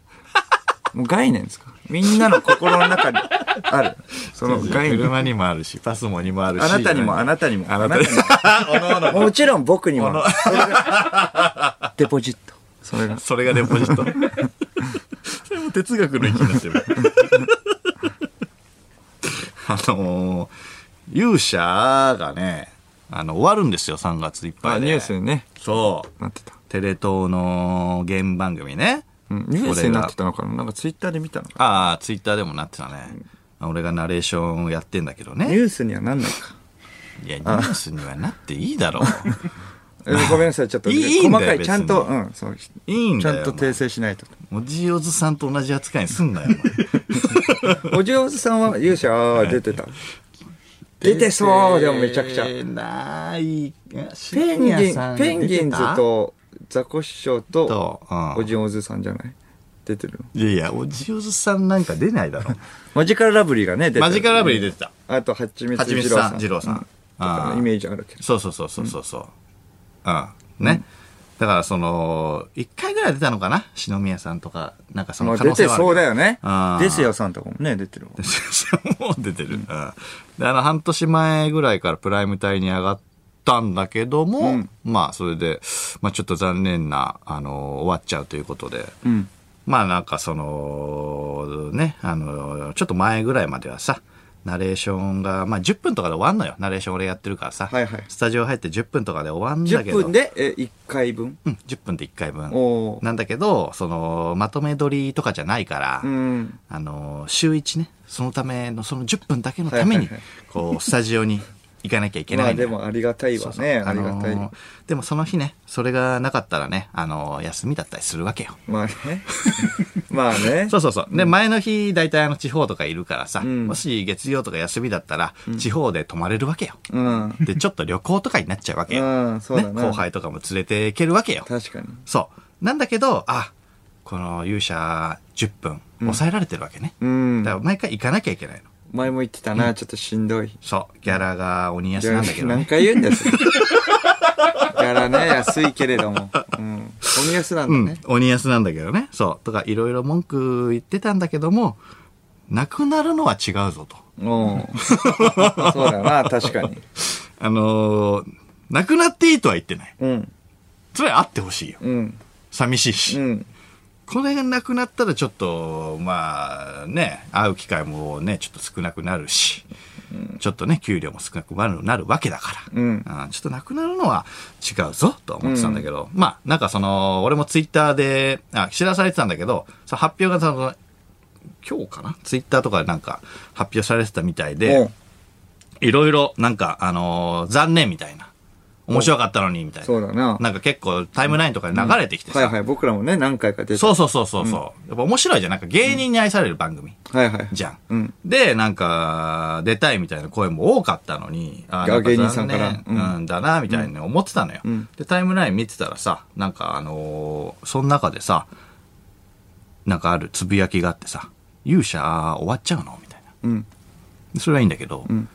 Speaker 2: もう概念ですかみんなの心の中にあ る。その概念。
Speaker 1: 車にもあるし、パスモにもあるし。
Speaker 2: あなたにも、あなたにも。
Speaker 1: あなたにも。 おのおの
Speaker 2: もちろん僕にも。そ れがデポジット。それが。
Speaker 1: それがデポジッ ト。それも哲学の域になってる。 あのー、勇者がね、あの、終わるんですよ、3月いっぱ
Speaker 2: あ
Speaker 1: いで。
Speaker 2: ニュースにね、
Speaker 1: そう。
Speaker 2: なってた。
Speaker 1: テレ東のゲーム番組ね。
Speaker 2: うんニュースになってたのかななんかツイッターで見たのか
Speaker 1: ああ、ツイッターでもなってたね。俺がナレーションをやってんだけど
Speaker 2: なニ
Speaker 1: ね。
Speaker 2: ュースにはなんないか。
Speaker 1: いや、ニュースにはなっていいだ ろう。
Speaker 2: えごめんなさい、ちょっと。
Speaker 1: いいいいんだよ
Speaker 2: 細かい、
Speaker 1: 別に
Speaker 2: ちゃんと、うん、そう。
Speaker 1: いいん
Speaker 2: ち
Speaker 1: だ
Speaker 2: ゃ
Speaker 1: よ。
Speaker 2: んと訂正しないと。
Speaker 1: おじいおずさんと同じ扱いにすんなよ。お前
Speaker 2: お嬢さんは勇者、あ あ、出てた。出てそう、でもめちゃくちゃ。
Speaker 1: 出てない。
Speaker 2: ペ
Speaker 1: ペ
Speaker 2: ンギン、ペンギンズ。とザコシショウと
Speaker 1: と、うん
Speaker 2: おじおずさんじゃない出てるの。
Speaker 1: いやいや、おじおずさんなんか出ないだろ。
Speaker 2: マジカルラブリーがね、出てる。
Speaker 1: マジカルラブリー出てた。
Speaker 2: あと、はちみ
Speaker 1: は
Speaker 2: つ
Speaker 1: ちみ
Speaker 2: 二
Speaker 1: つ
Speaker 2: 郎
Speaker 1: さ
Speaker 2: さ
Speaker 1: ん、
Speaker 2: ん。
Speaker 1: 二郎さ。
Speaker 2: うんとかの
Speaker 1: あ
Speaker 2: イ
Speaker 1: ー
Speaker 2: メージあるけど。
Speaker 1: そうそうそうそうそうそう。うん。ね。だからその、一回ぐらい出たのかな篠宮さんとか、なんかそ
Speaker 2: ま
Speaker 1: の
Speaker 2: あ
Speaker 1: 可能
Speaker 2: 出
Speaker 1: 性
Speaker 2: て
Speaker 1: はある
Speaker 2: そうだよね
Speaker 1: あ。ー
Speaker 2: ですよさんとかもね、出てるわ。
Speaker 1: もう出てる。うん。で、あの、半年前ぐらいからプライム帯に上がったんだけども、まあ、それで、まあ、ちょっと残念な、あの、終わっちゃうということで、
Speaker 2: うん。
Speaker 1: まあ、なんかその、ね、あの、ちょっと前ぐらいまではさ、ナレーションが、まあ、10分とかで終わんのよ。ナレーション俺やってるからさ、
Speaker 2: はいはい
Speaker 1: スタジオ入って10分とかで終わんだけ
Speaker 2: 10
Speaker 1: ど、
Speaker 2: 分で、え、1回分。
Speaker 1: うん、10分で1回分。
Speaker 2: おー
Speaker 1: なんだけど、その、まとめ撮りとかじゃないから、
Speaker 2: うん。
Speaker 1: あの週一ねそのためのその10分だけのために
Speaker 2: はいはいはい
Speaker 1: こうスタジオに行かなきゃいけ
Speaker 2: ま
Speaker 1: な
Speaker 2: あ
Speaker 1: いんだ
Speaker 2: で
Speaker 1: よ
Speaker 2: もありがたいわ
Speaker 1: そうそう
Speaker 2: ね。ありがたい
Speaker 1: のー。でもその日ねそれがなかったらね、あのー休みだったりするわけよ
Speaker 2: まあね。 まあね。
Speaker 1: そうそうそうで前の日大体あの地方とかいるからさ、
Speaker 2: ん
Speaker 1: もし月曜とか休みだったら地方で泊まれるわけよ、
Speaker 2: うん。
Speaker 1: でちょっと旅行とかになっちゃうわけよ、
Speaker 2: うん、そうだ
Speaker 1: ね、
Speaker 2: な。
Speaker 1: 後輩とかも連れていけるわけよ
Speaker 2: 確かに。
Speaker 1: そうなんだけどあこの勇者10分抑えられてるわけね、
Speaker 2: うん
Speaker 1: だか。ら毎回行かなきゃいけないの
Speaker 2: 前も言ってたな、ちょっとしんどい。
Speaker 1: そう、ギャラが鬼安
Speaker 2: ギャ
Speaker 1: な
Speaker 2: ラ
Speaker 1: んだけど
Speaker 2: 何
Speaker 1: ね。
Speaker 2: 回言うんですかギャラね、安いけれども。うん。お安な
Speaker 1: うん
Speaker 2: だ
Speaker 1: ん
Speaker 2: ね。、
Speaker 1: 鬼安なんだけどね。そう、とかいろいろ文句言ってたんだけども、なくなるのは違うぞと。
Speaker 2: おうそうだな、確かに。
Speaker 1: あのー、なくなっていいとは言ってない。
Speaker 2: うん。
Speaker 1: それはあってほしいよ。
Speaker 2: うん。
Speaker 1: 寂しいうし。
Speaker 2: ん。
Speaker 1: これがなくなったらちょっと、まあね、会う機会もね、ちょっと少なくなるし、ちょっとね、給料も少なくなるわけだから、
Speaker 2: うん
Speaker 1: あーちょっとなくなるのは違うぞ、と思ってたんだけど、まあ、なんかその、俺もツイッターで、あ、知らされてたんだけど、その発表がその、今日かなツイッターとかでなんか発表されてたみたいで、
Speaker 2: うん
Speaker 1: いろいろ、なんか、あのー残念みたいな。面白かったのに、みたい
Speaker 2: そう
Speaker 1: な。
Speaker 2: だな。
Speaker 1: なんか結構タイムラインとかで流れてきてさ。
Speaker 2: はいはい、僕らもね、何回か出て。
Speaker 1: そうそうそうそう。うやっぱ面白いじゃん。なんか芸人に愛される番組
Speaker 2: はいはい。
Speaker 1: じゃん。
Speaker 2: うん
Speaker 1: で、なんか、出たいみたいな声も多かったのに、あーなんか
Speaker 2: 芸人さんから
Speaker 1: 残念
Speaker 2: うん
Speaker 1: うん、だな、みたいに思ってたのよ、
Speaker 2: ん
Speaker 1: で、タイムライン見てたらさ、なんかあのーその中でさ、なんかあるつぶやきがあってさ、勇者終わっちゃうのみたいな。
Speaker 2: うん。
Speaker 1: でそれはいいんだけど、
Speaker 2: ん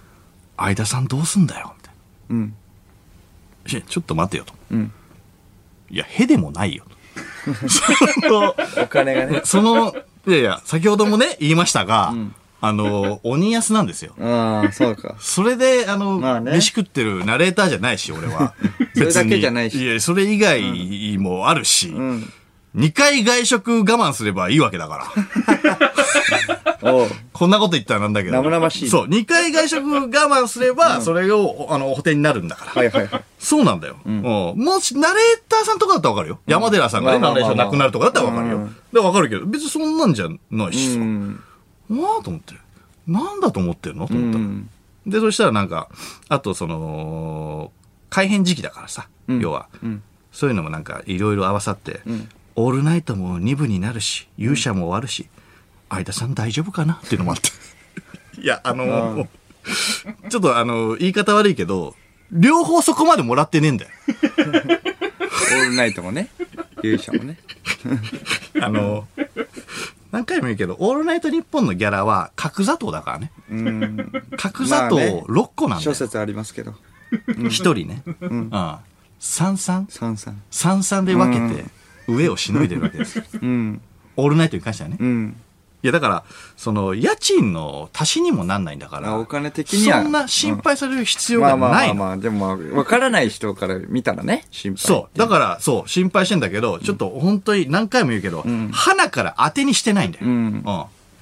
Speaker 1: 相田さんどうすんだよみたいな。
Speaker 2: うん。
Speaker 1: いやちょっと待てよと。
Speaker 2: うん。
Speaker 1: いや、へでもないよと。そ の。
Speaker 2: お金がね
Speaker 1: その、いやいや、先ほどもね、言いましたが、あの、鬼安なんですよ。
Speaker 2: ああ、そうか。
Speaker 1: それで、あの、
Speaker 2: まあね
Speaker 1: 飯食ってるナレーターじゃないし、俺は。
Speaker 2: それだけ
Speaker 1: 別に
Speaker 2: じゃないし
Speaker 1: いや、それ以外もあるし、
Speaker 2: うん。
Speaker 1: 2回外食我慢すればいいわけだから。
Speaker 2: おう。
Speaker 1: こんなこと言ったらなんだけど。
Speaker 2: 生々しい
Speaker 1: そう、2回外食我慢すれば、それを、あの、補填になるんだから。
Speaker 2: はいはいはい。
Speaker 1: そうなんだよ。うんもし、ナレーターさんとかだったらわかるよ。山寺さんがね、
Speaker 2: ま
Speaker 1: ナ
Speaker 2: あま
Speaker 1: レ
Speaker 2: あ
Speaker 1: ー
Speaker 2: ま
Speaker 1: ショ
Speaker 2: あまあ
Speaker 1: ンなくなるとかだったらわかるよ。
Speaker 2: うん
Speaker 1: だからわかるけど、別にそんなんじゃないし
Speaker 2: う
Speaker 1: さ。
Speaker 2: ん。
Speaker 1: わあと思って。なんだと思ってんのと思ったの、
Speaker 2: うん
Speaker 1: で、そしたらなんか、あとその、改変時期だからさ、要は、そういうのもなんかいろいろ合わさって、オールナイトも2部になるし、勇者も終わるし、相田さん大丈夫かなっていうのもあって。いや、あのーちょっとあのー言い方悪いけど、両方そこまでもらってねえんだよ。
Speaker 2: オールナイトもね。勇者もね。
Speaker 1: あのー何回も言うけど、オールナイト日本のギャラは角砂糖だからね。
Speaker 2: うん。
Speaker 1: 角砂糖
Speaker 2: まあね
Speaker 1: 6個なんだよ
Speaker 2: 諸。説ありますけど。
Speaker 1: 一人ね。うん。三三
Speaker 2: 三三。
Speaker 1: 三三で分けて、上をしのいでるわけ ですよ。
Speaker 2: うん。
Speaker 1: オールナイトに関してはね。い
Speaker 2: うん。
Speaker 1: や、だから、その、家賃の足しにもなんないんだから、
Speaker 2: あお金的には
Speaker 1: そんな心配される必要
Speaker 2: ま
Speaker 1: が
Speaker 2: あまあま
Speaker 1: ないの。
Speaker 2: あまあ、でもまあ、わからない人から見たらね、心配。
Speaker 1: そう。だから、そう、心配してんだけど、ちょっと本当に何回も言うけど、
Speaker 2: ん
Speaker 1: 鼻から当てにしてないんだよ。
Speaker 2: うん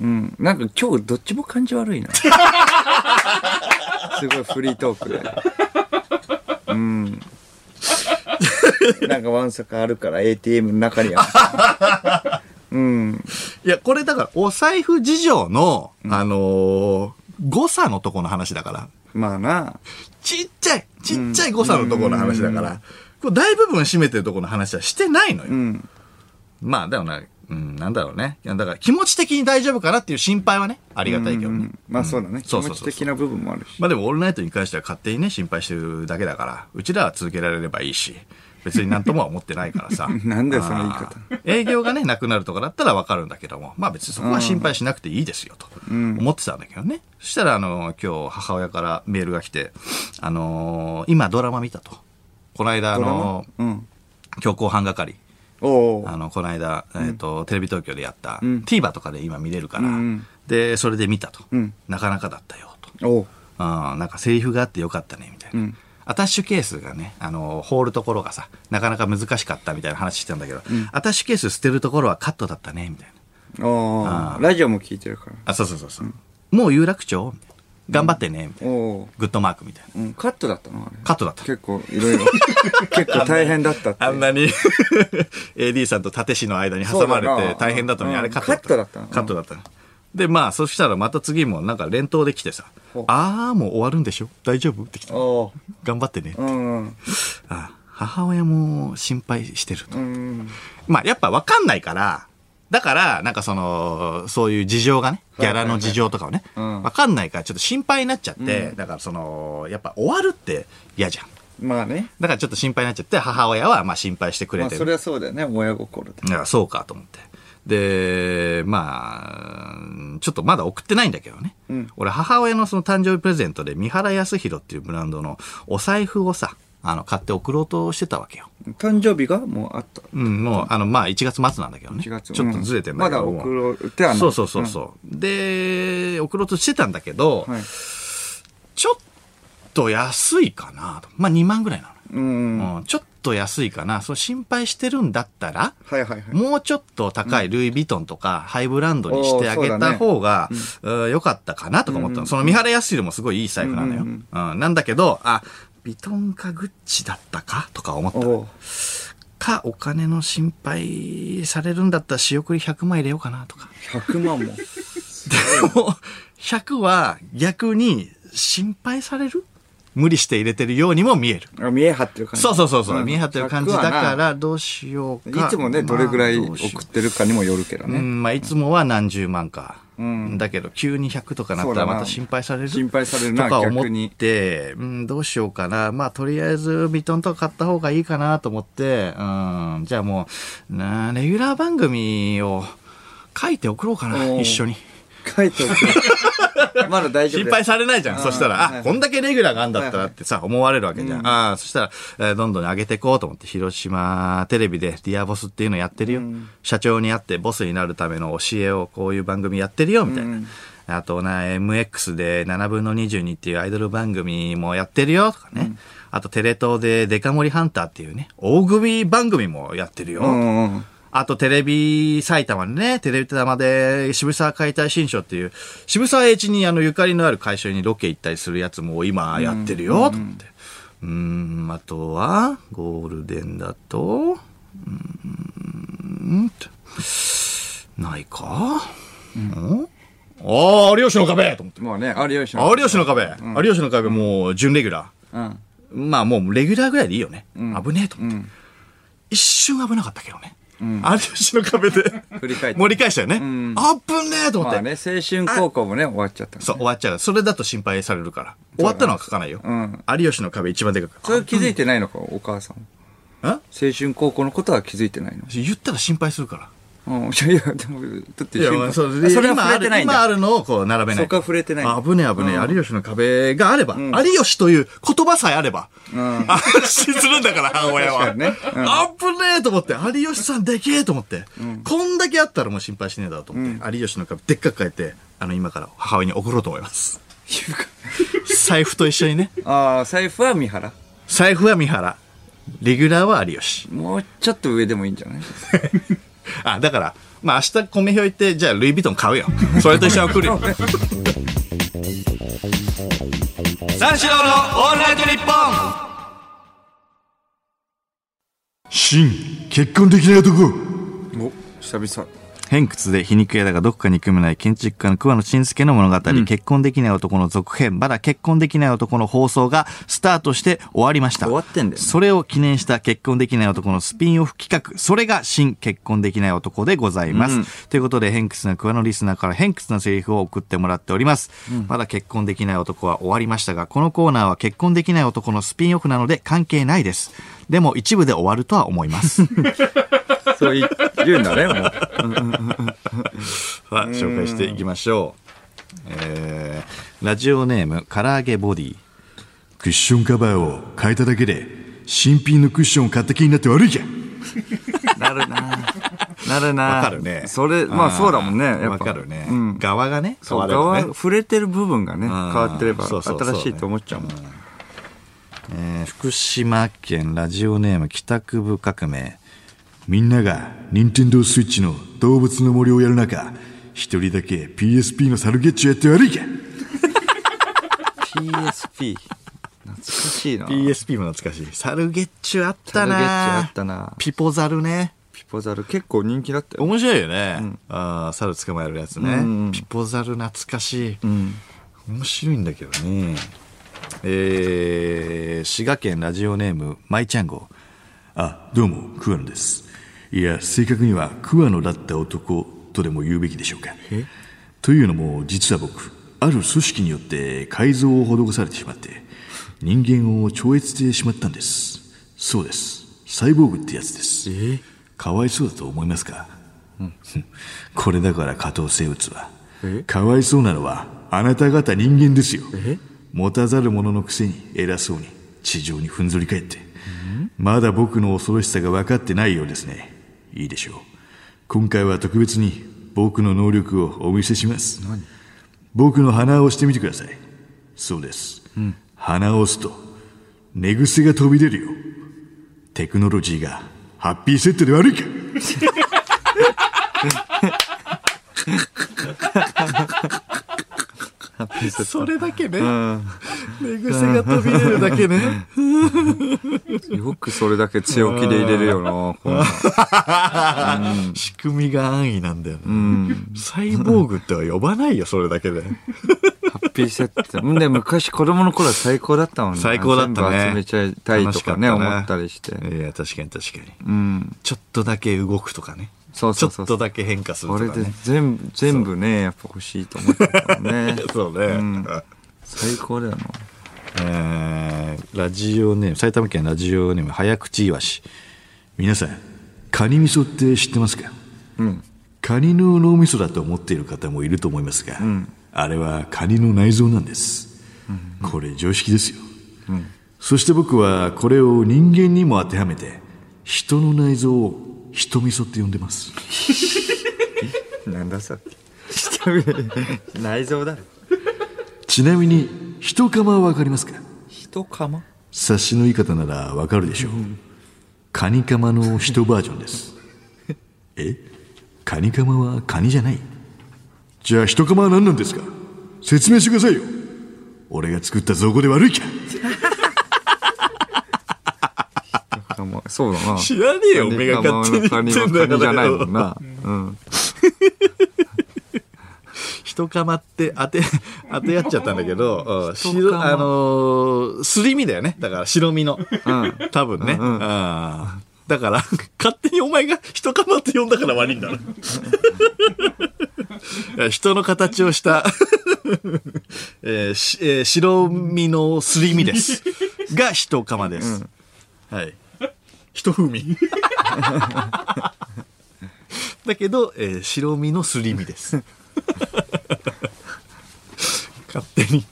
Speaker 2: うん。なんか今日どっちも感 じ悪いな。すごいフリートークで。うん。なんかワンサカあるから ATM の中にある。うん。
Speaker 1: いや、これだから、お財布事情の、あのー誤差のとこの話だから。
Speaker 2: まあな。
Speaker 1: ちっちゃい、ちっちゃい誤差のところの話だから、こう大部分占めてるところの話はしてないのよ。
Speaker 2: うん。
Speaker 1: まあ、だよな、うん、なんだろうね。いやだから気持ち的に大丈夫かなっていう心配はね、ありがたいけどね。
Speaker 2: うんまあそうだね。気
Speaker 1: そうそ
Speaker 2: 持
Speaker 1: うそう
Speaker 2: ち的な部分もあるし。
Speaker 1: まあでも、オールナイトに関しては勝手にね、心配してるだけだから、うちらは続けられればいいし、別になんともは思ってないからさ。
Speaker 2: なんだよその言い方
Speaker 1: あー。営業がね、なくなるとかだったらわかるんだけども、まあ別にそこは心配しなくていいですよ、と思ってたんだけどね。そしたら、あの、今日母親からメールが来て、あのー今ドラマ見たと。この間、あ
Speaker 2: ドラマ
Speaker 1: のー
Speaker 2: うん。
Speaker 1: 今日後半係。
Speaker 2: おう
Speaker 1: あの、この間、えっ、と、テレビ東京でやった、
Speaker 2: ん
Speaker 1: TVer とかで今見れるから、
Speaker 2: うんうん
Speaker 1: で、それで見たと、
Speaker 2: うん
Speaker 1: なかなかだったよ、と。
Speaker 2: おう
Speaker 1: あなんかセリフがあってよかったね、みたいな。
Speaker 2: うん
Speaker 1: アタッシュケースがね、あの、放るところがさ、なかなか難しかったみたいな話してたんだけど、アタッシュケース捨てるところはカットだったね、みたいな。
Speaker 2: お
Speaker 1: あ
Speaker 2: うラジオも聞いてるから。
Speaker 1: あ、そうそうそうそう、もう有楽町みたいな頑張ってね、みたいな。
Speaker 2: おう
Speaker 1: グッドマークみたいな。
Speaker 2: うん。カットだったのあれ。
Speaker 1: カットだった。
Speaker 2: 結構いろい ろ。結構大変だったって。
Speaker 1: あんな に AD さんと立石の間に挟まれ
Speaker 2: そうだ
Speaker 1: て
Speaker 2: な
Speaker 1: 大変だったのに、
Speaker 2: うん
Speaker 1: あれカットだった。
Speaker 2: カット
Speaker 1: だったので、まあ、そしたらまた次もなんか連投で来てさ
Speaker 2: ほう、
Speaker 1: あーもう終わるんでしょ大丈夫って来た。
Speaker 2: おう
Speaker 1: 頑張ってね。
Speaker 2: うん。
Speaker 1: あ母親も心配してると。
Speaker 2: うん。
Speaker 1: まあ、やっぱわかんないから、だから、なんかその、そういう事情がね、ギャラの事情とかをね、
Speaker 2: はいはいはいうん
Speaker 1: わかんないからちょっと心配になっちゃって、だからその、やっぱ終わるって嫌じゃん。
Speaker 2: まあね。
Speaker 1: だからちょっと心配になっちゃって、母親はまあ心配してく
Speaker 2: ま
Speaker 1: れ
Speaker 2: あ
Speaker 1: て
Speaker 2: そ
Speaker 1: る
Speaker 2: れはそうだよね、親心で。
Speaker 1: いや、そうかと思って。で、まあ、ちょっとまだ送ってないんだけどね。
Speaker 2: うん
Speaker 1: 俺、母親のその誕生日プレゼントで、三原康弘っていうブランドのお財布をさ、あの、買って送ろうとしてたわけよ。
Speaker 2: 誕生日がもうあった。
Speaker 1: うん、もう、あの、まあ、1月末なんだけどね。
Speaker 2: 1月
Speaker 1: ちょっとずれてんだけども、
Speaker 2: うんまだ送ろうってはない
Speaker 1: そうそうそうそう。で、送ろうとしてたんだけど、
Speaker 2: はい。
Speaker 1: ちょっと安いかなと。まあ、2万ぐらいなのよ。
Speaker 2: うん。
Speaker 1: うん、ちょっと安いかな、そう心配してるんだったら、
Speaker 2: はいはいはい。
Speaker 1: もうちょっと高いルイ・ヴィトンとか、ハイブランドにしてあげた方が、うん良かったかなとか思ったの。その三原康弘もすごいいい財布なのよ。
Speaker 2: うん
Speaker 1: うんなんだけど、あ、ヴィトンかグッチだったかとか思ったの。
Speaker 2: おう
Speaker 1: か、お金の心配されるんだったら仕送り100万入れようかなとか。
Speaker 2: 100万も。
Speaker 1: でも、100は逆に心配される無理して入れてるようにも見える。
Speaker 2: あ見え張ってる感じ。
Speaker 1: そうそうそうそう、
Speaker 2: ん
Speaker 1: 見え張ってる感じだから、どうしよう
Speaker 2: 100
Speaker 1: か。
Speaker 2: はないつもね、
Speaker 1: まあ
Speaker 2: どれぐらい
Speaker 1: ど
Speaker 2: 送
Speaker 1: うしよう
Speaker 2: ってるかにもよるけど
Speaker 1: う
Speaker 2: ね。
Speaker 1: ん、まあ、いつもは何十万か。
Speaker 2: うん
Speaker 1: だけど、急に100とかなった
Speaker 2: そうだ
Speaker 1: ら
Speaker 2: な
Speaker 1: また心配される
Speaker 2: 心配されるな
Speaker 1: とか思
Speaker 2: 逆に
Speaker 1: って、うん、どうしようかな。まあ、とりあえず、ヴィトンとか買った方がいいかなと思って、うん、じゃあもう、なレギュラー番組を書いて送ろうかな、
Speaker 2: おー
Speaker 1: 一緒に。
Speaker 2: 書いてお く。まだ大丈
Speaker 1: 心
Speaker 2: 夫です
Speaker 1: 配されないじゃん。
Speaker 2: うん
Speaker 1: そしたら、あ、
Speaker 2: はい
Speaker 1: こんだけレギュラーがあんだった
Speaker 2: はい
Speaker 1: ら
Speaker 2: は
Speaker 1: っ
Speaker 2: い
Speaker 1: てさ、思われるわけじゃん。ああ、そしたら、えーどんどん上げていこうと思って、広島テレビでディアボスっていうのやってるよ。
Speaker 2: うん
Speaker 1: 社長に会ってボスになるための教えをこういう番組やってるよ、みたいな。
Speaker 2: うん
Speaker 1: あとな、MX で7分の22っていうアイドル番組もやってるよ、とかね。あとテレ東でデカ盛りハンターっていうね、大組番組もやってるよ。
Speaker 2: うんうんうん。
Speaker 1: あとテレビ埼玉でね、テレビ玉で渋沢解体新書っていう、渋沢栄一にあのゆかりのある会社にロケ行ったりするやつも今やってるよ、と思って。うーん、あとは、ゴールデンだと、うーん、とないか、うん、ああ、有吉の壁と思って。
Speaker 2: もうね、有吉
Speaker 1: あ
Speaker 2: の。
Speaker 1: 有吉の壁、有吉の壁もう準レギュラ
Speaker 2: うん。
Speaker 1: ー。まあもうレギュラーぐらいでいいよね。
Speaker 2: ん
Speaker 1: 危ねえと思って。
Speaker 2: うん
Speaker 1: 一瞬危なかったけどね。
Speaker 2: うん
Speaker 1: 有吉の壁で。
Speaker 2: 振り返って。
Speaker 1: 盛り返したよね。
Speaker 2: ん
Speaker 1: あっぶねえと思っ
Speaker 2: ま
Speaker 1: て。
Speaker 2: あね、青春高校もね、終わっちゃったから。
Speaker 1: そう、終わっちゃう。それだと心配されるから。終わったのは書かないよ。
Speaker 2: うん
Speaker 1: 有吉の壁一番でかく。
Speaker 2: それ気づいてないのか、お母さん。
Speaker 1: あん
Speaker 2: 青春高校のことは気づいてないの。
Speaker 1: 言ったら心配するから。
Speaker 2: うん。いやいや、でも、だって
Speaker 1: いや、
Speaker 2: 瞬
Speaker 1: ま
Speaker 2: 間
Speaker 1: あそう
Speaker 2: あそれは
Speaker 1: 今あ
Speaker 2: 触れ
Speaker 1: る
Speaker 2: てないん
Speaker 1: 今あ
Speaker 2: だ。
Speaker 1: るのをこう並べない。
Speaker 2: そこは触れてないんだ
Speaker 1: あ危ねえ危ねえ、有吉の壁があれば、有吉という言葉さえあれば、
Speaker 2: ん
Speaker 1: 安心するんだから、母親は。
Speaker 2: 確かにね うん
Speaker 1: あぶねえと思って、有吉さんでけえと思って、こんだけあったらもう心配しねえだろうと思って、有吉の壁でっかく変えて、あの、今から母親に送ろうと思います。財布と一緒にね。
Speaker 2: ああ、財布は三原。
Speaker 1: 財布は三原。レギュラーは有吉。
Speaker 2: もうちょっと上でもいいんじゃない
Speaker 1: あ、だから、まあ明日米表行って、じゃあルイ・ヴィトン買うよ。それと一緒に送るよ。三四郎のオールナイトニッポン新、結婚できない男
Speaker 2: お、久々。
Speaker 1: 偏屈で皮肉屋だがどこか憎めない建築家の桑野慎介の物語、結婚できない男の続編、まだ結婚できない男の放送がスタートして終わりました。
Speaker 2: 終わってんだよね
Speaker 1: それを記念した結婚できない男のスピンオフ企画、それが新結婚できない男でございます。
Speaker 2: うん
Speaker 1: ということで、偏屈な桑野リスナーから偏屈なセリフを送ってもらっております。まだ結婚できない男は終わりましたが、このコーナーは結婚できない男のスピンオフなので関係ないです。でも一部で終わるとは思います。
Speaker 2: そうい言うんだね、もう。
Speaker 1: さあ紹介していきましょう、えー、ラジオネーム唐揚げボディ
Speaker 3: クッションカバーを変えただけで新品のクッションを買った気になって悪いじゃん
Speaker 2: なるななるな
Speaker 1: わかるね
Speaker 2: それ、まあそうだもんね。やっぱ
Speaker 1: わかるね、
Speaker 2: うん。
Speaker 1: 側がね
Speaker 2: そ
Speaker 1: 変わ
Speaker 2: う、
Speaker 1: ればね
Speaker 2: 側、触れてる部分がね、変わってれば、
Speaker 1: そうそうそう
Speaker 2: 新しいと思っちゃうもん。
Speaker 1: えー福島県ラジオネーム帰宅部革命
Speaker 3: みんなが任天堂スイッチの動物の森をやる中一人だけ PSP のサルゲッチュやって悪いじゃん
Speaker 2: PSP。懐かしいな。
Speaker 1: PSP も懐かしいサルゲッチュあったな
Speaker 2: サルゲッチュあったな
Speaker 1: ピポザルね
Speaker 2: ピポザル結構人気だったよ。
Speaker 1: 面白いよね、ああ猿捕まえるやつね、
Speaker 2: うん
Speaker 1: ピポザル懐かしい、
Speaker 2: うん。
Speaker 1: 面白いんだけどねえー、滋賀県ラジオネームまいちゃんご
Speaker 3: あどうも桑野ですいや正確には桑野だった男とでも言うべきでしょうかというのも実は僕ある組織によって改造を施されてしまって人間を超越してしまったんですそうですサイボーグってやつですかわいそうだと思いますか、これだから加藤生物はかわいそうなのはあなた方人間ですよ持たざる者のくせに偉そうに地上にふんぞり返ってまだ僕の恐ろしさが分かってないようですねいいでしょう今回は特別に僕の能力をお見せします僕の鼻を押してみてくださいそうです、鼻を押すと寝癖が飛び出るよテクノロジーがハッピーセットで悪いか
Speaker 1: それだけね
Speaker 2: うん
Speaker 1: 寝癖が飛び出るだけね
Speaker 2: よくそれだけ強気で入れるよな、こんな
Speaker 1: 仕組みが安易なんだよね、
Speaker 2: うん。
Speaker 1: サイボーグっては呼ばないよそれだけで
Speaker 2: ハッピーセット。で、昔子供の頃は最高だったもんね。
Speaker 1: 最高だったね
Speaker 2: 全部集めちゃいたいとかね、
Speaker 1: 楽し
Speaker 2: 思
Speaker 1: か
Speaker 2: ったりして。
Speaker 1: いや確かに確かに
Speaker 2: うん。
Speaker 1: ちょっとだけ動くとかね
Speaker 2: そうそうそう
Speaker 1: ちょっとだけ変化する
Speaker 2: これ
Speaker 1: とか
Speaker 2: で
Speaker 1: ね
Speaker 2: 全部、全部ね、やっぱ欲しいと思ってたもんね。
Speaker 1: そうね、
Speaker 2: ん最高だよな。
Speaker 1: えーラジオネーム埼玉県ラジオネーム早口いわし
Speaker 3: 皆さんカニ味噌って知ってますか、カニの脳みそだと思っている方もいると思いますが、あれはカニの内臓なんです、これ常識ですよ、そして僕はこれを人間にも当てはめて人の内臓を人味噌って呼んでます
Speaker 2: なんださっ き。下見内臓だろ。
Speaker 3: ちなみに一釜は分かりますか
Speaker 2: 人釜
Speaker 3: 察しのいい方ならわかるでしょう、カニカマの人バージョンです えカニカマはカニじゃないじゃあ人カマは何なんですか説明してくださいよ俺が作った造語で悪いか
Speaker 2: 釜。そうだな。
Speaker 1: 知らねえよおめえが勝手に言ってんだからよ
Speaker 2: カニはカニじゃないもんな。うん。
Speaker 1: 一釜って当て、 当てやっちゃったんだけど、うん
Speaker 2: 一
Speaker 1: 白、
Speaker 2: 釜
Speaker 1: あのーすり身だよね。だから白身の。
Speaker 2: ん
Speaker 1: 多分ね。うんだから、勝手にお前が一釜って呼んだから悪いんだろ。いや人の形をした、 えーしえー白身のすり身です。が一釜です。はい。一風味。 だけど、えー白身のすり身です。 勝手に、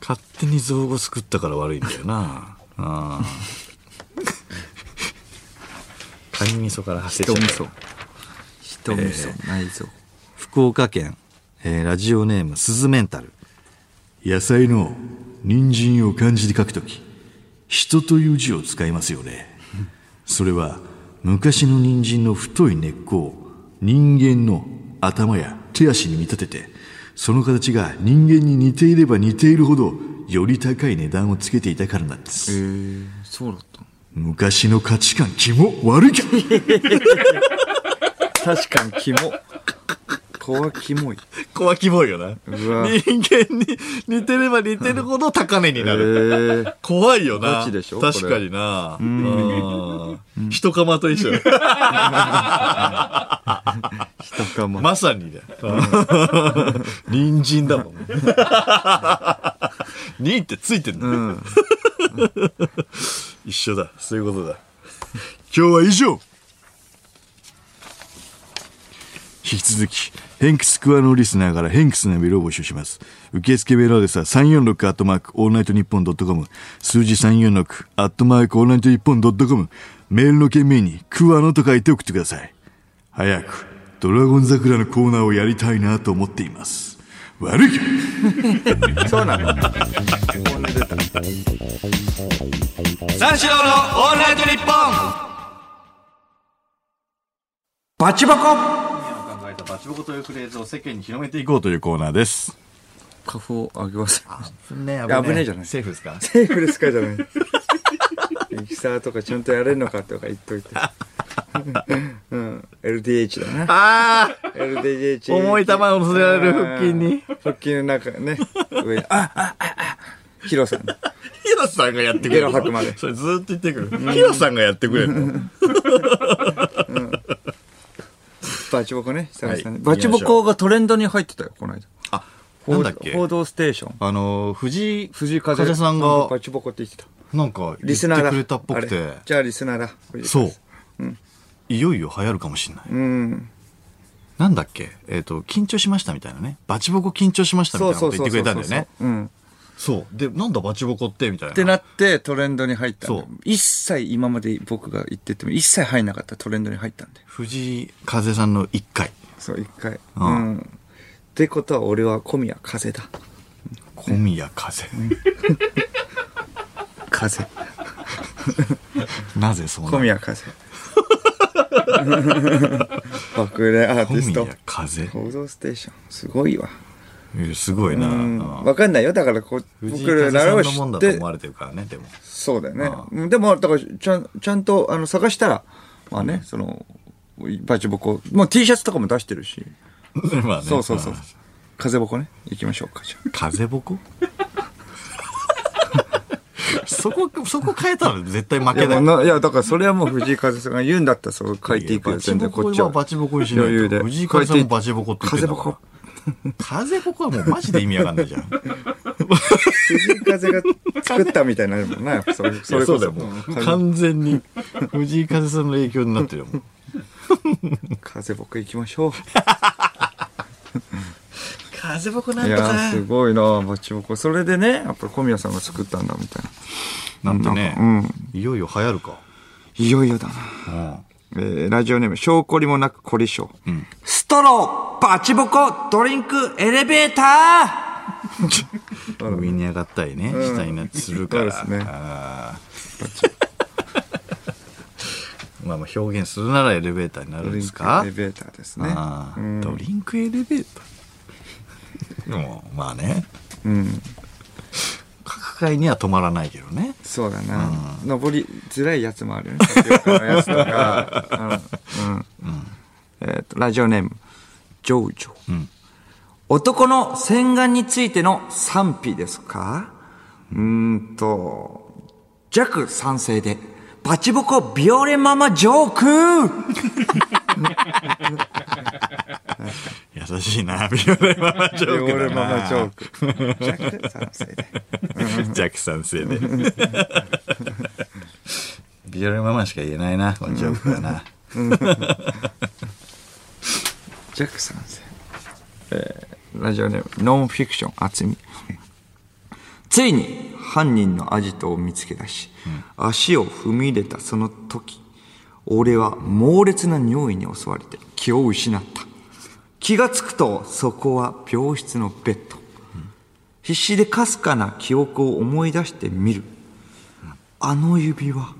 Speaker 1: 勝手に造語作ったから悪いんだよ な。ああ。カニ味噌から発生した
Speaker 2: 人味噌。人味噌、内臓。
Speaker 1: 福岡県、えーラジオネームスズメンタル。
Speaker 3: 野菜の人参を漢字で書くとき人という字を使いますよねそれは昔の人参の太い根っこを人間の頭や手足に見立ててその形が人間に似ていれば似ているほどより高い値段をつけていたからなんで
Speaker 2: え
Speaker 3: す
Speaker 2: ー、そうだった。
Speaker 3: 昔の価値観気も悪い か
Speaker 2: 確かにキモ。こはキモい。
Speaker 1: こわきぼいよな。人
Speaker 2: うわ
Speaker 1: 間に似てれば似てるほど高値になる。
Speaker 2: ええ
Speaker 1: 怖いよな。
Speaker 2: ガチでしょこれ
Speaker 1: 確かにな。うん。一釜と一緒だ。
Speaker 2: 人かま。
Speaker 1: まさにだよ。人参だも ん。にってついてんだ、
Speaker 2: うん。
Speaker 1: 一緒だ。そういうことだ。
Speaker 3: 今日は以上引き続き、ヘンクスクワのリスナーからヘンクスなメールを募集します。受付メールアドレスは346アットマークオールナイトニッポンドットコム、数字346アットマークオールナイトニッポンドットコム、メールの件名にクワのと書いて送ってください。早く、ドラゴン桜のコーナーをやりたいなと思っています。悪いか
Speaker 2: そうなの。
Speaker 1: 三四郎のオールナイトニッポン
Speaker 2: バチバコ
Speaker 1: 考えたバチボコというフレーズを世間に広めていこうというコーナーです。
Speaker 2: 花粉をあげます。
Speaker 1: 危ね
Speaker 2: え危ねえじゃない
Speaker 1: セーフですか
Speaker 2: セーフですかじゃない。 ミキサーとかちゃんとやれるのかとか言っといて。 うん。LDH だな。
Speaker 1: ああ
Speaker 2: LDH。
Speaker 1: 重い球を乗せられる腹筋に
Speaker 2: うん。腹筋の中ね。 上に。あ、あ、あ、あ。ヒロさん。
Speaker 1: ヒロさんがやってくれるの
Speaker 2: ゲロ吐くまで
Speaker 1: それずーっと言ってくる。ヒロさんがやってくれるの
Speaker 2: バチボコね。久々
Speaker 1: はい
Speaker 2: に。バチボコがトレンドに入ってたよ、この間。
Speaker 1: あ、なんだっけ
Speaker 2: 報道ステーション。
Speaker 1: あの、藤井、
Speaker 2: 藤井風
Speaker 1: 風さんが、
Speaker 2: バチボコって言ってた。
Speaker 1: なんか、
Speaker 2: リ
Speaker 1: 言っ
Speaker 2: スナー
Speaker 1: て
Speaker 2: だ。
Speaker 1: くれたっぽく
Speaker 2: あ
Speaker 1: て
Speaker 2: れ。じゃあリスナーだ。
Speaker 1: そう。いよいよ流行るかもしれない。
Speaker 2: う。うん。
Speaker 1: なんだっけえっ、と、緊張しましたみたいなね。バチボコ緊張しましたみた
Speaker 2: そ
Speaker 1: いうなこ
Speaker 2: そ
Speaker 1: と言
Speaker 2: うそ
Speaker 1: っ
Speaker 2: う
Speaker 1: てく
Speaker 2: そう
Speaker 1: れ
Speaker 2: そ
Speaker 1: た
Speaker 2: うん
Speaker 1: だよね。
Speaker 2: うん。
Speaker 1: そう。で、なんだバチボコってみたいな。
Speaker 2: ってなってトレンドに入ったんだよ
Speaker 1: そう
Speaker 2: 一切今まで僕が言ってても一切入んなかったトレンドに入ったんで
Speaker 1: 藤井風さんの一回。
Speaker 2: そう一回
Speaker 1: ああ
Speaker 2: うんってことは俺は小宮風だ
Speaker 1: 小宮風。
Speaker 2: 風
Speaker 1: なぜそうな
Speaker 2: 小
Speaker 1: る
Speaker 2: 宮風爆裂アーティスト
Speaker 1: 風
Speaker 2: 報道ステーションすごいわ
Speaker 1: いやすごいなうん
Speaker 2: わかんないよだからこ
Speaker 1: 藤井
Speaker 2: 僕
Speaker 1: 風
Speaker 2: ら
Speaker 1: さん
Speaker 2: は
Speaker 1: の
Speaker 2: 知
Speaker 1: もんだ
Speaker 2: っ
Speaker 1: と
Speaker 2: て
Speaker 1: 思われてるからねでも
Speaker 2: そうだよねうんでもだからちゃんちゃんとあの探したらまあねそのバチボコもう T シャツとかも出してるし
Speaker 1: まあね
Speaker 2: そうそうそうん風ボコね行きましょうかじゃあ
Speaker 1: 風ぼこ そこそこ変えたら絶対負
Speaker 2: いや
Speaker 1: けない
Speaker 2: もうないやだからそれはもう藤井風さんが言うんだったらそう書いていくよ
Speaker 1: バチ
Speaker 2: 全
Speaker 1: ボ
Speaker 2: 然こ
Speaker 1: コ
Speaker 2: っちは
Speaker 1: はバチボコにしないと
Speaker 2: 余裕で
Speaker 1: 藤井風さんもバチボコって言って
Speaker 2: 風
Speaker 1: んだ
Speaker 2: ボ
Speaker 1: か
Speaker 2: コ
Speaker 1: ら風ぼこはもうマジで意味わかんないじゃん
Speaker 2: 藤井風が作ったみたいになる もんなやっぱそれ それこそ
Speaker 1: 完全に藤井風さんの影響になってるよもん
Speaker 2: 風ボコ行きましょう
Speaker 1: 風ぼこないん
Speaker 2: や
Speaker 1: とか
Speaker 2: ーすごいなバチボコそれでねやっぱり小宮さんが作ったんだみたいな
Speaker 1: なんてね、
Speaker 2: うん
Speaker 1: いよいよ流行るか、
Speaker 2: いよいよだな、えーラジオネーム小こりもなくこりしょう、ストローバチボコドリンクエレベータ
Speaker 1: 上に上がったりね、下になするから
Speaker 2: そうですね
Speaker 1: あー まあまあ表現するならエレベーターにな
Speaker 2: ー
Speaker 1: る
Speaker 2: ド
Speaker 1: ん
Speaker 2: リ
Speaker 1: で
Speaker 2: ン
Speaker 1: す
Speaker 2: ク
Speaker 1: か
Speaker 2: エレベーターですね
Speaker 1: あ
Speaker 2: う
Speaker 1: ー
Speaker 2: ん
Speaker 1: ドリンクエレベーターでもまあね
Speaker 2: うん
Speaker 1: 各界には止まらないけどね
Speaker 2: そうだな、登りづらいやつもあ るよね先ほどのやつとかうんうんえーとラジオネームジョウジョ、男の洗顔についての賛否ですかうーんと弱賛成でバチボコビオレママジョーク
Speaker 1: 優しいなビオレマ マジョークだな
Speaker 2: ク弱賛成で
Speaker 1: ジャックさん生で。 ビオレママしか言えないな、このジョークは な。
Speaker 2: 弱賛成、えーラジオネームノンフィクション厚みついに犯人のアジトを見つけ出し、足を踏み入れたその時俺は猛烈な尿意に襲われて気を失った気がつくとそこは病室のベッド、必死でかすかな記憶を思い出してみる、あの指輪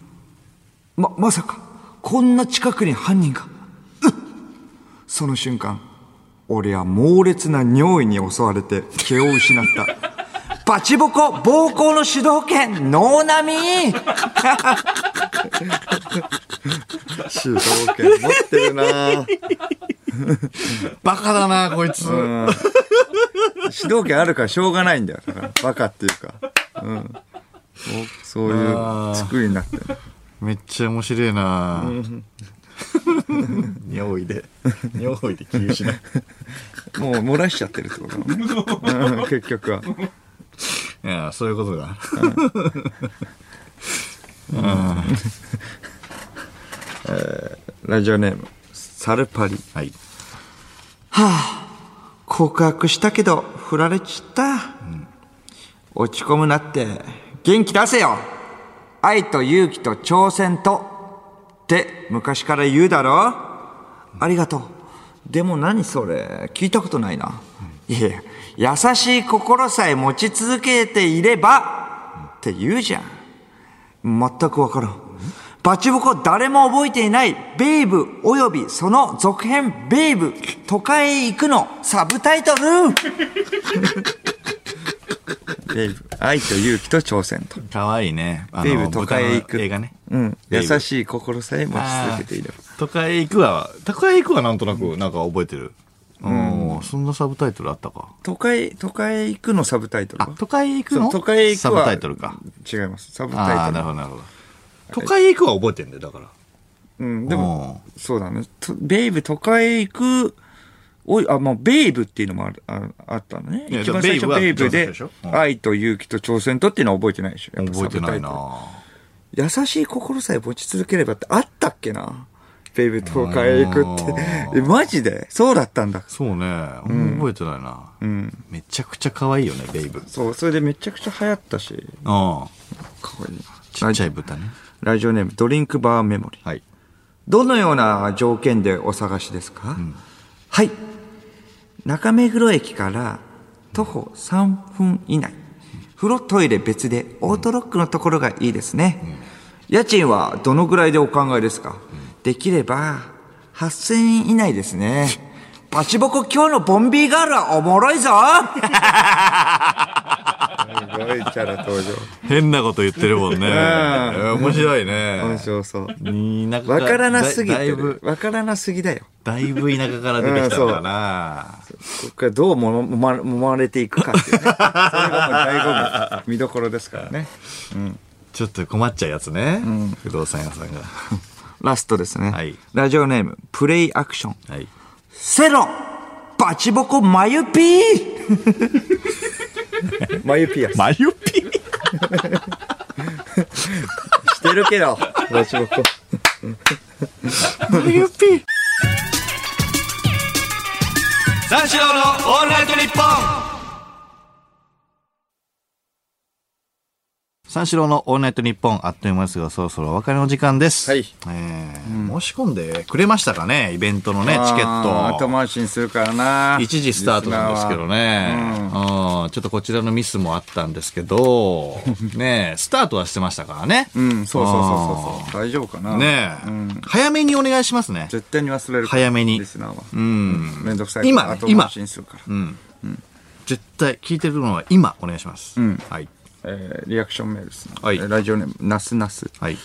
Speaker 2: ままさかこんな近くに犯人がその瞬間、俺は猛烈な尿意に襲われて気を失 った。バチボコ暴行の主導権、能波主導権持ってるな
Speaker 1: バカだな、こいつ。
Speaker 2: 主導権あるからしょうがないんだよ。だからバカっていうか。うん。もうそういう作りになってる。
Speaker 1: めっちゃ面白いな。尿意で、尿意で気を失う。
Speaker 2: もう漏らしちゃってるってことだもんね。うん結局は。
Speaker 1: いや、そういうことだ。
Speaker 2: ラジオネーム、サルパリ。
Speaker 1: はい。
Speaker 2: 告白したけど振られちった、落ち込むなって元気出せよ愛と勇気と挑戦とって昔から言うだろ、ありがとうでも何それ聞いたことないな、いやいや優しい心さえ持ち続けていれば、って言うじゃん全くわからん。バチボコ誰も覚えていない、ベイブおよびその続編、ベイブ、都会へ行くの、サブタイトル ベイブ、愛と勇気と挑戦と。
Speaker 1: かわいいね。あの
Speaker 2: ベイブ都会へ行く。
Speaker 1: 豚の映画ね。
Speaker 2: うん。
Speaker 1: ベイ
Speaker 2: 優
Speaker 1: ブ
Speaker 2: しい心さえ持ち続けていれば。
Speaker 1: あー都会へ行くは、都会へ行くはなんとなく、なんか覚えてる。うん、そんなサブタイトルあったか。
Speaker 2: 都会、都会へ行くのサブタイトル
Speaker 1: あ、
Speaker 2: は
Speaker 1: 都会へ行くの
Speaker 2: そう都会へ行く
Speaker 1: サ
Speaker 2: は
Speaker 1: ブタイトルか。
Speaker 2: 違います。サブ
Speaker 1: あ
Speaker 2: タ
Speaker 1: あ、
Speaker 2: イ
Speaker 1: なる
Speaker 2: トル。
Speaker 1: ほど、なるほど。都会へ行くは覚えてんだよ、だから。
Speaker 2: うん。でも、そうだね。とベイブ都会へ行く、おい、あ、まあ、ベイブっていうのもあるああったのね。
Speaker 1: いや
Speaker 2: 一番最初ベ
Speaker 1: ベ
Speaker 2: イ
Speaker 1: イブ
Speaker 2: ブ
Speaker 1: は
Speaker 2: で
Speaker 1: 挑戦でしょ、うん
Speaker 2: 愛と勇気と挑戦とっていうのは覚えてないでしょ。やっぱ
Speaker 1: 覚えてない
Speaker 2: サブタイ
Speaker 1: な
Speaker 2: トル優しい心さえ持ち続ければってあったっけな。ベイブ都会へ行くって
Speaker 1: あ。
Speaker 2: え、マジでそうだったんだ。
Speaker 1: そうね、あんま覚えてないな、
Speaker 2: ん
Speaker 1: めちゃくちゃ可愛いよねベイブうん
Speaker 2: そう、それでめちゃくちゃ流行ったし。かわいいな。
Speaker 1: ちっちゃい豚ね
Speaker 2: ラジオネーム、ドリンクバーメモリー。
Speaker 1: はい
Speaker 2: どのような条件でお探しですか、はい。中目黒駅から徒歩3分以内。風呂、トイレ別でオートロックのところがいいですね。家賃はどのぐらいでお考えですか、できれば、8000円以内ですね。バチボコ今日のボンビーガールはおもろいぞすごいキャラ登場。
Speaker 1: 変なこと言ってるも んね。面白い
Speaker 2: 面
Speaker 1: ね。
Speaker 2: 白そう。
Speaker 1: 田舎
Speaker 2: わからなすぎ
Speaker 1: だ
Speaker 2: て
Speaker 1: い
Speaker 2: る
Speaker 1: ぶ。、
Speaker 2: わからなすぎだよ。
Speaker 1: だいぶ田舎から出てきたんだな。
Speaker 2: ここからどうももまもまれていくかっていうね。それがもう醍醐味、見どころですからね。
Speaker 1: ちょっと困っちゃうやつね。不動産屋さんが。
Speaker 2: ラストですね。
Speaker 1: はい
Speaker 2: ラジオネーム、プレイアクション。
Speaker 1: はい。
Speaker 2: セロバチボコマユピー マユピアス
Speaker 1: マユピー
Speaker 2: してるけど、バチボコ。
Speaker 1: 三四郎のオールナイトニッポン三四郎のオールナイトニッポンあっという間ですがそろそろお別れの時間です、
Speaker 2: はい
Speaker 1: えー申し込んでくれましたかねイベントのねチケ
Speaker 2: あー
Speaker 1: ッ
Speaker 2: 後
Speaker 1: ト
Speaker 2: 回しにするからな。
Speaker 1: 1時スタートなんですけどね、うんちょっとこちらのミスもあったんですけ どねえスタートはしてましたからね
Speaker 2: リスナーは。うん、そうそうそうそうそう。大丈夫かな。
Speaker 1: ねえ、早めにお願いしますね
Speaker 2: 絶対に忘れるから
Speaker 1: 早めに
Speaker 2: リスナーは。
Speaker 1: うん
Speaker 2: めんどくさいから。
Speaker 1: 今ね
Speaker 2: 後回しにするから。
Speaker 1: 絶対聞いてるのは今お願いします、はい
Speaker 2: えーリアクションメールですね。
Speaker 1: はい
Speaker 2: えーラジオネーム、ナスナス。
Speaker 1: はい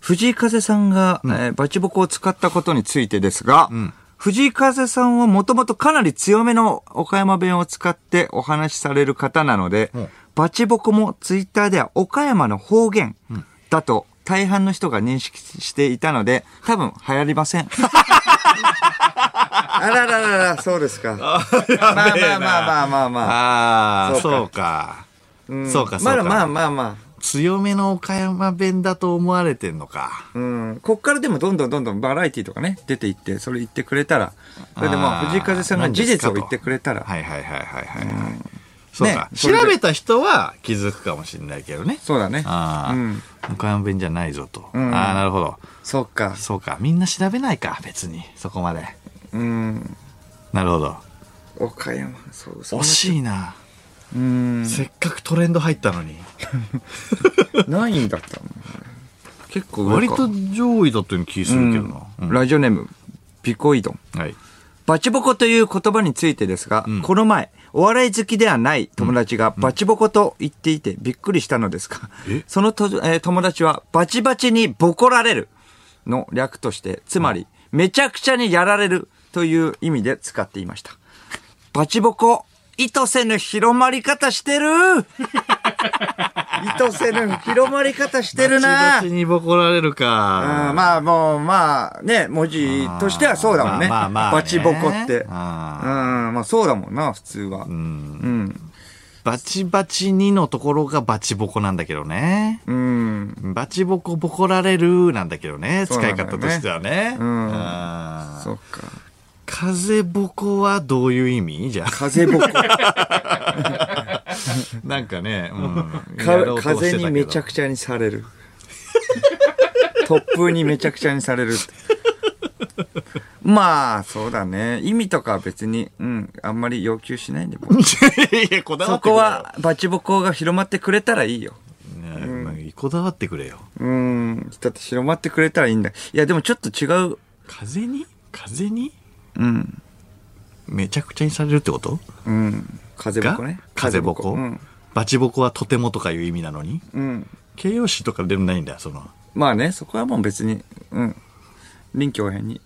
Speaker 2: 藤井風さんが、えーバチボコを使ったことについてですが、藤井風さんはもともとかなり強めの岡山弁を使ってお話しされる方なので、バチボコもツイッターでは岡山の方言だと大半の人が認識していたので、多分流行りません。 あらららら、そうですか。 まあまあまあまあまあまあ。
Speaker 1: ああ、そ
Speaker 2: そう
Speaker 1: か。そうか、そうか。
Speaker 2: まだまあまあまあ。
Speaker 1: 強めの岡山弁だと思われてんのか。
Speaker 2: うん、こっからでもどんどんどんどんバラエティとかね、出ていって、それ言ってくれたら、それでま
Speaker 1: あ
Speaker 2: あ
Speaker 1: ー
Speaker 2: 藤井風さんが事実を言ってくれたら、
Speaker 1: はいはいはいはいはいはい。そうか。
Speaker 2: ねそ
Speaker 1: 調
Speaker 2: れで
Speaker 1: べた人は気づくかもしれないけどね。
Speaker 2: そうだね。
Speaker 1: ああ、
Speaker 2: うん。
Speaker 1: 岡山弁じゃないぞと。
Speaker 2: ん
Speaker 1: ああ、なるほど。
Speaker 2: そうか。
Speaker 1: そうか。みんな調べないか、別に。そこまで。
Speaker 2: うん。
Speaker 1: なるほど。
Speaker 2: 岡山、そうそう。
Speaker 1: 惜しいな。
Speaker 2: うん。
Speaker 1: せっかくトレンド入ったのに。
Speaker 2: ないんだったの結構上
Speaker 1: 割
Speaker 2: か
Speaker 1: と上位だったような気するけどな。
Speaker 2: うんラジオネーム、ピコイドン。
Speaker 1: うんはい。
Speaker 2: バチボコという言葉についてですが、この前、お笑い好きではない友達がバチボコと言っていてびっくりしたのですが、そのと、えー友達はバチバチにボコられるの略として、つまり、めちゃくちゃにやられるという意味で使っていました。バチボコ、意図せぬ広まり方してる意図せぬ広まり方してるな
Speaker 1: バチバチにボコられる
Speaker 2: う
Speaker 1: か
Speaker 2: ん。まあもう、まあね、文字としてはそうだもんね。
Speaker 1: まあまあまあね
Speaker 2: バチボコって。うん、
Speaker 1: あ
Speaker 2: まあそうだもんな、普通は。うん。
Speaker 1: バチバチ2のところがバチボコなんだけどね。
Speaker 2: うん。
Speaker 1: バチボコボコられるなんだけどね。
Speaker 2: そう
Speaker 1: 使
Speaker 2: ないんだよね
Speaker 1: 方としてはね。
Speaker 2: ん
Speaker 1: あー
Speaker 2: そっか。
Speaker 1: 風ボコはどういう意味じゃあ
Speaker 2: 風ボコ。
Speaker 1: なんかね、うんやろう
Speaker 2: か
Speaker 1: としてたけ
Speaker 2: 風
Speaker 1: ど
Speaker 2: にめちゃくちゃにされる。 突風にめちゃくちゃにされるって。まあ、そうだね。意味とかは別に、うん、あんまり要求しないんで、僕
Speaker 1: いや、こだわ
Speaker 2: そ
Speaker 1: ってくれ
Speaker 2: こ
Speaker 1: よ。
Speaker 2: は、バチボコが広まってくれたらいいよ。
Speaker 1: ねまあこだわってくれよ。
Speaker 2: うん。だって広まってくれたらいいんだ。いや、でもちょっと違う。
Speaker 1: 風に風に
Speaker 2: うん。
Speaker 1: めちゃくちゃにされるってこと
Speaker 2: うん。風ボ
Speaker 1: が
Speaker 2: コね。
Speaker 1: 風ボコ
Speaker 2: うん。
Speaker 1: バチボコはとてもとかいう意味なのに
Speaker 2: うん。
Speaker 1: 形容詞とかでもないんだ、そ の。
Speaker 2: まあね、そこはもう別に、うん。臨機応変に。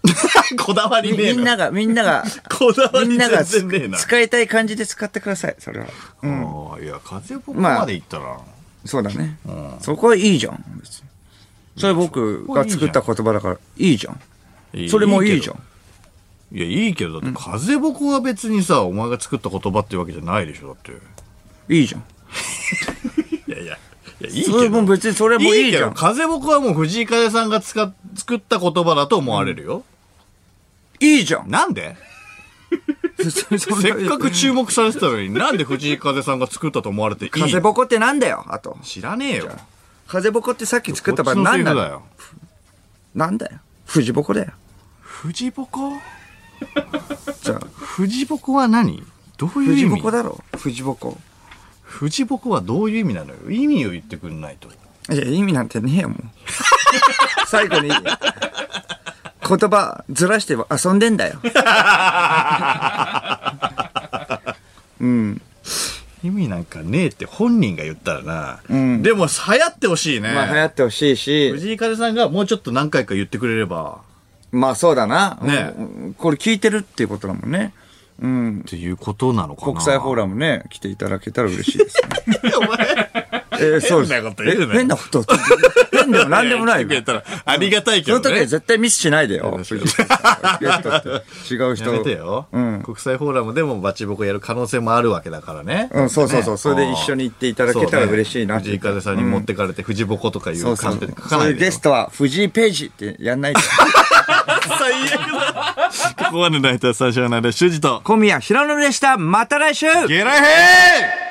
Speaker 1: こだわり
Speaker 2: み
Speaker 1: ねえ
Speaker 2: みん
Speaker 1: な。
Speaker 2: なが、みんなが、
Speaker 1: こだわ
Speaker 2: み
Speaker 1: り
Speaker 2: んなが
Speaker 1: 全然ねえな。
Speaker 2: 使いたい感じで使ってください、それは。うん。
Speaker 1: ああいや、風ぼこまでいったら、
Speaker 2: そうだね。そこはいいじゃん、別に。それ僕が作った言葉だから、いいじゃん。
Speaker 1: いい
Speaker 2: それもいいじゃん。。
Speaker 1: いや、いいけど、だって、風ぼこは別にさ、お前が作った言葉ってわけじゃないでしょ、だって。
Speaker 2: いいじゃん。
Speaker 1: いやいや、いや、いいけ
Speaker 2: それも
Speaker 1: ど。
Speaker 2: 別にそれも
Speaker 1: い
Speaker 2: い
Speaker 1: い
Speaker 2: い
Speaker 1: け
Speaker 2: じゃ
Speaker 1: ど、
Speaker 2: ん。
Speaker 1: 風ぼこはもう藤井風さんが使っ作った言葉だと思われるよ。
Speaker 2: い いじゃん。
Speaker 1: なんで せっ かく注目されてたのに、なんで藤井風さんが作ったと思われていいの
Speaker 2: 風ボコってなんだよ、あと。
Speaker 1: 知らねえよ。
Speaker 2: 風ボコってさっき作った
Speaker 1: こ
Speaker 2: 場
Speaker 1: っちの
Speaker 2: 合
Speaker 1: セ
Speaker 2: 何
Speaker 1: リ
Speaker 2: な
Speaker 1: フ
Speaker 2: の
Speaker 1: だよ。
Speaker 2: なんだよ。藤ボコだよ。
Speaker 1: 藤ぼこ
Speaker 2: じゃあ、
Speaker 1: 藤ぼこは何どういう
Speaker 2: 藤
Speaker 1: 意
Speaker 2: ボ
Speaker 1: 味
Speaker 2: コだろ。藤ボコ。
Speaker 1: 藤ぼこはどういう意味なのよ。意味を言ってくんないと。
Speaker 2: いや、意味なんてねえよ、もう。 最後に、言葉ずらして遊んでんだよ。
Speaker 1: 意味なんかねえって本人が言ったらな、
Speaker 2: ん
Speaker 1: でも流行ってほしいね、
Speaker 2: まあ流行ってほしいし、
Speaker 1: 藤井風さんがもうちょっと何回か言ってくれれば
Speaker 2: まあそうだな。
Speaker 1: ね
Speaker 2: うんこれ聞いてるっていうことだもんね。うん。
Speaker 1: っていうことなのかな
Speaker 2: 国際フォーラムね、来ていただけたら嬉しいですね。
Speaker 1: お前
Speaker 2: えーそうです。
Speaker 1: 変なこと言うなよ
Speaker 2: え変なこと。変でも何でもないよ。
Speaker 1: や来てくれたらありがたいけ
Speaker 2: そ
Speaker 1: ど、
Speaker 2: の
Speaker 1: ね、
Speaker 2: 時は絶対ミスしないでよ。
Speaker 1: そう
Speaker 2: 藤
Speaker 1: で
Speaker 2: 井さんゲストって違う人。
Speaker 1: やめてよ、
Speaker 2: うん。
Speaker 1: 国際フォーラムでもバチボコやる可能性もあるわけだからね。
Speaker 2: うんそうそうそうそれで一緒に行っていただけたら
Speaker 1: そうね
Speaker 2: 嬉しいなって
Speaker 1: 藤井風さんに持ってかれて、藤ボコとかいう
Speaker 2: そうそ
Speaker 1: 感
Speaker 2: う
Speaker 1: じで書。か
Speaker 2: そう
Speaker 1: ないいうで
Speaker 2: ゲ
Speaker 1: よ
Speaker 2: ストは藤井ページってや んないで。
Speaker 1: 最悪 だ。ここまでの人は最初はなで、主人と、
Speaker 2: 小宮平野でした。また来週
Speaker 1: ゲラヘー